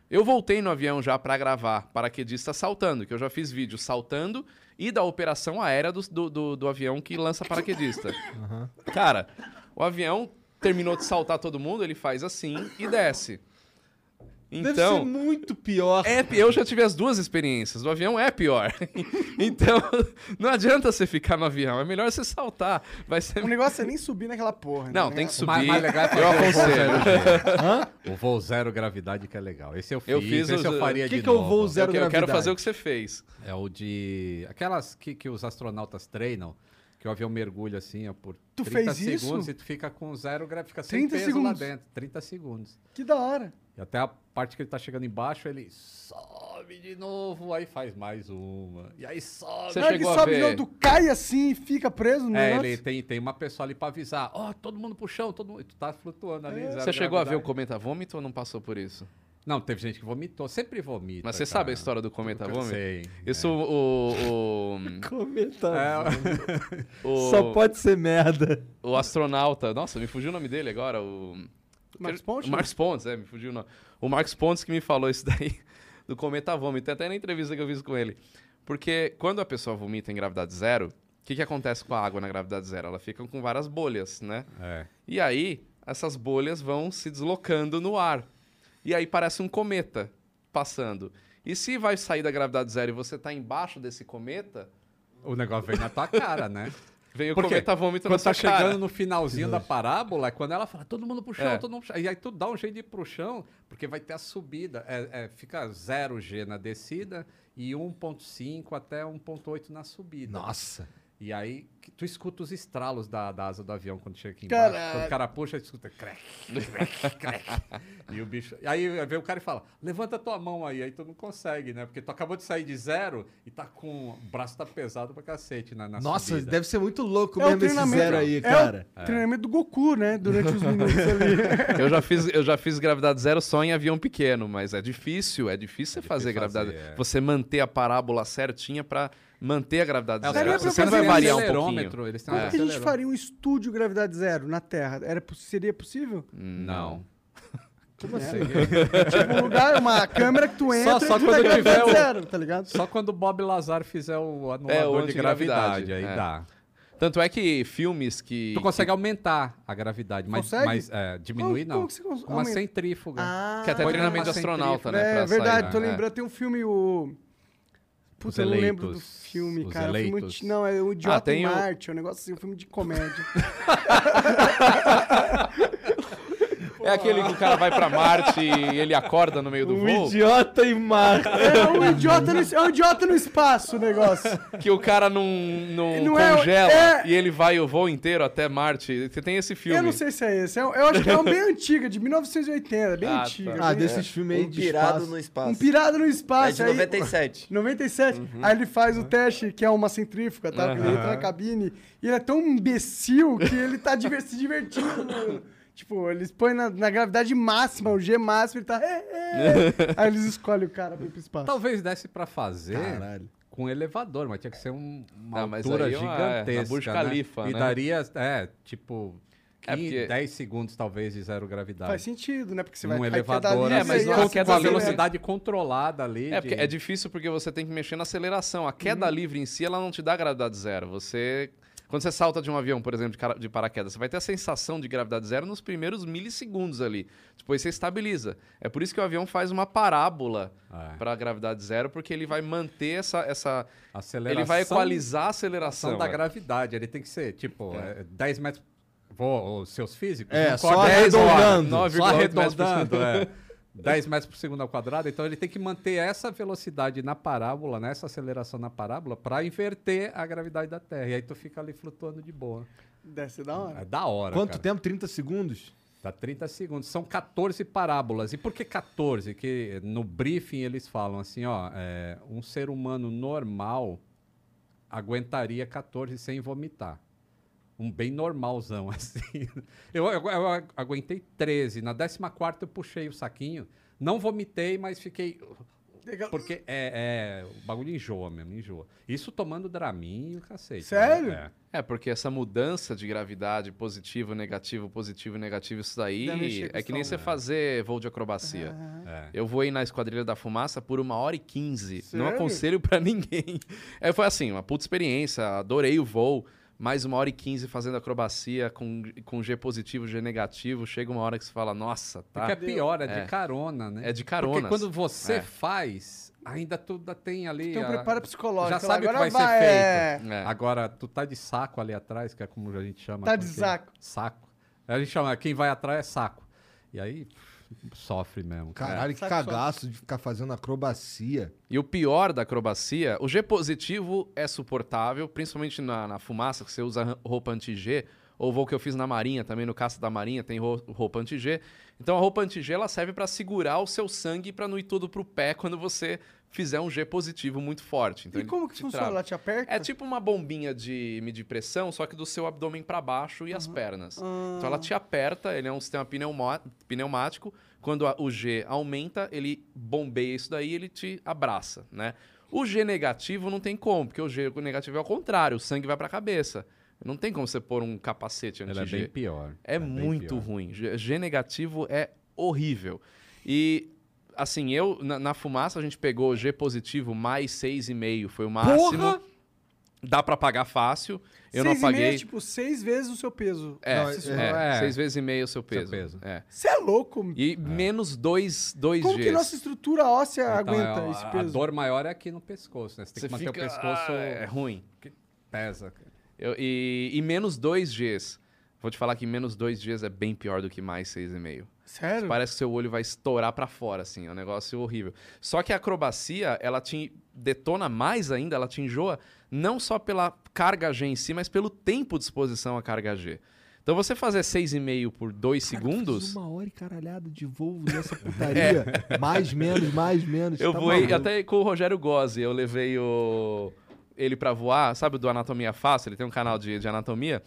Eu voltei no avião já pra gravar paraquedista saltando, que eu já fiz vídeo saltando e da operação aérea do, do, do- do avião que lança paraquedista. Cara, o avião terminou de saltar todo mundo, ele faz assim e desce.
Deve ser
Então,
muito pior.
é, pi- eu já tive as duas experiências. Do avião é pior. Então, não adianta você ficar no avião. É melhor você saltar. Vai ser.
O negócio é nem subir naquela porra. né?
Não, tem que
O mais-
subir.
mais legal é fazer
eu
o voo zero
aconselho.
G. O voo zero gravidade que é legal. Esse eu fiz,
Eu fiz
esse
os-
eu faria
o que
de
que é o
novo.
voo zero?
Eu, que- eu quero
gravidade.
fazer o que você fez.
É o de... Aquelas que, que os astronautas treinam, que o avião mergulha assim, ó, por
Tu
30
fez isso?
segundos e tu fica com zero gravidade, fica sem
30
peso
segundos.
lá dentro. 30 segundos.
Que da hora.
E até a parte que ele tá chegando embaixo, ele sobe de novo, aí faz mais uma. E aí sobe.
Você
Não, ele
chegou a
sobe
ver-
de outro, cai assim e fica preso no
É,
negócio.
ele tem, tem uma pessoa ali pra avisar. Ó, todo mundo pro chão, todo mundo. Tu tá flutuando ali. zero
Você chegou a ver o
gravidade.
cometa vômito ou não passou por isso?
Não, teve gente que vomitou. Sempre vomita.
Mas você
cara.
sabe a história do cometa
Eu
vômito?
sei, né?
Isso o,
Comenta.
É,
o, o,
Só pode ser merda.
o astronauta. Nossa, me fugiu o nome dele agora. O
Marcos Pontes? né?
O Marcos Pontes, é, me fugiu o nome. O Marcos Pontes que me falou isso daí do cometa vômito. Até na entrevista que eu fiz com ele. Porque quando a pessoa vomita em gravidade zero, o que, que acontece com a água na gravidade zero? Ela fica com várias bolhas, né?
é.
E aí, essas bolhas vão se deslocando no ar. E aí parece um cometa passando. E se vai sair da gravidade zero e você tá embaixo desse cometa,
O negócio vem na tua cara, né?
vem o
Por quê?
cometa vômito na
Quando
sua
tá chegando
cara.
no finalzinho da parábola, é quando ela fala, todo mundo pro chão,
É.
todo mundo pro chão. E aí tu dá um jeito de ir pro chão, porque vai ter a subida. É, é, fica 0G na um descida e 1.5 até 1.8 na subida.
Nossa.
E aí, que tu escuta os estralos da, da asa do avião quando chega aqui embaixo.
Caralho.
Quando o cara puxa, escuta crack, crack, crack. e o bicho. Aí vem o cara e fala: levanta tua mão aí. Aí tu não consegue, né? Porque tu acabou de sair de zero e tá com. O braço tá pesado pra cacete na, na
Nossa,
subida.
deve ser muito louco
É o
mesmo esse
treinamento.
zero aí,
é
cara.
o treinamento do Goku, né? Durante os minutos ali.
Eu já fiz, eu já fiz gravidade zero só em avião pequeno, mas é difícil, é difícil você fazer
difícil
gravidade.
fazer, é.
Você manter a parábola certinha pra manter a gravidade
É, os
Daria
zero.
caras-
pra
os
Você não
caras
vai
têm
fazer um
variar um
acelerômetro,
pouquinho.
Eles têm um
Como que a gente
acelerômetro.
faria um estúdio gravidade zero na Terra? Era, po- seria possível?
Não.
Como assim? tipo, um lugar, uma câmera que tu entra
só
e tu
quando
tá
tiver
gravidade
o-
zero, tá ligado?
Só quando o Bob Lazar
É,
fizer o
o
anulador de gravidade,
antigravidade,
aí
é.
dá.
Tanto é que filmes que.
Tu consegue aumentar a gravidade, mas,
Consegue?
mas é, diminuir
Como-
não. assim?
como que você cons-
Com uma
aumenta? Ah.
centrífuga.
Que até
Põe
treinamento de
numa
astronauta,
centrífuga.
né?
É
pra
verdade,
sair,
tô
né?
lembrando. Tem um filme, o.
Os
Puta, eu não lembro do
Eleitos.
filme,
Os
cara. O filme
Eleitos.
anti- não, é o Idiota
Ah, tem
em
o-
Marte, é um negócio assim, um filme de comédia.
É aquele que o cara vai pra Marte e ele acorda no
Um
meio do voo.
um idiota e marca.
é, um idiota no, é um idiota no espaço o negócio.
Que o cara não, não,
Não é-
congela
é-
e ele vai o voo inteiro até Marte. Você tem esse filme.
Eu não sei se é esse. é um- Eu acho que é um bem antiga, de 1980, bem
Ah, tá.
antiga.
Ah,
bem-
desses filmes aí
um
de
pirado
espaço.
no espaço.
Um pirado no
É
espaço.
de
aí-
97.
97.
Uhum.
Aí ele faz o teste, que é uma centrífuga, tá? Ele entra na cabine e ele é tão imbecil que ele tá diver- se divertindo. no- Tipo, eles põem na, na gravidade máxima, o G máximo, ele tá. "É, é". Aí eles escolhem o cara pra ir pro espaço.
Talvez desse pra fazer
Caralho.
com elevador, mas tinha que ser um- uma
Ah, mas
altura
aí é uma-
gigantesca.
é, na Burj
né?
Khalifa,
E
né?
daria, é, tipo,
É
15,
porque-
10 segundos talvez de zero gravidade.
Faz sentido, né? Porque você vai
um
vai
elevador,
pedalando,
É, mas
assim, você
não
ia
com,
queda
com a
acelerar.
livre, né?
velocidade controlada ali.
É, porque
de-
é difícil porque você tem que mexer na aceleração. A queda
Uhum.
livre em si, ela não te dá gravidade zero. Você... Quando você salta de um avião, por exemplo, de, cara- de paraquedas, você vai ter a sensação de gravidade zero nos primeiros milissegundos ali. Depois você estabiliza. É por isso que o avião faz uma parábola
É.
pra para gravidade zero, porque ele vai manter essa... essa...
aceleração
Ele vai equalizar a
ação
aceleração.
da
é.
gravidade. Ele tem que ser, tipo, é, 10 metros... Vou, os seus físicos?
É,
não
só
correm
arredondando. né?
horas, Só
9,8 metros por
arredondando, é. 10 metros por segundo ao quadrado. Então ele tem que manter essa velocidade na parábola, né, essa aceleração na parábola, pra inverter a gravidade da Terra. E aí tu fica ali flutuando de boa.
Deve ser da hora.
É da hora,
Quanto
cara.
tempo? 30 segundos?
Dá 30 segundos. São 14 parábolas. E por que 14? Que no briefing eles falam assim, ó, é, um ser humano normal aguentaria 14 sem vomitar. Um bem normalzão, assim. Eu, eu- eu aguentei 13. Na 14 eu puxei o saquinho. Não vomitei, mas fiquei... Ah, Porque é, é- o bagulho enjoa mesmo, enjoa. Isso tomando Dramin e o cacete. né?
Sério?
É.
É, porque essa mudança de gravidade, positivo, negativo, positivo, negativo, isso
Dá
daí
mexer com
é
o
que nem
som,
você
né?
fazer voo de acrobacia.
Ah,
Eu voei na Esquadrilha da Fumaça por uma hora e quinze. Não
Sério?
aconselho pra ninguém. É, foi assim, uma puta experiência, adorei o voo. Mais uma hora e quinze fazendo acrobacia com, com G positivo, G negativo. Chega uma hora que você fala, nossa, tá.
Porque é pior, é de
É.
carona, né?
É de carona.
Porque quando você
É.
faz, ainda tu ainda tem ali.
Tem um
a-
preparo psicológico.
Já sabe o que
agora
vai, ser feito.
é.
É.
Agora, tu tá de saco ali atrás, que é como a gente chama.
Tá de
porque-
saco.
Saco. A gente chama, quem vai atrás é saco. E aí pff, sofre mesmo. cara.
Caralho, que cagaço de ficar fazendo acrobacia.
E o pior da acrobacia, o G positivo é suportável, principalmente na, na fumaça, que você usa ran- roupa anti-G, ou voo que eu fiz na Marinha, também no caça da Marinha tem ro- roupa anti-G. Então a roupa anti-G ela serve para segurar o seu sangue para não ir todo pro pé quando você fizer um G positivo muito forte. Então
E
ele
como que
te
funciona?
trava.
Ela te aperta?
É tipo uma bombinha de medir pressão, só que do seu abdômen para baixo e as pernas.
Ah.
Então ela te aperta, ele é um sistema pneuma- pneumático. Quando a- o G aumenta, ele bombeia isso daí, ele te abraça, né? O G negativo não tem como, porque o G negativo é ao contrário, o sangue vai para a cabeça. Não tem como você pôr um capacete
Ela é
anti-G.
bem pior.
É,
bem
muito
pior.
ruim. G, G negativo é horrível. E, assim, eu, na, na fumaça, a gente pegou G positivo mais 6,5, foi o máximo. Dá pra pagar fácil. Eu não
Seis e meio é,
apaguei.
tipo, seis vezes o seu peso.
É,
Não,
é,
é.
seis vezes e meio o seu peso.
peso.
É.
Você é louco.
E menos dois, dois
Como
Gs.
que nossa estrutura óssea
Então, é,
aguenta
a-
esse
A
peso?
dor maior é aqui no pescoço, né? Você tem
Você
que manter
fica-
o pescoço.
Ah, é ruim.
Pesa. cara.
Eu- e, e menos dois Gs. Vou te falar que menos dois Gs é bem pior do que mais 6,5.
Sério?
Parece que seu olho vai estourar pra fora, assim. É um negócio horrível. Só que a acrobacia, ela te detona mais ainda, ela te enjoa, não só pela carga G em si, mas pelo tempo de exposição à carga G. Então você fazer 6,5 por 2 segundos.
Uma hora e caralhada de voo nessa putaria. É. Mais, menos, mais, menos.
Eu
tá
voei
maluco.
até com o Rogério Gozzi, eu levei o ele pra voar, sabe o do Anatomia Fácil? Ele tem um canal de, de anatomia.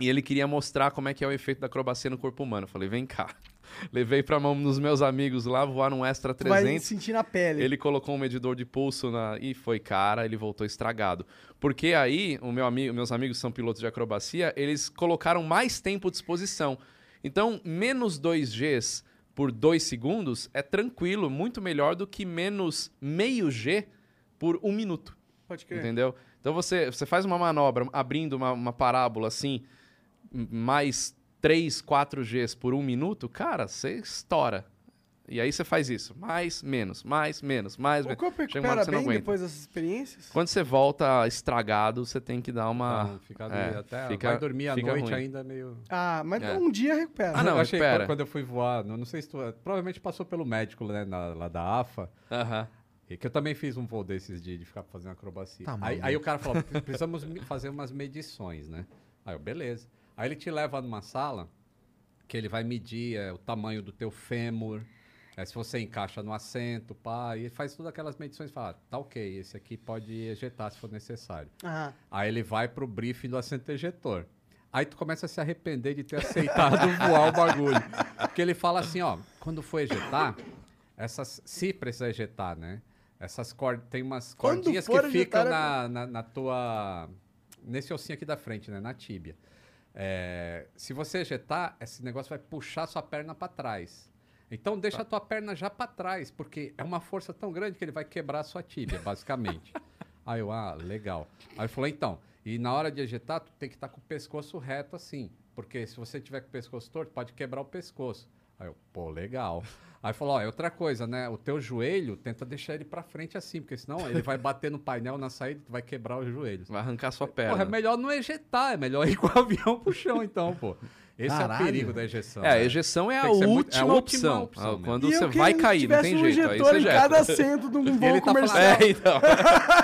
E ele queria mostrar como é que é o efeito da acrobacia no corpo humano. Eu falei, vem cá. Levei pra mão dos meus amigos lá voar num Extra
Tu vai
300.
sentir na pele.
Ele colocou um medidor de pulso na e foi cara, ele voltou estragado. Porque aí, o meu amigo, meus amigos são pilotos de acrobacia, eles colocaram mais tempo de exposição. Então, menos 2Gs por 2 segundos é tranquilo, muito melhor do que menos meio G por um minuto.
Pode crer.
Entendeu? Então você, você faz uma manobra abrindo uma, uma parábola assim, m- mais 3, 4 Gs por um minuto, cara, você estoura. E aí você faz isso. Mais, menos, mais, menos, mais,
O
menos.
corpo
Chega uma hora
recupera
que você não
bem
aguenta.
depois dessas experiências?
Quando você volta estragado, você tem que dar uma.
Então, fica
é,
doido. até
fica-
vai dormir à
fica
noite
ruim.
ainda meio.
Ah, mas
É.
um dia recupera.
Ah, não,
eu achei
espera.
quando- quando eu fui voar, não, não sei se tu. Provavelmente passou pelo médico né, na- lá da AFA.
Aham.
E que eu também fiz um voo desses de, de ficar fazendo acrobacia.
Tá
aí,
maluco.
aí o cara falou, "Pre- precisamos me- fazer umas medições, né? Aí eu, beleza. Aí ele te leva numa sala que ele vai medir é, o tamanho do teu fêmur, é, se você encaixa no assento, pá, e ele faz todas aquelas medições e fala, "Ah, tá ok, esse aqui pode ejetar se for necessário.
Ah,
Aí ele vai pro briefing do assento ejetor. Aí tu começa a se arrepender de ter aceitado voar o bagulho. Porque ele fala assim, ó, quando for ejetar, essas. Se precisar ejetar, né? Essas cordas. Tem umas
Quando
cordinhas que
for ejetar,
ficam
é
na, na, na tua. Nesse ossinho aqui da frente, né? Na tíbia. É, se você ejetar, esse negócio vai puxar sua perna pra trás. Então
Tá.
deixa a tua perna já pra trás, porque é uma força tão grande que ele vai quebrar a sua tíbia, basicamente. Aí eu, ah, legal. Aí ele falou, então, e na hora de ejetar, tu tem que estar com o pescoço reto assim, porque se você tiver com o pescoço torto, pode quebrar o pescoço. Aí eu, pô, legal. Aí falou, ó, é outra coisa, né? O teu joelho, tenta deixar ele pra frente assim, porque senão ele vai bater no painel na saída, tu vai quebrar os joelhos.
Vai arrancar sua
Porra, é
perna.
melhor não ejetar, é melhor ir com o avião pro chão, então, pô. Esse é
Caralho.
o perigo da ejeção.
é, a
né?
ejeção é a,
Tem que ser
última
muito- é a última
opção. Ah,
opção mesmo.
Quando
E
você
eu que
vai cair, não
tivesse
tem
um
jeito. Aí
injetor
você
em
ejeta.
cada assento de um voo
ele tá falando-
comercial.
É, então.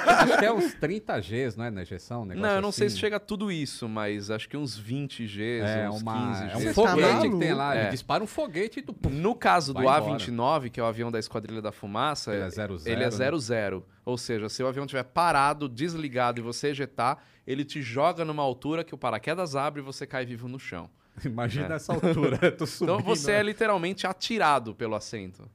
Acho que é uns 30 Gs, não é? Na ejeção, um negócio
Não, eu não sei
assim.
se chega a tudo isso, mas acho que uns 20 Gs,
É,
uns
uma,
15
é um
Gs.
Você tá
foguete que tem lá.
maluco? É.
Ele dispara um foguete e tu... pum,
No caso do
Vai embora.
A29, que é o avião da Esquadrilha da Fumaça,
Ele é 00,
ele é
né?
00. Ou seja, se o avião estiver parado, desligado e você ejetar, ele te joga numa altura que o paraquedas abre e você cai vivo no chão.
né? Imagina essa altura, né? tu subindo.
Então você é literalmente atirado pelo assento.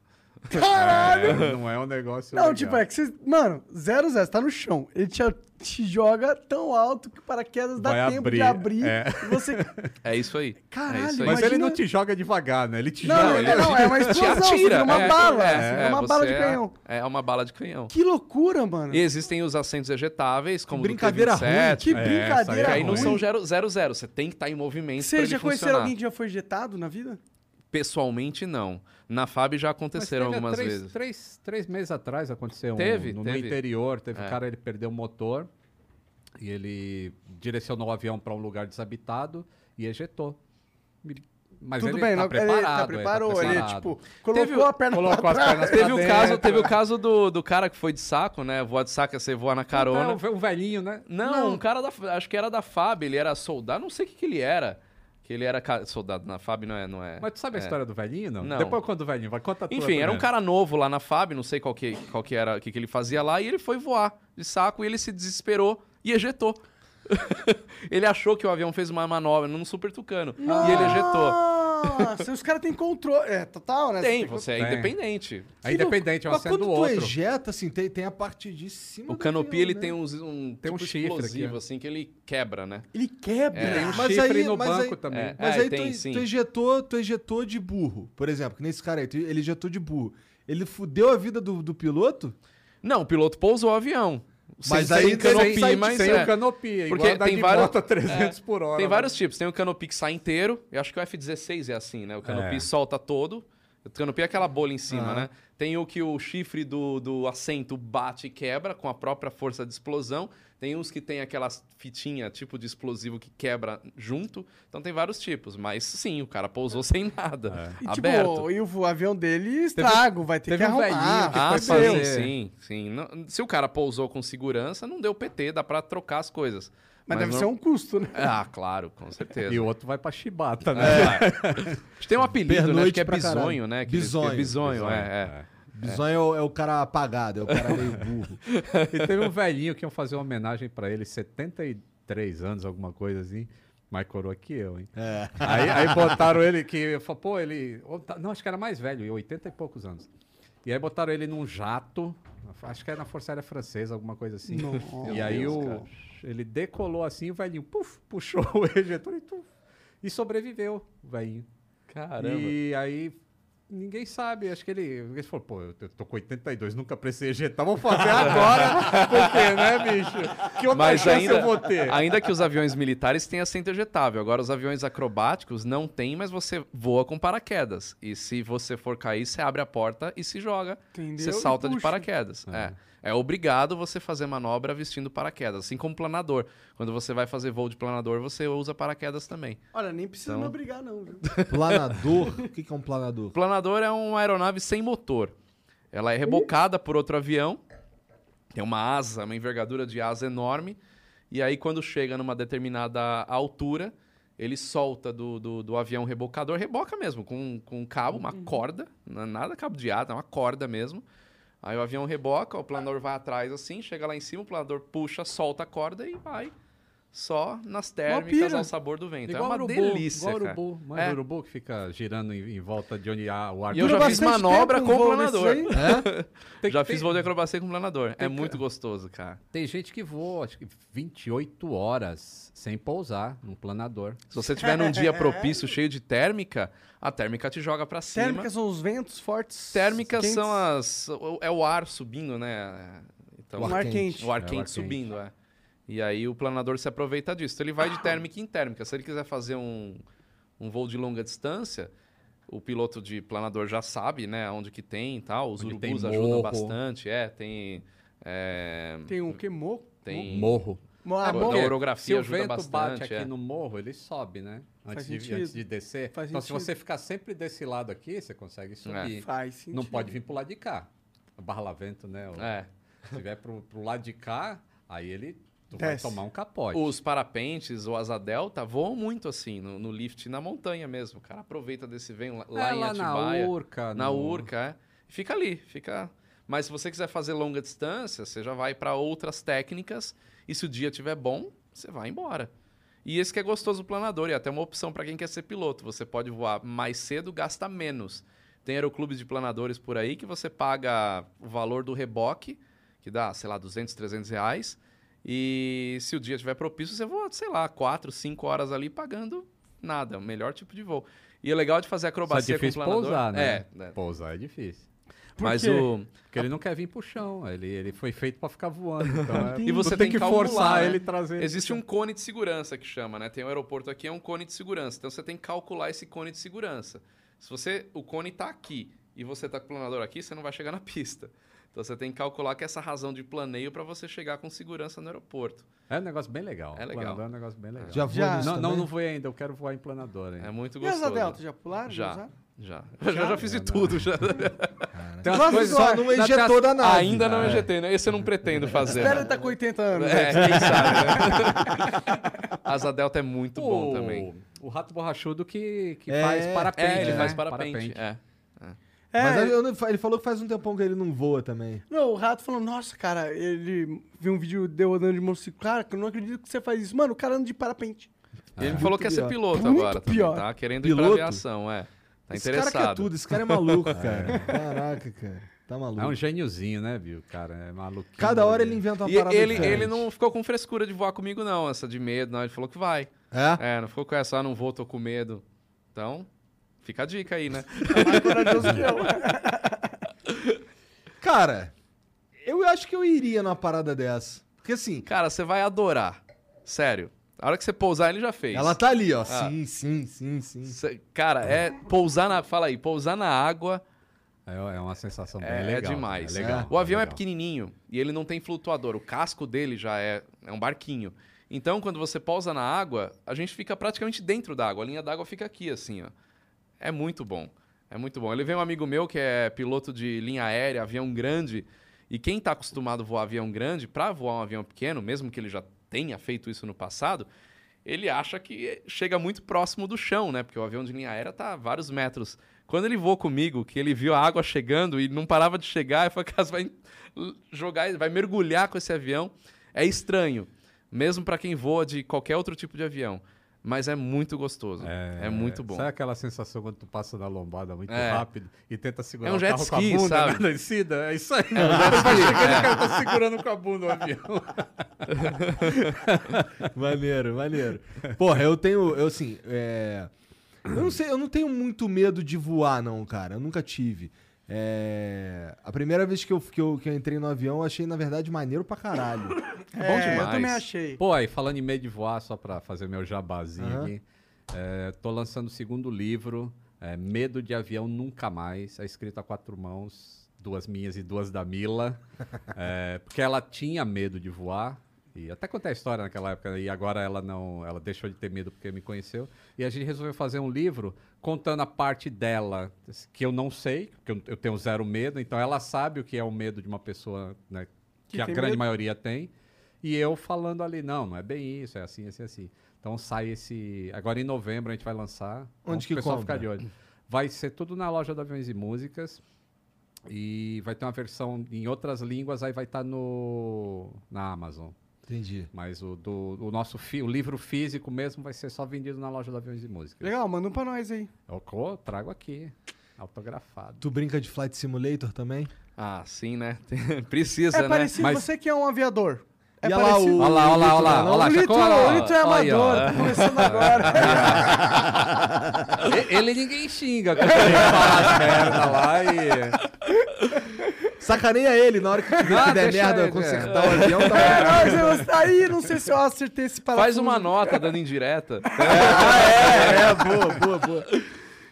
Caralho! não é um negócio
Não,
legal.
tipo, é que você. Mano, zero zero, você tá no chão. Ele te, te joga tão alto que o paraquedas dá
Vai
tempo
abrir,
de abrir.
é.
E você.
É isso aí.
Caralho,
é isso aí.
Mas ele
imagina-
não te joga devagar, né? Ele te
Não,
joga...
não, é, não, é uma explosão, você vira uma
é,
bala.
é,
É, uma
você
bala de
é-
canhão.
É, uma bala de canhão.
Que loucura, mano.
E existem os assentos ejetáveis, como
Brincadeira
o do T-27,
Que
É,
brincadeira.
que aí não
ruim.
são 00. Você tem que estar em movimento pra
Vocês
ele
já conheceram
funcionar.
alguém que já foi jetado na vida?
Pessoalmente, não. Na FAB já
Mas
aconteceram
teve há
algumas
três,
vezes.
Três, três meses atrás aconteceu
Teve,
um no,
teve.
no interior. Teve
É.
um cara, ele perdeu o motor e ele direcionou o avião para um lugar desabitado e ejetou. E- Mas
Tudo
ele
bem,
tá
não-
preparado.
ele tá preparou, ele,
preparado.
tipo, colocou
Teve-
a perna pra
colocou as
trás.
pernas pra
Teve o,
dentro.
caso, teve o caso do, do cara que foi de saco, né? Voar de saco é você voar na carona.
Então, Um velhinho, né?
Não, um cara da. Acho que era da FAB, ele era soldado, não sei o que, que ele era. Que ele era ca- soldado na FAB, não é? Não é
Mas tu sabe a
é.
história do velhinho, não?
Não.
Depois quando o velhinho vai, conta a tua
Enfim, era um
primeiro.
cara novo lá na FAB, não sei qual que, qual que era, o que, que ele fazia lá, e ele foi voar de saco e ele se desesperou e ejetou. ele achou que o avião fez uma manobra num super tucano. E ele ejetou.
Nossa, os caras têm controle. É, total, né?
Tem, você é
Tem.
independente.
É independente, é uma
Mas
cena
quando
do
tu
outro.
ejeta, assim, tem, tem a parte de cima
O
do
canopy,
avião,
ele
né?
tem uns, um
Tem um
tipo
chifre aqui,
explosivo,
ó.
assim, que ele quebra, né?
Ele quebra. né?
Tem um
Mas
chifre
aí-
no
mas
banco
aí-
também.
É.
Mas
Ah,
aí
tem,
tu,
sim.
tu ejetou, tu ejetou de burro. Por exemplo, que nesse cara aí, tu- ele ejetou de burro. Ele fudeu a vida do, do piloto?
Não, o piloto pousou o avião.
Mas
sem
um
aí um
sem canopy,
sai-
mas
sem
é.
o canopia, igual
Porque
andar
tem
de
vários- É.
moto a 300 por hora.
Tem
né?
vários tipos. Tem o canopy que sai inteiro. Eu acho que o F-16 é assim, né? O canopy
É.
solta todo. O canopy é aquela bolha em cima, né? Tem o que o chifre do, do assento bate e quebra com a própria força de explosão. Tem uns que tem aquelas fitinha tipo de explosivo que quebra junto. Então tem vários tipos, mas sim, o cara pousou sem nada.
E,
aberto.
tipo, e o avião dele estrago, vai ter que
teve um velhinho que
arrumar.
Ah,
foi
sim,
fazer.
sim, sim. Não- se o cara pousou com segurança, não deu PT, dá pra trocar as coisas.
Mas deve
não-
ser um custo, né?
Ah, claro, com certeza.
E o outro vai pra Chibata, né?
Acho que Tem um apelido, né? Acho
Pernoite
que é
pra caralho.
bisonho, né? Que eles- que é
Bisonho,
bisonho, é, é.
Bisonho é o, é o cara apagado, é o cara meio burro.
E teve um velhinho que iam fazer uma homenagem pra ele, 73 anos, alguma coisa assim. Mais coroa que eu, hein?
É.
Aí, aí botaram ele que. Eu falo, pô, ele. ou tá- Não, acho que era mais velho, 80 e poucos anos. E aí botaram ele num jato, acho que era na Força Aérea Francesa, alguma coisa assim. e aí
Deus,
o,
cara.
ele decolou assim, o velhinho puf, puxou o ejetor e, tuf, e sobreviveu, o velhinho.
Caramba.
E aí ninguém sabe, acho que ele, ele falou, pô, eu eu tô com 82, nunca precisei ejetar, vou fazer agora, porque, né, bicho? Que outra
Mas
chance
ainda,
eu vou ter?
ainda que os aviões militares tenham assento ejetável. Agora, os aviões acrobáticos não tem, mas você voa com paraquedas. E se você for cair, você abre a porta e se joga.
Entendeu? Um
Você
E
salta de
puxa.
paraquedas. É. é obrigado você fazer manobra vestindo paraquedas. Assim como planador. Quando você vai fazer voo de planador, você usa paraquedas também.
Olha, nem precisa
Então-
me obrigar, não, viu?
Planador? O que, que é um planador?
Planador é uma aeronave sem motor. Ela é rebocada por outro avião, tem uma asa, uma envergadura de asa enorme, e aí quando chega numa determinada altura, ele solta do, do, do avião rebocador, reboca mesmo, com, com um cabo, uma
Uhum.
corda, não é nada cabo de asa, é uma corda mesmo. Aí o avião reboca, o planador vai atrás assim, chega lá em cima, o planador puxa, solta a corda e vai só nas térmicas
pira.
ao sabor do vento.
Igual
é uma
urubu,
delícia,
igual
cara.
urubu, mano,
É.
urubu que fica girando em, em volta de onde há o ar.
E eu
Dura
já fiz
bastante
manobra
tempo um
com o
voo desse
planador.
aí. Tem-
Já
tem-
fiz voo de acrobacia com planador. É
tem-
muito gostoso, cara.
Tem gente que voa, acho que 28 horas sem pousar num planador.
Se você tiver num dia propício, cheio de térmica, a térmica te joga pra cima.
Térmicas são os ventos fortes.
Térmicas
quentes.
são as. o- É o ar subindo, né? Então,
O ar quente.
O ar
É, o
quente
ar
subindo, é. E aí o planador se aproveita disso. Então, ele vai de térmica em térmica. Se ele quiser fazer um, um voo de longa distância, o piloto de planador já sabe, né? Onde que tem e tal. Os
Onde tem
urubus ajudam
morro.
bastante. É, tem. É,
Tem um que mo-
tem.
Morro.
mo-
É
ah,
bom.
bom.
da orografia
Tá se o
ajuda
vento
bastante,
bate aqui
é.
no morro, ele sobe, né?
Faz
Antes, de,
sentido.
antes de descer.
Faz
então,
sentido.
se você ficar sempre desse lado aqui, você consegue
É.
subir.
Faz sentido.
Não pode vir pro lado de cá. Barlavento, né? O-
É.
Se vier pro, pro lado de cá, aí ele tu vai
Desce.
tomar um capote.
Os parapentes ou asa delta voam muito assim, no, no lift na montanha mesmo. O cara aproveita desse vento lá, lá
É,
em
lá
Atibaia.
na Urca.
na
no-
Urca, é. Fica ali, fica. Mas se você quiser fazer longa distância, você já vai para outras técnicas. E se o dia tiver bom, você vai embora. E esse que é gostoso do planador, e até uma opção para quem quer ser piloto. Você pode voar mais cedo, gasta menos. Tem aeroclubes de planadores por aí que você paga o valor do reboque, que dá, sei lá, 200, 300 reais. E se o dia tiver propício, você voa, sei lá, 4, 5 horas ali pagando nada. O melhor tipo de voo. E o legal de fazer
Só é
acrobacia com o
difícil
planador...
pousar, né?
É, né?
Pousar é difícil.
Mas
quê?
o.
Porque ele não quer vir pro chão. Ele, ele foi feito pra ficar voando. Então é-
E você
tu
tem
tem que
calcular,
forçar
né?
ele trazer. ele
Existe
pro
um cone de segurança que chama, né? Tem um aeroporto aqui, é um cone de segurança. Então você tem que calcular esse cone de segurança. Se você. O cone tá aqui e você tá com o planador aqui, você não vai chegar na pista. Então você tem que calcular que essa razão de planeio para você chegar com segurança no aeroporto.
É um negócio bem legal.
É legal.
Planador é um negócio bem legal.
Já voou
Já.
nisso
Não, não,
também?
não voei ainda, eu quero voar em planador
É
ainda.
muito
E as
gostoso.
Delta, já pularam?
Já.
usaram?
Já. Eu já, já fiz de
Não,
tudo. Já.
Tem umas
Mas
coisas-
Só não
tem umas-
injetou da nave.
Ainda não ejetei, né? Esse eu não pretendo fazer.
Espera, ele
né?
tá com 80 anos.
É, quem sabe, né? Asa Delta é muito bom
o-
também.
O rato borrachudo que, que
É,
faz parapente.
É, ele
né?
faz parapente. É.
É,
Mas aí eu não- ele falou que faz um tempão que ele não voa também.
Não, o Rato falou, nossa, cara, ele viu um vídeo deu andando de monociclo. Cara, que eu não acredito que você faz isso. Mano, o cara anda de parapente.
Ele me falou que ia ser
É. pior.
piloto
Muito
agora.
pior.
Também, tá querendo ir
Piloto?
pra aviação, é. Tá
esse
interessado.
cara quer tudo, esse cara é maluco, cara. Caraca, cara. Tá maluco.
É um gêniozinho, né, viu? Cara, é maluquinho.
Cada hora ele inventa uma
E
parada
ele,
diferente.
ele não ficou com frescura de voar comigo, não, essa de medo, não. Ele falou que vai.
É?
É, não ficou com essa, ah, não vou, tô com medo. Então, fica a dica aí, né?
Mais corajoso que eu.
Cara, eu acho que eu iria numa parada dessa. Porque assim,
Cara, você vai adorar. Sério. A hora que você pousar, ele já fez.
ela tá ali, ó.
Ah.
Sim, sim, sim, sim.
Cê- Cara, é pousar na. Fala aí, pousar na água
É, é uma sensação bem
É, é
legal.
demais.
É legal,
O avião é,
legal.
pequenininho e ele não tem flutuador. O casco dele já é, é um barquinho. Então, quando você pousa na água, a gente fica praticamente dentro da água. A linha d'água fica aqui, assim, ó. É muito bom. É muito bom. Ele veio um amigo meu que é piloto de linha aérea, avião grande. E quem está acostumado a voar avião grande, para voar um avião pequeno, mesmo que ele já tenha feito isso no passado, ele acha que chega muito próximo do chão, né? Porque o avião de linha aérea tá a vários metros. Quando ele voou comigo, que ele viu a água chegando e não parava de chegar, eu falei, Cássio, vai jogar, vai mergulhar com esse avião. É estranho, mesmo para quem voa de qualquer outro tipo de avião. Mas é muito gostoso. É, muito bom.
Sabe aquela sensação quando tu passa da lombada muito
É.
rápido e tenta segurar
É um
o
jet
carro com a
ski,
bunda
sabe?
na descida? É isso aí.
É um jet ski, é.
Eu tô tá segurando com a bunda o avião.
Maneiro, maneiro. Porra, eu tenho. Eu assim. é, Eu não sei, eu não tenho muito medo de voar, não, cara. Eu nunca tive. É, A primeira vez que eu, que, eu, que eu entrei no avião, eu achei, na verdade, maneiro pra caralho.
É bom
Eu
demais.
também achei.
Pô, aí falando em medo de voar, só pra fazer meu jabazinho
Aham.
aqui, é, tô lançando o segundo livro, é, Medo de Avião Nunca Mais, é escrito a quatro mãos, duas minhas e duas da Mila, é, porque ela tinha medo de voar, e até contei a história naquela época, e agora ela não, ela deixou de ter medo porque me conheceu, e a gente resolveu fazer um livro contando a parte dela, que eu não sei, que eu, eu tenho zero medo, então ela sabe o que é o medo de uma pessoa, né, que,
Que
a
tem
grande
medo.
maioria tem, e eu falando ali, não, não é bem isso, é assim, assim, assim. Então sai esse. Agora em novembro a gente vai lançar. Então,
Onde que
o pessoal
compra?
ficar de olho. Vai ser tudo na loja do Aviões e Músicas. E vai ter uma versão em outras línguas, aí vai estar no na Amazon.
Entendi.
Mas o, do, o nosso fi- o livro físico mesmo vai ser só vendido na loja do Aviões e Músicas.
Legal, manda um pra nós aí.
Eu co- trago aqui, autografado.
Tu brinca de Flight Simulator também?
Ah, sim, né? Precisa,
É
né?
parecido,
Mas-
você que é um aviador. É
E olha lá
parecido.
o-
Olha lá, olha lá, olha lá, olha lá,
o Lito,
Chacon,
o Lito é
olha aí, ó.
amador, tá começando agora.
E- Ele ninguém xinga, quando ele fala as merda lá e.
Sacaneia ele na hora que,
Não,
que der
Ah, deixa
merda
ele,
consertar o avião. Tá
É, não, eu gostei. aí não sei se eu acertei esse parafuso.
Faz uma nota dando indireta.
é, é, boa, boa, boa.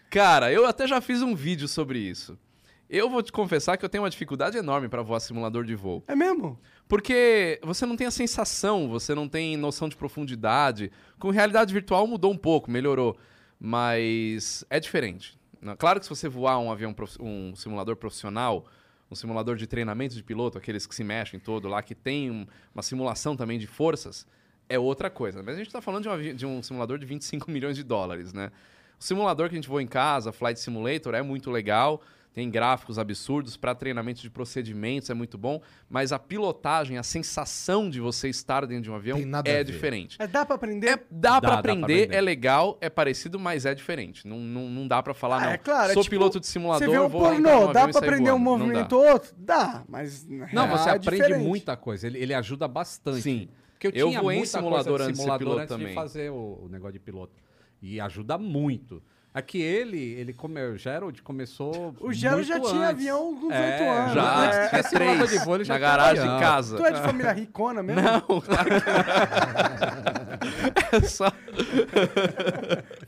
Cara, eu até já fiz um vídeo sobre isso. Eu vou te confessar que eu tenho uma dificuldade enorme para voar simulador de voo.
É mesmo?
Porque você não tem a sensação, você não tem noção de profundidade. Com realidade virtual mudou um pouco, melhorou. Mas é diferente. Na- Claro que se você voar um avião, prof- um simulador profissional, um simulador de treinamento de piloto, aqueles que se mexem todo lá, que tem um- uma simulação também de forças, é outra coisa. Mas a gente está falando de um, avi- de um simulador de 25 milhões de dólares, né? O simulador que a gente voa em casa, Flight Simulator, é muito legal. Tem gráficos absurdos para treinamento de procedimentos, é muito bom. Mas a pilotagem, a sensação de você estar dentro de um avião
Tem nada a
é
ver.
diferente.
É, dá pra aprender?
É, dá,
Dá,
pra
dá pra
aprender,
aprender.
é legal, é parecido, mas é diferente. Não, não, não dá pra falar,
Ah,
não.
é claro, é
Sou
tipo,
piloto de simulador,
Você vê um
vou entrar no
pornô,
avião
dá
e
pra
sair
aprender um
voando. Não dá.
movimento ou outro? Dá, mas. na
Não,
real
você
é
aprende
diferente.
muita coisa. Ele, ele ajuda bastante.
Sim.
Porque eu,
Eu
tinha
voei em
muita
simulador
coisa
antes
de
de
simulador
piloto
antes
também.
de fazer o, o negócio de piloto. E ajuda muito. Aqui ele, ele como é, o Gerald começou
O Gelo já
muito
tinha
antes.
avião com 18
É,
anos.
Já,
Antes de
tinha
ter simulador
três,
de voo, ele já
na
tinha
garagem
avião.
de casa.
tá Tu é de família ricona mesmo?
Não, claro que não. É só...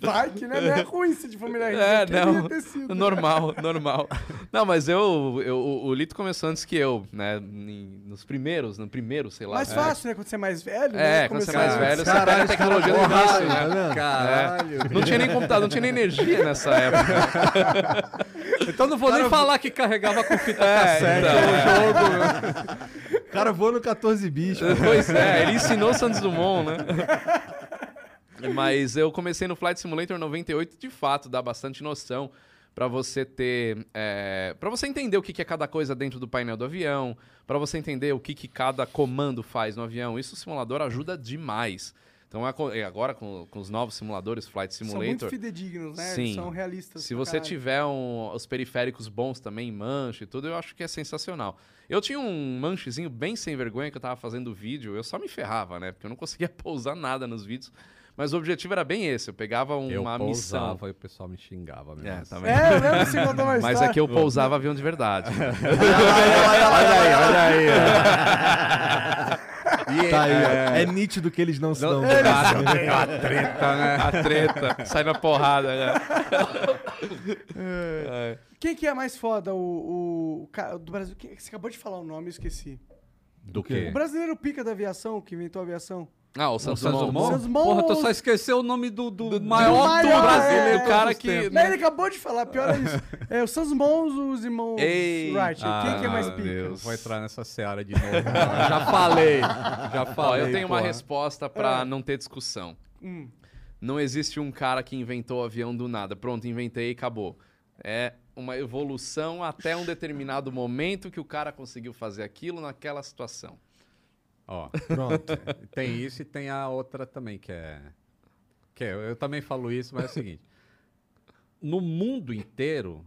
Vai que né? não é ruim ser de família rica.
É,
queria
não.
ter sido.
Normal, normal. Não, mas eu, eu... O o Lito começou antes que eu, né? Em- Nos primeiros, no primeiro, sei lá.
Mais
É.
fácil, né? Quando você é mais velho.
É,
né?
quando você é
Começar-
mais velho, você
Caralho,
pega a
esse cara
tecnologia
é
do
borrado,
início, né?
tá
É.
vendo?
Caralho.
Não tinha nem computador, não tinha nem energia nessa época.
Então não vou nem falar que carregava com fita
É,
cassete.
então,
O cara voa no 14 bicho.
Pois é, ele ensinou Santos Dumont, né? Mas eu comecei no Flight Simulator 98, de fato, dá bastante noção pra você ter. É, para você entender o que, que é cada coisa dentro do painel do avião, pra você entender o que, que cada comando faz no avião. Isso o simulador ajuda demais. Então é co- é agora com, com os novos simuladores Flight
São muito
Simulator.
fidedignos, né?
Sim.
São realistas.
Se
pra
você
caralho.
tiver um- os periféricos bons também, manche e tudo, eu acho que é sensacional. Eu tinha um manchezinho bem sem vergonha que eu tava fazendo vídeo, eu só me ferrava, né? Porque eu não conseguia pousar nada nos vídeos. Mas o objetivo era bem esse, eu pegava
Eu
uma
pousava né?
missão.
e o pessoal me xingava mesmo.
É, tá vendo?
É, eu lembro que você contou uma
Mas
história.
é que eu pousava avião de verdade.
olha aí, olha aí.
E
Tá aí, ó.
é,
É nítido que eles não se dão.
a treta, né?
A treta, sai na porrada, né?
Quem que é mais foda? O, o cara do Brasil? Quem- Você acabou de falar o nome, eu esqueci.
Do quê?
O brasileiro pica da aviação, que inventou a aviação.
Ah, o Santos Dumont.
Santos Dumont.
Porra, tu só esqueceu o nome do, do,
do
maior do,
maior,
Brasil,
é,
do
de
cara
todos
que...
Mas ele acabou de falar, pior é isso. É o Sans Mons, os irmãos
Ei.
Wright. Quem que é mais
Ah,
pica?
Deus.
Vou entrar nessa seara de novo. já falei, já
Ó,
falei.
eu tenho uma
porra.
resposta pra
Ah.
não ter discussão.
Hum.
Não existe um cara que inventou o avião do nada. Pronto, inventei e acabou. É uma evolução até um determinado momento que o cara conseguiu fazer aquilo naquela situação.
Ó,
Pronto.
tem isso É, e tem a outra também, que é... Que é, eu também falo isso, mas é o seguinte. No mundo inteiro,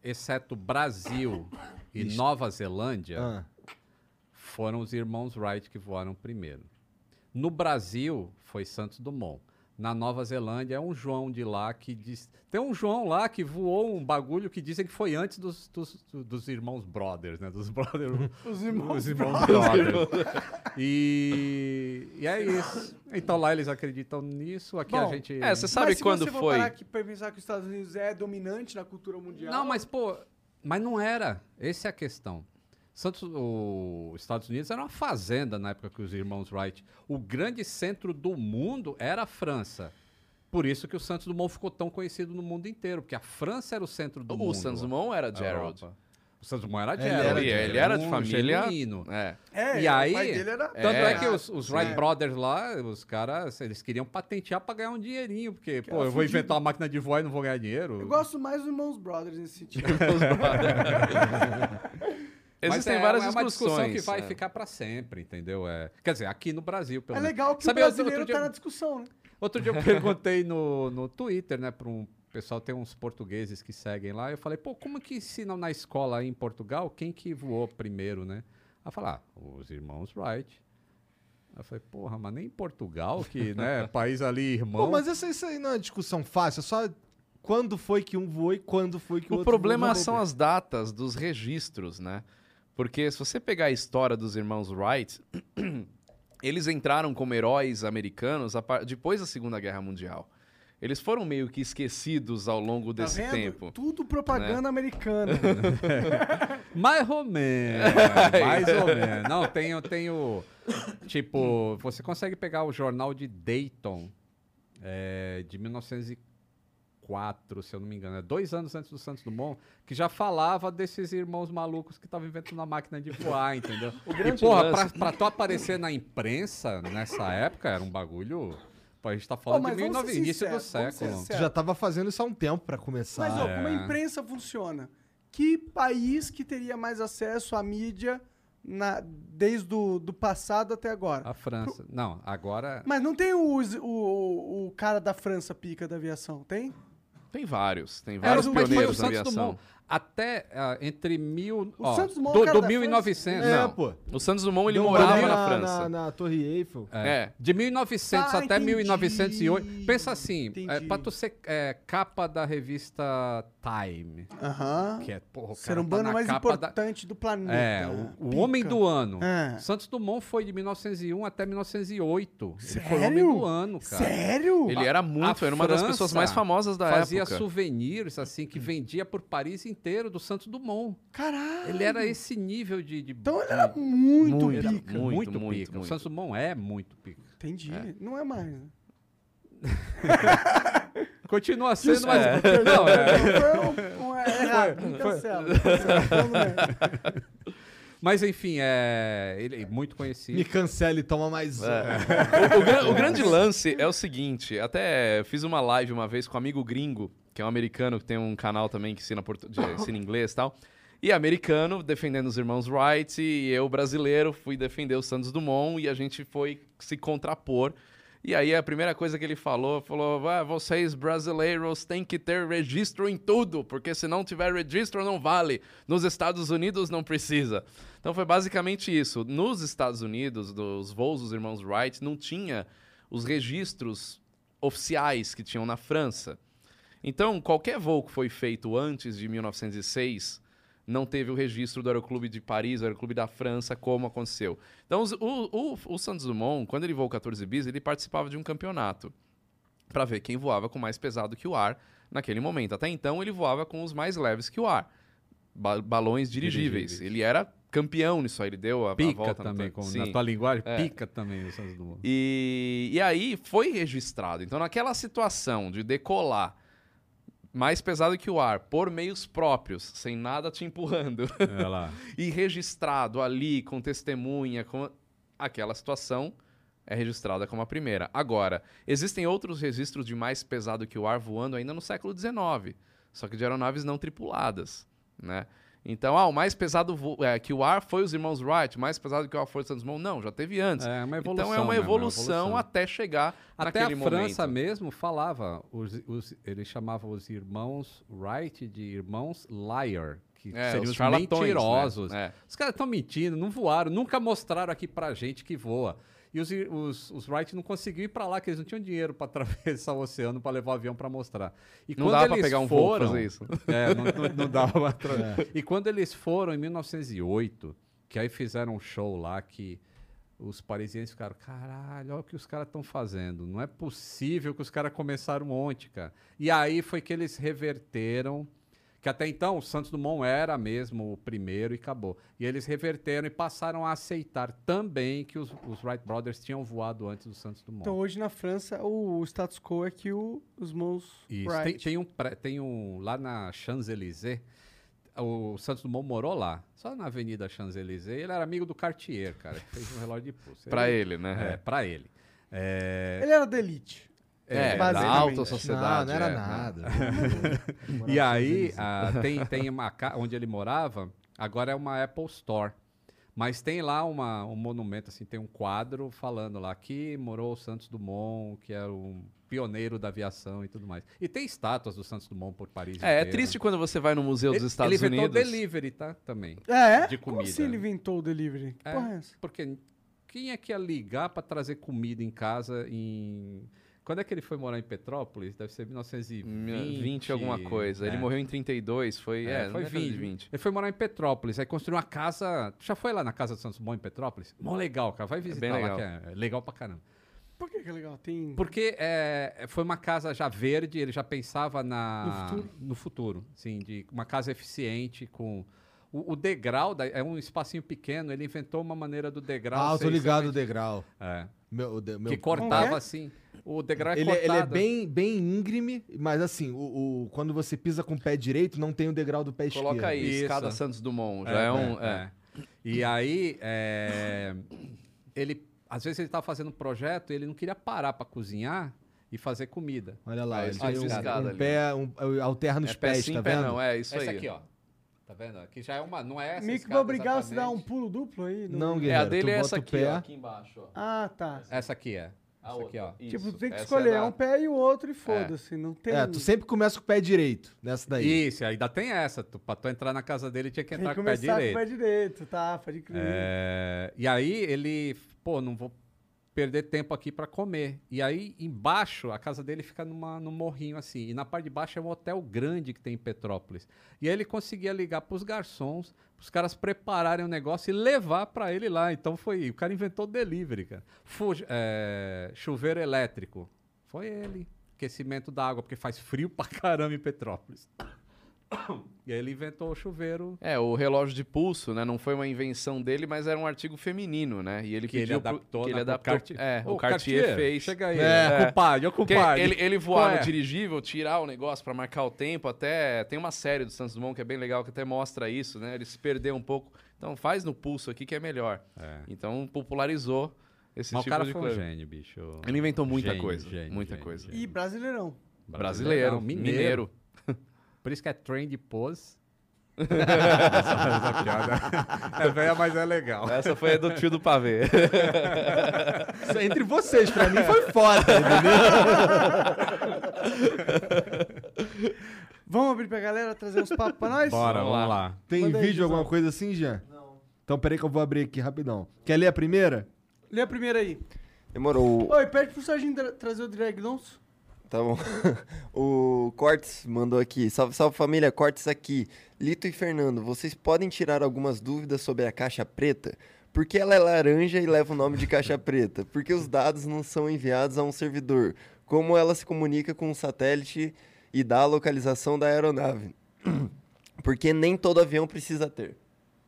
exceto Brasil e Nova Zelândia,
Ah,
foram os irmãos Wright que voaram primeiro. No Brasil, foi Santos Dumont. Na Nova Zelândia, é um João de lá que diz. Tem um João lá que voou um bagulho que dizem que foi antes dos, dos, dos irmãos Brothers, né? Dos Brothers. os irmãos, Brothers. e, e é isso. Então lá eles acreditam nisso, aqui a
Bom,
gente.
É, você sabe
mas se
quando
você for
foi?
parar aqui pra pensar que os Estados Unidos é dominante na cultura mundial...
Não, mas pô, mas não era. Essa é a questão. Santos, os Estados Unidos era uma fazenda na época que os irmãos Wright. O grande centro do mundo era a França. Por isso que o Santos Dumont ficou tão conhecido no mundo inteiro, porque a França era o centro do mundo.
O Santos Dumont era
a
Gerald.
Europa. O Santos Dumont era
Ele
Gerald.
era
Ele, ele era de
um
família.
genuíno.
É.
É,
E
o pai
aí,
dele era...
tanto é,
É.
que os, os Wright
Sim.
Brothers lá, os caras, eles queriam patentear pra ganhar um dinheirinho, porque, pô, eu vou
fudido.
inventar uma máquina de voar e não vou ganhar dinheiro.
Eu gosto mais dos irmãos Brothers nesse sentido.
Mas
Existem
é,
várias
é uma
discussões.
discussão que vai
é.
ficar pra sempre, entendeu? É, quer dizer, aqui no Brasil, pelo
É
menos.
legal que
Sabe,
o
outro-
brasileiro
outro dia-
tá na discussão, né?
Outro dia eu perguntei no, no Twitter, né, para um pessoal, tem uns portugueses que seguem lá, eu falei, pô, como que ensinam na escola aí em Portugal quem que voou primeiro, né? Aí falar, ah, os irmãos Wright. Aí eu falei, porra, mas nem em Portugal, que, né, país ali, irmão.
Pô, mas essa, isso aí não é discussão fácil, é só quando foi que um voou e quando foi que o,
O
outro
problema
voou.
são as datas dos registros, né? Porque se você pegar a história dos irmãos Wright, eles entraram como heróis americanos a par- depois da Segunda Guerra Mundial. Eles foram meio que esquecidos ao longo
Tá
desse
vendo?
tempo.
Tudo
né?
propaganda americana.
Mais ou menos. mais ou menos. Não, tem, eu tenho. Tipo, você consegue pegar o jornal de Dayton é, de 1904, se eu não me engano. É dois anos antes do Santos Dumont, que já falava desses irmãos malucos que estavam inventando a máquina de voar, entendeu? E,
grande
porra, pra,
lance-
pra tu aparecer na imprensa nessa época era um bagulho. Pô, a gente tá
Ô,
falando
mas
de
vamos ser
1900, início do
sinceros, vamos ser
século.
Tu já tava fazendo isso há um tempo pra começar.
Mas, ó,
É.
como a imprensa funciona? Que país que teria mais acesso à mídia na- desde o do passado até agora?
A França. Não, agora.
Mas não tem o, o, o cara da França pica da aviação, tem?
Tem vários, tem
Era
vários
o É, mas foi o
pioneiros na
Santos
aviação.
Dumont. Até ah, entre mil.
O
ó,
Santos Dumont,
do,
cara
do
da
1900.
É,
não.
pô.
O Santos Dumont ele
Deu um
morava
rolê
na França.
Na, na Torre Eiffel.
É.
De 1900
Ah,
até
entendi.
1908. Pensa assim, é,
Entendi.
pra tu ser é, capa da revista Time,
Aham.
que é, porra, o
Ser
cara tá
humano
na
mais
capa da-
importante do planeta.
É, o, o
Pica.
homem do ano.
É.
Santos Dumont foi de 1901 até 1908. Ele foi o
Sério?
homem do ano, cara.
Sério?
Ele era muito,
A
era uma das
França
pessoas mais famosas da
fazia
época.
souvenirs, assim, que vendia por Paris inteiro do Santos Dumont.
Caralho.
Ele era esse nível de. de
Então ele
de-
era muito,
Era
pica.
É. Muito,
Muito,
pica.
muito,
O
muito.
Santos Dumont é muito pica.
Entendi. Não é mais. né?
Continua sendo,
Desculpa,
mas.
perdão,
Não, é.
perdão, perdão, é errado, cancela, cancela, então não é.
Mas enfim, é. Ele é muito
Me
conhecido.
cancela e toma mais um.
O, o gran- o grande lance é o seguinte: até fiz uma live uma vez com um amigo gringo, que é um americano que tem um canal também que ensina, portu- de- ensina inglês e tal. E é americano defendendo os irmãos Wright, e eu brasileiro fui defender o Santos Dumont e a gente foi se contrapor. E aí a primeira coisa que ele falou, falou: "Ah, vocês brasileiros têm que ter registro em tudo, porque se não tiver registro não vale. Nos Estados Unidos não precisa. Então foi basicamente isso. Nos Estados Unidos, dos voos dos irmãos Wright, não tinha os registros oficiais que tinham na França. Então, qualquer voo que foi feito antes de 1906 não teve o registro do Aeroclube de Paris, do Aeroclube da França, como aconteceu. Então, os- o, o, o Santos Dumont, quando ele voou 14 bis, ele participava de um campeonato. para ver quem voava com mais pesado que o ar naquele momento. Até então, ele voava com os mais leves que o ar. Ba- balões dirigíveis.
Dirigíveis.
Ele era campeão nisso aí, ele deu a, a
Pica
volta
também,
no...
como
Sim.
na tua É. linguagem, pica também essas duas.
E, e aí foi registrado. Então, naquela situação de decolar mais pesado que o ar, por meios próprios, sem nada te empurrando,
Olha É, lá.
e registrado ali com testemunha, com aquela situação é registrada como a primeira. Agora, existem outros registros de mais pesado que o ar voando ainda no século XIX, só que de aeronaves não tripuladas, né? Então, ah, o mais pesado vo- é, que o ar foi os irmãos Wright, o mais pesado que o ar foi os Santos Dumont. Não, já teve antes.
É uma evolução.
Então é uma
né,
evolução até chegar
Até a
naquele
França
momento.
mesmo falava, os, os, ele chamava os irmãos Wright de irmãos liar, que
É,
seriam
os
os
charlatões,
mentirosos.
né?
Os caras estão mentindo, não voaram, nunca mostraram aqui pra gente que voa. E os, ir- os, os Wright não conseguiam ir pra lá, que eles não tinham dinheiro pra atravessar o oceano pra levar o avião pra mostrar. E
Não
quando
dava pra
eles
pegar um voo pra
foram,
fazer isso.
É, não, não- não dava pra
É.
atravessar. E quando eles foram em 1908, que aí fizeram um show lá que os parisienses ficaram, caralho, olha o que os caras estão fazendo. Não é possível que os caras começaram ontem, cara. E aí foi que eles reverteram, que até então o Santos Dumont era mesmo o primeiro e acabou. E eles reverteram e passaram a aceitar também que os, os Wright Brothers tinham voado antes do Santos Dumont.
Então hoje na França o status quo é que o- os mãos
Isso.
Wright-
Tem, tem um, pré- tem um. Lá na Champs-Élysées, o Santos Dumont morou lá, só na Avenida Champs-Élysées. Ele era amigo do Cartier, cara, que fez um relógio de pulso.
Pra ele, né?
É, pra ele. É,
Ele era da elite.
É, da
basicamente.
alta sociedade.
não, não era
é, né?
nada.
E aí, ah, tem, tem uma ca- onde ele morava, agora é uma Apple Store. Mas tem lá uma- um monumento, assim, tem um quadro falando lá que morou o Santos Dumont, que era um pioneiro da aviação e tudo mais. E tem estátuas do Santos Dumont por Paris. né?
É, é
inteiro.
triste quando você vai no Museu dos
Ele-
Estados
ele inventou o
Unidos.
delivery, tá? Também.
É?
De
Como
comida.
assim ele inventou o delivery? Que
É.
porra é essa?
Porque quem é que ia ligar pra trazer comida em casa em. Quando é que ele foi morar em Petrópolis? Deve ser 1920.
20, Hum, alguma coisa. Ele
É.
morreu em 32, foi,
É,
é,
foi 20.
20. 20.
Ele foi morar em Petrópolis, aí construiu uma casa. Tu já foi lá na casa do Santos Dumont em Petrópolis? Mó legal, cara. Vai visitar
bem
lá,
legal.
que é é legal pra caramba.
Por que que é legal? Tem...
Uhum.
Porque é, foi uma casa já verde, ele já pensava na,
No
no futuro, sim, de uma casa eficiente com o, o degrau da- é um espacinho pequeno. Ele inventou uma maneira do degrau.
Ah, eu
ser
tô ligado o degrau.
exatamente-
Meu, o de-
é,
meu-
que cortava
Como é?
assim. O degrau é
ele, é-
cortado.
ele é bem, bem íngreme, mas assim, o, o- quando você pisa com o pé direito, não tem o degrau do pé esquerdo.
Coloca aí,
Isso.
escada Santos Dumont. Já é, um. é.
é. E aí, é, ele às vezes ele estava fazendo um projeto, e ele não queria parar para cozinhar e fazer comida.
Olha lá,
Ah,
ele
isso
tem
é escada
um, um
ali.
pé, um, alterna
É
os
pé
pés,
sim,
tá
pé
vendo?
não. É isso
essa
aí.
aqui, ó. Tá vendo? Aqui já é uma, não é essa.
Meio que vai
escada
obrigar você a dar um
exatamente.
pulo duplo aí? no-
Não,
É,
guerreiro,
a dele
tu
é
bota
essa
o
aqui,
pé.
ó, aqui embaixo, ó.
Ah, tá.
Essa aqui é.
A
essa aqui, ó.
outra. Isso,
Tipo, tem que
essa
escolher,
da-
é um pé e o outro e foda-se. Não tem... um
É, tu sempre começa com o pé direito, nessa daí.
Isso, ainda tem essa. Tu, pra tu entrar na casa dele, tinha que
tem
entrar
que
com o pé
começar com o
direito.
pé direito, tá? Pode crer.
É, e aí ele, pô, não vou perder tempo aqui pra comer. E aí embaixo, a casa dele fica numa, num morrinho assim. E na parte de baixo é um hotel grande que tem em Petrópolis. E aí ele conseguia ligar pros garçons, os caras prepararem o negócio e levar pra ele lá. Então foi, o cara inventou delivery, cara. Fuj- é, chuveiro elétrico. Foi ele. Aquecimento da água, porque faz frio pra caramba em Petrópolis. E aí ele inventou o chuveiro
É, o relógio de pulso, né? Não foi uma invenção dele, mas era um artigo feminino, né? E ele
que ele
pediu pro-
adaptou
que ele
na- pro
adaptou.
Cartier.
É,
Ô,
o Cartier, fez.
Chega aí,
É.
é. compadre, ô
Porque
compadre.
ele, ele voar
Qual
no
é?
dirigível, tirar o negócio pra marcar o tempo, até tem uma série do Santos Dumont que é bem legal, que até mostra isso, né? Ele se perdeu um pouco. Então faz no pulso aqui que é melhor.
É.
Então popularizou esse
Mas o
tipo
cara
de
foi um
coisa.
gênio, bicho.
Ele inventou muita
Gênio,
coisa,
gênio,
muita
gênio,
coisa.
gênio.
E brasileirão.
Brasileiro,
mineiro.
mineiro.
Por isso que é trend pose. Essa piada. É velha, mas é legal.
Essa foi a do tio do pavê.
Isso é entre vocês, pra mim foi foda, entendeu?
Vamos abrir pra galera, trazer uns papos pra nós?
Bora,
Vamos
vamos
lá.
lá.
Tem
Manda aí,
vídeo,
Josão.
alguma coisa assim, Jean? Não. Então peraí que eu vou abrir aqui rapidão. Quer ler a primeira?
Lê a primeira aí.
Demorou.
Oi, pede pro Serginho tra- trazer o Dragnons.
Tá bom. o Cortes mandou aqui. Salve, salve família, Cortes aqui. Lito e Fernando, vocês podem tirar algumas dúvidas sobre a caixa preta? Por que ela é laranja e leva o nome de caixa preta? Por que os dados não são enviados a um servidor? como ela se comunica com o satélite e dá a localização da aeronave. Porque nem todo avião precisa ter.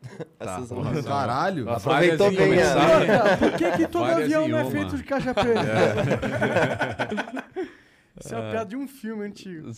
Tá,
Essas
porra,
notícias.
só-
Caralho.
Várias
Aproveitou
e
bem a-
E
começaram.
outra, tá, por que, que todo
Várias
avião
e
não é
uma.
feito de caixa preta? Isso é uma piada de um filme antigo.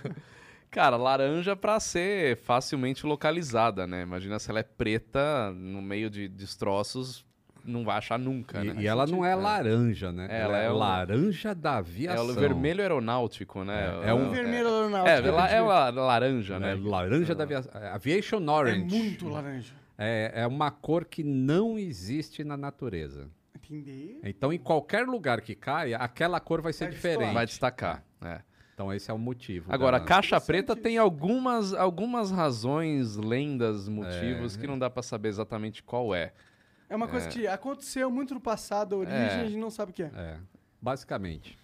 Cara, laranja pra ser facilmente localizada, né? Imagina se ela é preta no meio de destroços, não vai achar nunca, né?
E, e ela não é laranja, né?
É, ela é um-
laranja da
É
aviação.
o vermelho aeronáutico, né?
É, é um-
Vermelho aeronáutico.
É, ela é la- laranja,
É,
né?
laranja da aviação. é, Aviation
É
Orange.
muito laranja.
É, é uma cor que não existe na natureza.
Entendeu?
Então, em qualquer lugar que caia, aquela cor vai ser
Vai
diferente.
Vai destacar. é.
Então, esse é o motivo.
Agora,
dela.
caixa preta tem algumas, algumas razões, lendas, motivos
É.
que não dá pra saber exatamente qual é.
É uma coisa que aconteceu muito no passado, a origem,
É.
a gente não sabe o que é.
É, basicamente.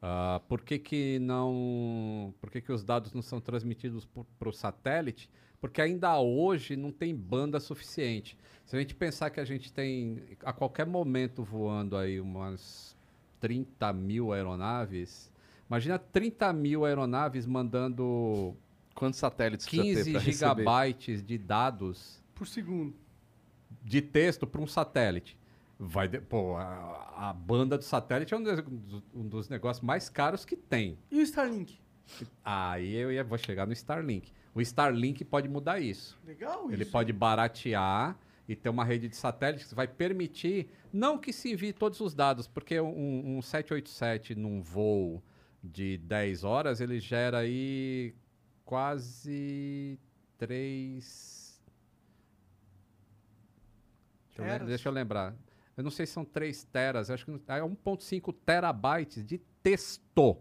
Ah, por que, que não. Por que, que os dados não são transmitidos para o satélite? Porque ainda hoje não tem banda suficiente. Se a gente pensar que a gente tem a qualquer momento voando aí umas 30 mil aeronaves, imagina 30 mil aeronaves mandando
Quantos satélites precisa ter
15
pra receber?
gigabytes de dados
Por segundo.
de texto para um satélite. Vai de- Pô, a, a banda do satélite é um, dos- um dos negócios mais caros que tem.
E o Starlink?
Aí eu ia, vou chegar no Starlink. O Starlink pode mudar isso.
Legal isso.
Ele pode baratear e ter uma rede de satélites que vai permitir, não que se envie todos os dados, porque um, um 787 num voo de 10 horas, ele gera aí quase 3... Deixa eu, lem-
Teras?
deixa eu lembrar. Eu não sei se são 3 teras, acho que não- é 1.5 terabytes de texto.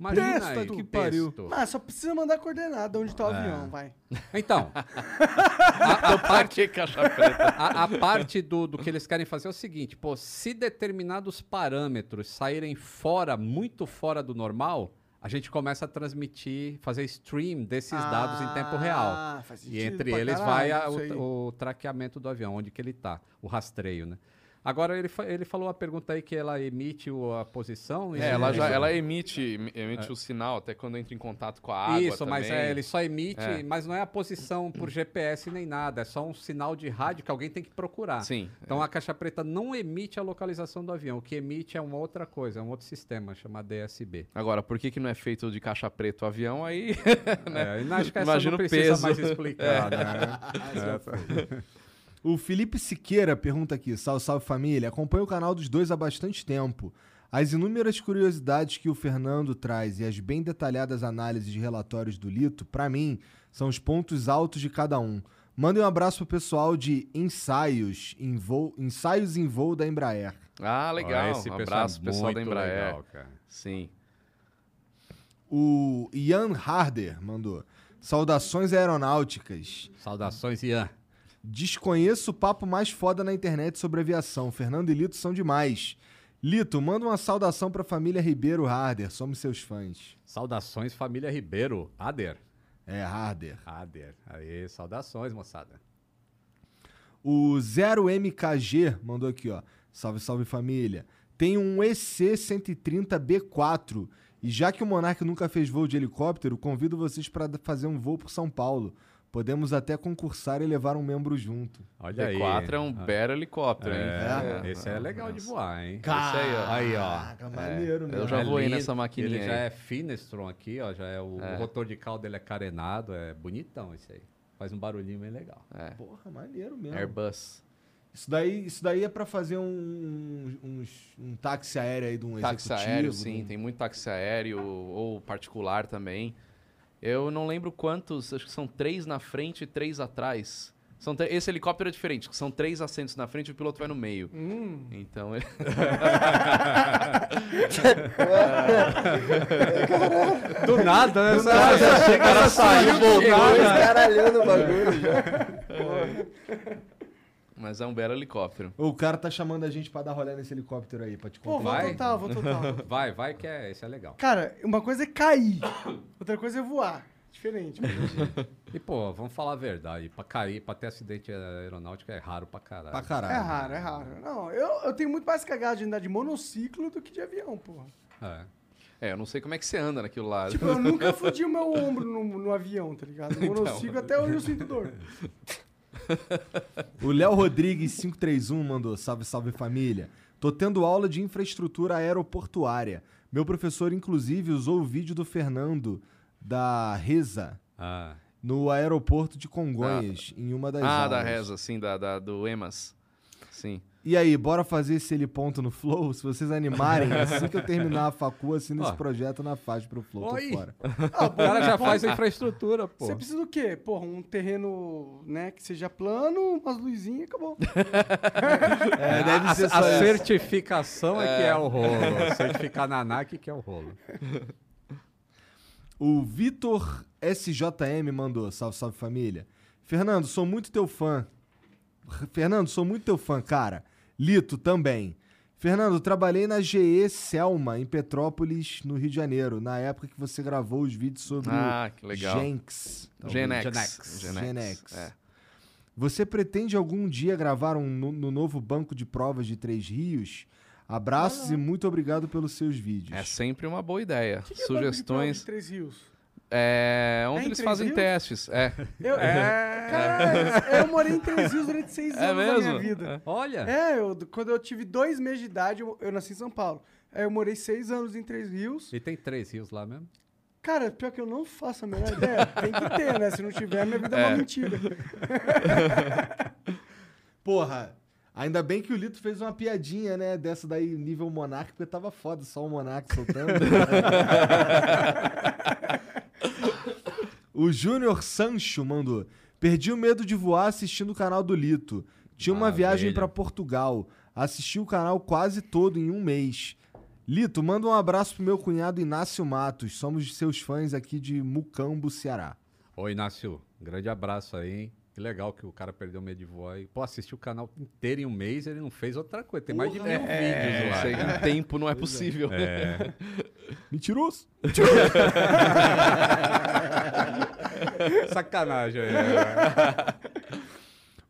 Imagina
Texto,
aí,
que
que
pariu.
texto. É.
Ah, só precisa mandar coordenada onde tá o avião, vai.
Então,
Então, pra que caixa preta?
A, a parte do, do que eles querem fazer é o seguinte, pô, se determinados parâmetros saírem fora, muito fora do normal, a gente começa a transmitir, fazer stream desses dados em tempo real.
Ah, faz
E
sentido
entre
pra
eles
caralho
vai a-
isso aí.
o, o traqueamento do avião, onde que ele tá, o rastreio, né? Agora, ele, fa- ele falou a pergunta aí que ela emite o- a posição.
É, ela, já,
Isso-
ela emite, emite o sinal até quando entra em contato com a água
É. Isso, mas
também.
é, ele só emite,
É. Hum.
mas não é a posição por GPS nem nada, é só um sinal de rádio que alguém tem que procurar.
Sim.
Então a caixa preta não emite a localização do avião. O que emite é uma outra coisa, é um outro sistema, chama DSB.
Agora, por que, que não é feito de caixa preta o avião? Aí
É, e na- acho que essa
Imagina
não
o
precisa
peso. É.
mais explicar, né?
O Felipe Siqueira pergunta aqui: salve, salve família. Acompanho o canal dos dois há bastante tempo. As inúmeras curiosidades que o Fernando traz e as bem detalhadas análises de relatórios do Lito, pra mim, são os pontos altos de cada um. Mandem um abraço pro pessoal de Ensaios em Voo, Ensaios em Voo da Embraer.
Ah, legal.
Ó, esse é
um abraço, pessoal da
muito
Embraer.
legal, cara.
Sim.
O Ian Harder mandou: Saudações aeronáuticas.
Saudações, Ian.
Desconheço o papo mais foda na internet sobre aviação. Fernando e Lito são demais. Lito, manda uma saudação pra família Ribeiro Harder. Somos seus fãs.
Saudações, família Ribeiro. Ader.
É, Harder.
Ader. Aê, saudações, moçada.
O 0MKG mandou aqui, ó. Salve, salve família. Tem um EC-130B4. E já que o Monark nunca fez voo de helicóptero, convido vocês pra fazer um voo por São Paulo. Podemos até concursar e levar um membro junto.
Olha aí. Ah,
D4 é um belo helicóptero, hein?
É, Esse é legal de voar, hein?
Esse aí, ó.
Aí, ó.
Caraca, maneiro, né?
Eu já
É
voei
lindo.
nessa maquininha
Ele já
aí.
é Finestron aqui, ó. Já é o, o rotor de caldo ele é carenado, é bonitão esse aí. Faz um barulhinho bem legal.
Porra, maneiro
é um
mesmo.
Airbus.
Isso daí, isso daí é pra fazer um, um, uns- um táxi aéreo aí de um
Táxi
executivo.
aéreo,
de um-
sim. Tem muito táxi aéreo ou particular também. Eu não lembro quantos, acho que são três na frente e três atrás. São tre- Esse helicóptero é diferente, que são três assentos na frente e o piloto vai no meio.
Hum.
Então, ele-
Do nada, né?
O cara saiu, voltou, escaralhando o bagulho já.
mas é um belo helicóptero.
O cara tá chamando a gente pra dar rolê nesse helicóptero aí, pra te
Pô,
contar.
vou
Vai.
total, vou total.
Vai, vai que é, esse é legal.
Cara, uma coisa é cair, outra coisa é voar. Diferente.
E, pô, vamos falar a verdade. Pra cair, pra ter acidente aeronáutico é raro pra caralho.
pra
É
caralho.
raro, é raro. Não, eu, eu tenho muito mais cagada de andar de monociclo do que de avião, porra.
É.
É, eu não sei como é que você anda naquilo lá.
Tipo, eu nunca fudi o meu ombro no, no avião, tá ligado?
Então.
No monocigo até hoje eu sinto dor.
O Léo Rodrigues 531 mandou: Salve, salve família. Tô tendo aula de infraestrutura aeroportuária. Meu professor, inclusive, usou o vídeo do Fernando da Reza
Ah,
no aeroporto de Congonhas, em uma das
ah,
aulas.
da Reza, sim, da, da- do Emas. Sim.
E aí, bora fazer esse ele ponto no Flow? Se vocês animarem, assim que eu terminar a facu, assina esse
Ó.
projeto na faixa pro Flow. Tô
Oi.
fora.
Ah,
É. o cara já faz a infraestrutura, pô.
Você precisa do quê? Porra, um terreno, né, que seja plano, umas luzinhas, acabou.
É, deve
a,
ser
a
só isso.
certificação é. que é o rolo. Certificar na ANAC que é o rolo.
O Vitor SJM mandou, salve, salve família. Fernando, sou muito teu fã. Fernando, sou muito teu fã, cara. Lito também. Fernando, trabalhei na GE Selma, em Petrópolis, no Rio de Janeiro, na época que você gravou os vídeos sobre
Ah, que
o
legal.
Jenks.
Genex.
Genex.
Genex.
Genex.
É.
Você pretende algum dia gravar um no, no novo banco de provas de Três Rios? Abraços e muito obrigado pelos seus vídeos.
É sempre uma boa ideia.
Que que é banco de prova de
Sugestões.
Três rios.
É, onde
em
eles
Três
fazem
Rios?
testes. É,
Eu, é. Cara, eu morei em Três Rios durante seis
é
anos da minha
mesmo?
vida.
É.
Olha,
É, eu, quando eu tive dois meses de idade, eu, eu nasci em São Paulo. Aí eu morei seis anos em Três Rios.
e tem três rios lá mesmo.
Cara, pior que eu não faço a menor ideia. Tem que ter, né? Se não tiver, minha vida é, uma mentira.
Porra, ainda bem que o Lito fez uma piadinha, né? Dessa daí, nível monarca, porque tava foda só o monarca soltando. o Júnior Sancho mandou. Perdi o medo de voar assistindo o canal do Lito. Tinha uma
Maravilha.
viagem pra Portugal. Assisti o canal quase todo em um mês. Lito, manda um abraço pro meu cunhado Inácio Matos. Somos seus fãs aqui de Mucambo, Ceará.
Ô, Inácio, grande abraço aí, hein? Que legal que o cara perdeu o medo de voar. E, pô, assistiu o canal inteiro em um mês ele não fez outra coisa. Tem mais de mil
É,
vídeos lá.
isso aí, em tempo não é possível.
Mentiroso!
Sacanagem. É.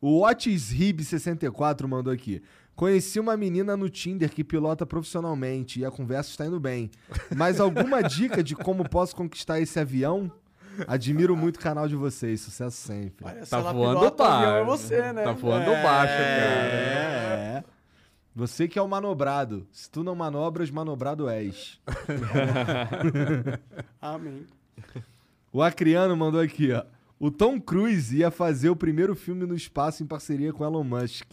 O Otis Rib64 mandou aqui. Conheci uma menina no Tinder que pilota profissionalmente e a conversa está indo bem. Mas alguma dica de como posso conquistar esse avião? Admiro muito o canal de vocês, sucesso sempre.
Olha, se
Tá
ela
voando
pilota o avião, É
baixo.
você, né?
Tá voando baixo, cara.
É. Você que é o manobrado. Se tu não manobras, manobrado és.
Amém.
O Acriano mandou aqui, ó. O Tom Cruise ia fazer o primeiro filme no espaço em parceria com Elon Musk,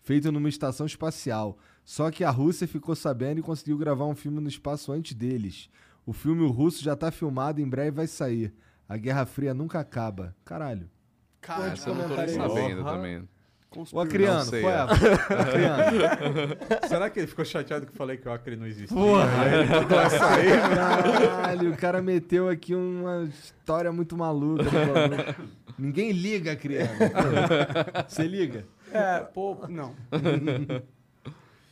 feito numa estação espacial. Só que a Rússia ficou sabendo e conseguiu gravar um filme no espaço antes deles. O filme o russo já tá filmado, em breve vai sair. A Guerra Fria nunca acaba. Caralho.
Cara,
Essa eu não tô nem
comentarei.
sabendo
Porra.
também.
O Acriano,
Não sei,
qual é?
é.
O Acriano.
Será que ele ficou chateado que eu falei que o Acre não existia?
Caralho, o cara meteu aqui uma história muito maluca. no bagulho. Ninguém liga, Acriano. Você liga?
É, pô, não.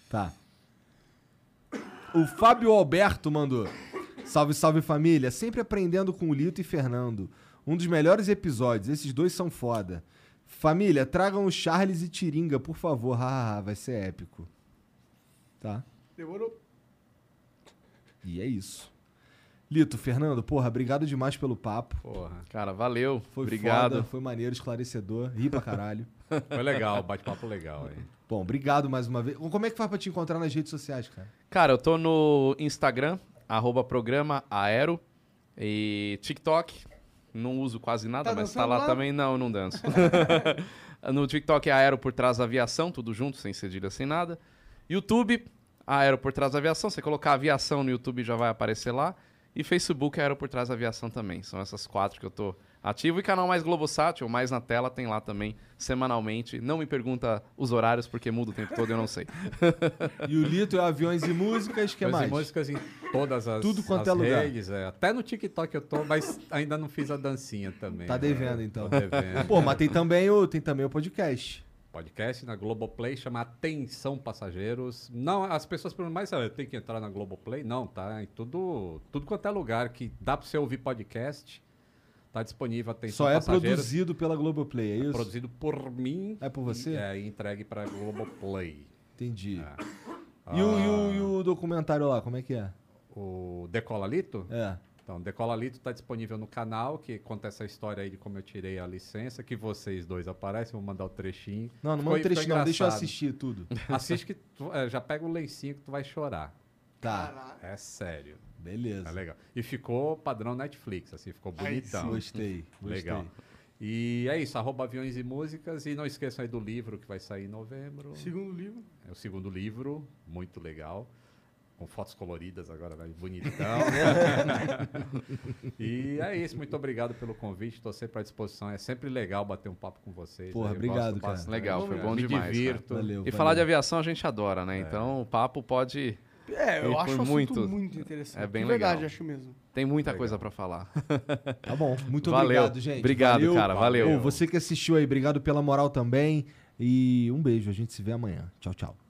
Tá. O Fábio Alberto mandou. Salve, salve família. Sempre aprendendo com o Lito e Fernando. Um dos melhores episódios. Esses dois são foda. Família, tragam o Charles e Tiringa, por favor. Hahaha, vai ser épico. Tá?
Demorou.
E é isso. Lito, Fernando, porra, obrigado demais pelo papo.
Porra.
Cara, valeu.
Foi
Obrigado.
foda, foi maneiro, esclarecedor. Ri pra caralho.
É, Foi legal, bate-papo legal aí.
Bom, obrigado mais uma vez. Como é que faz pra te encontrar nas redes sociais, cara?
Cara, eu tô no Instagram, arroba programa aero e TikTok. Não uso quase nada,
Tá
mas tá
dançando
lá,
lá?
também. Não, eu não danço. no TikTok é aero por trás da aviação, tudo junto, sem cedilha, sem nada. YouTube, aero por trás da aviação. Você colocar aviação no YouTube já vai aparecer lá. E Facebook, aero por trás da aviação também. São essas quatro que eu tô ativo. E canal mais Globosat, ou mais na tela, tem lá também, semanalmente. Não me pergunta os horários, porque muda o tempo todo, eu não sei.
E o Lito é Aviões e Músicas, que
Meus
mais?
músicas em todas as,
Tudo quanto
as
é lugar.
redes, é. Até no TikTok eu tô, mas ainda não fiz a dancinha também.
Tá
né?
devendo, então.
Tô devendo.
Pô, mas tem também o, tem também o podcast.
podcast na Globoplay, chama Atenção Passageiros. Não, as pessoas perguntam, mas ah, tem que entrar na Globoplay? Não, tá em tudo, tudo quanto é lugar que dá pra você ouvir podcast, tá disponível Atenção
Só é
Passageiros.
produzido pela Globoplay, é isso?
produzido por mim.
É por você?
E, é, e entregue pra Globoplay.
Entendi.
Ah.
Ah. E, o, e, o, e o documentário lá, como é que é?
o Decola Lito.
É.
Então, Decola Lito está disponível no canal, que conta essa história aí de como eu tirei a licença, que vocês dois aparecem, vou mandar o trechinho.
Não, não
Ficou-
manda um
ficou
trecho não, deixa eu
engraçado.
assistir tudo.
Assiste que tu- é, já pega o lencinho que tu vai chorar.
Tá,
É sério.
beleza.
É legal. E ficou padrão Netflix, assim, ficou
Então,
bonitão.
Gostei, gostei.
Legal. E é isso, arroba aviões e músicas. E não esqueçam aí do livro que vai sair em novembro.
Segundo livro.
É o segundo livro, muito legal. Com fotos coloridas agora, vai bonitão. e é isso, muito obrigado pelo convite, estou sempre à disposição. É sempre legal bater um papo com vocês.
Porra,
né? Eu gosto
obrigado, cara.
bastante. É,
Legal, foi bom
Me
demais, cara.
divirto.
Valeu,
E
valeu.
falar de aviação a gente adora, né? Então o papo pode.
É, eu acho
E por
o assunto
muito-
muito, interessante.
é bem
de verdade,
legal.
acho mesmo.
Tem muita coisa pra falar.
Tá bom, muito
Valeu.
obrigado, gente.
Obrigado, cara, valeu.
Ô, Você que assistiu aí, obrigado pela moral também. E um beijo, a gente se vê amanhã. Tchau, tchau.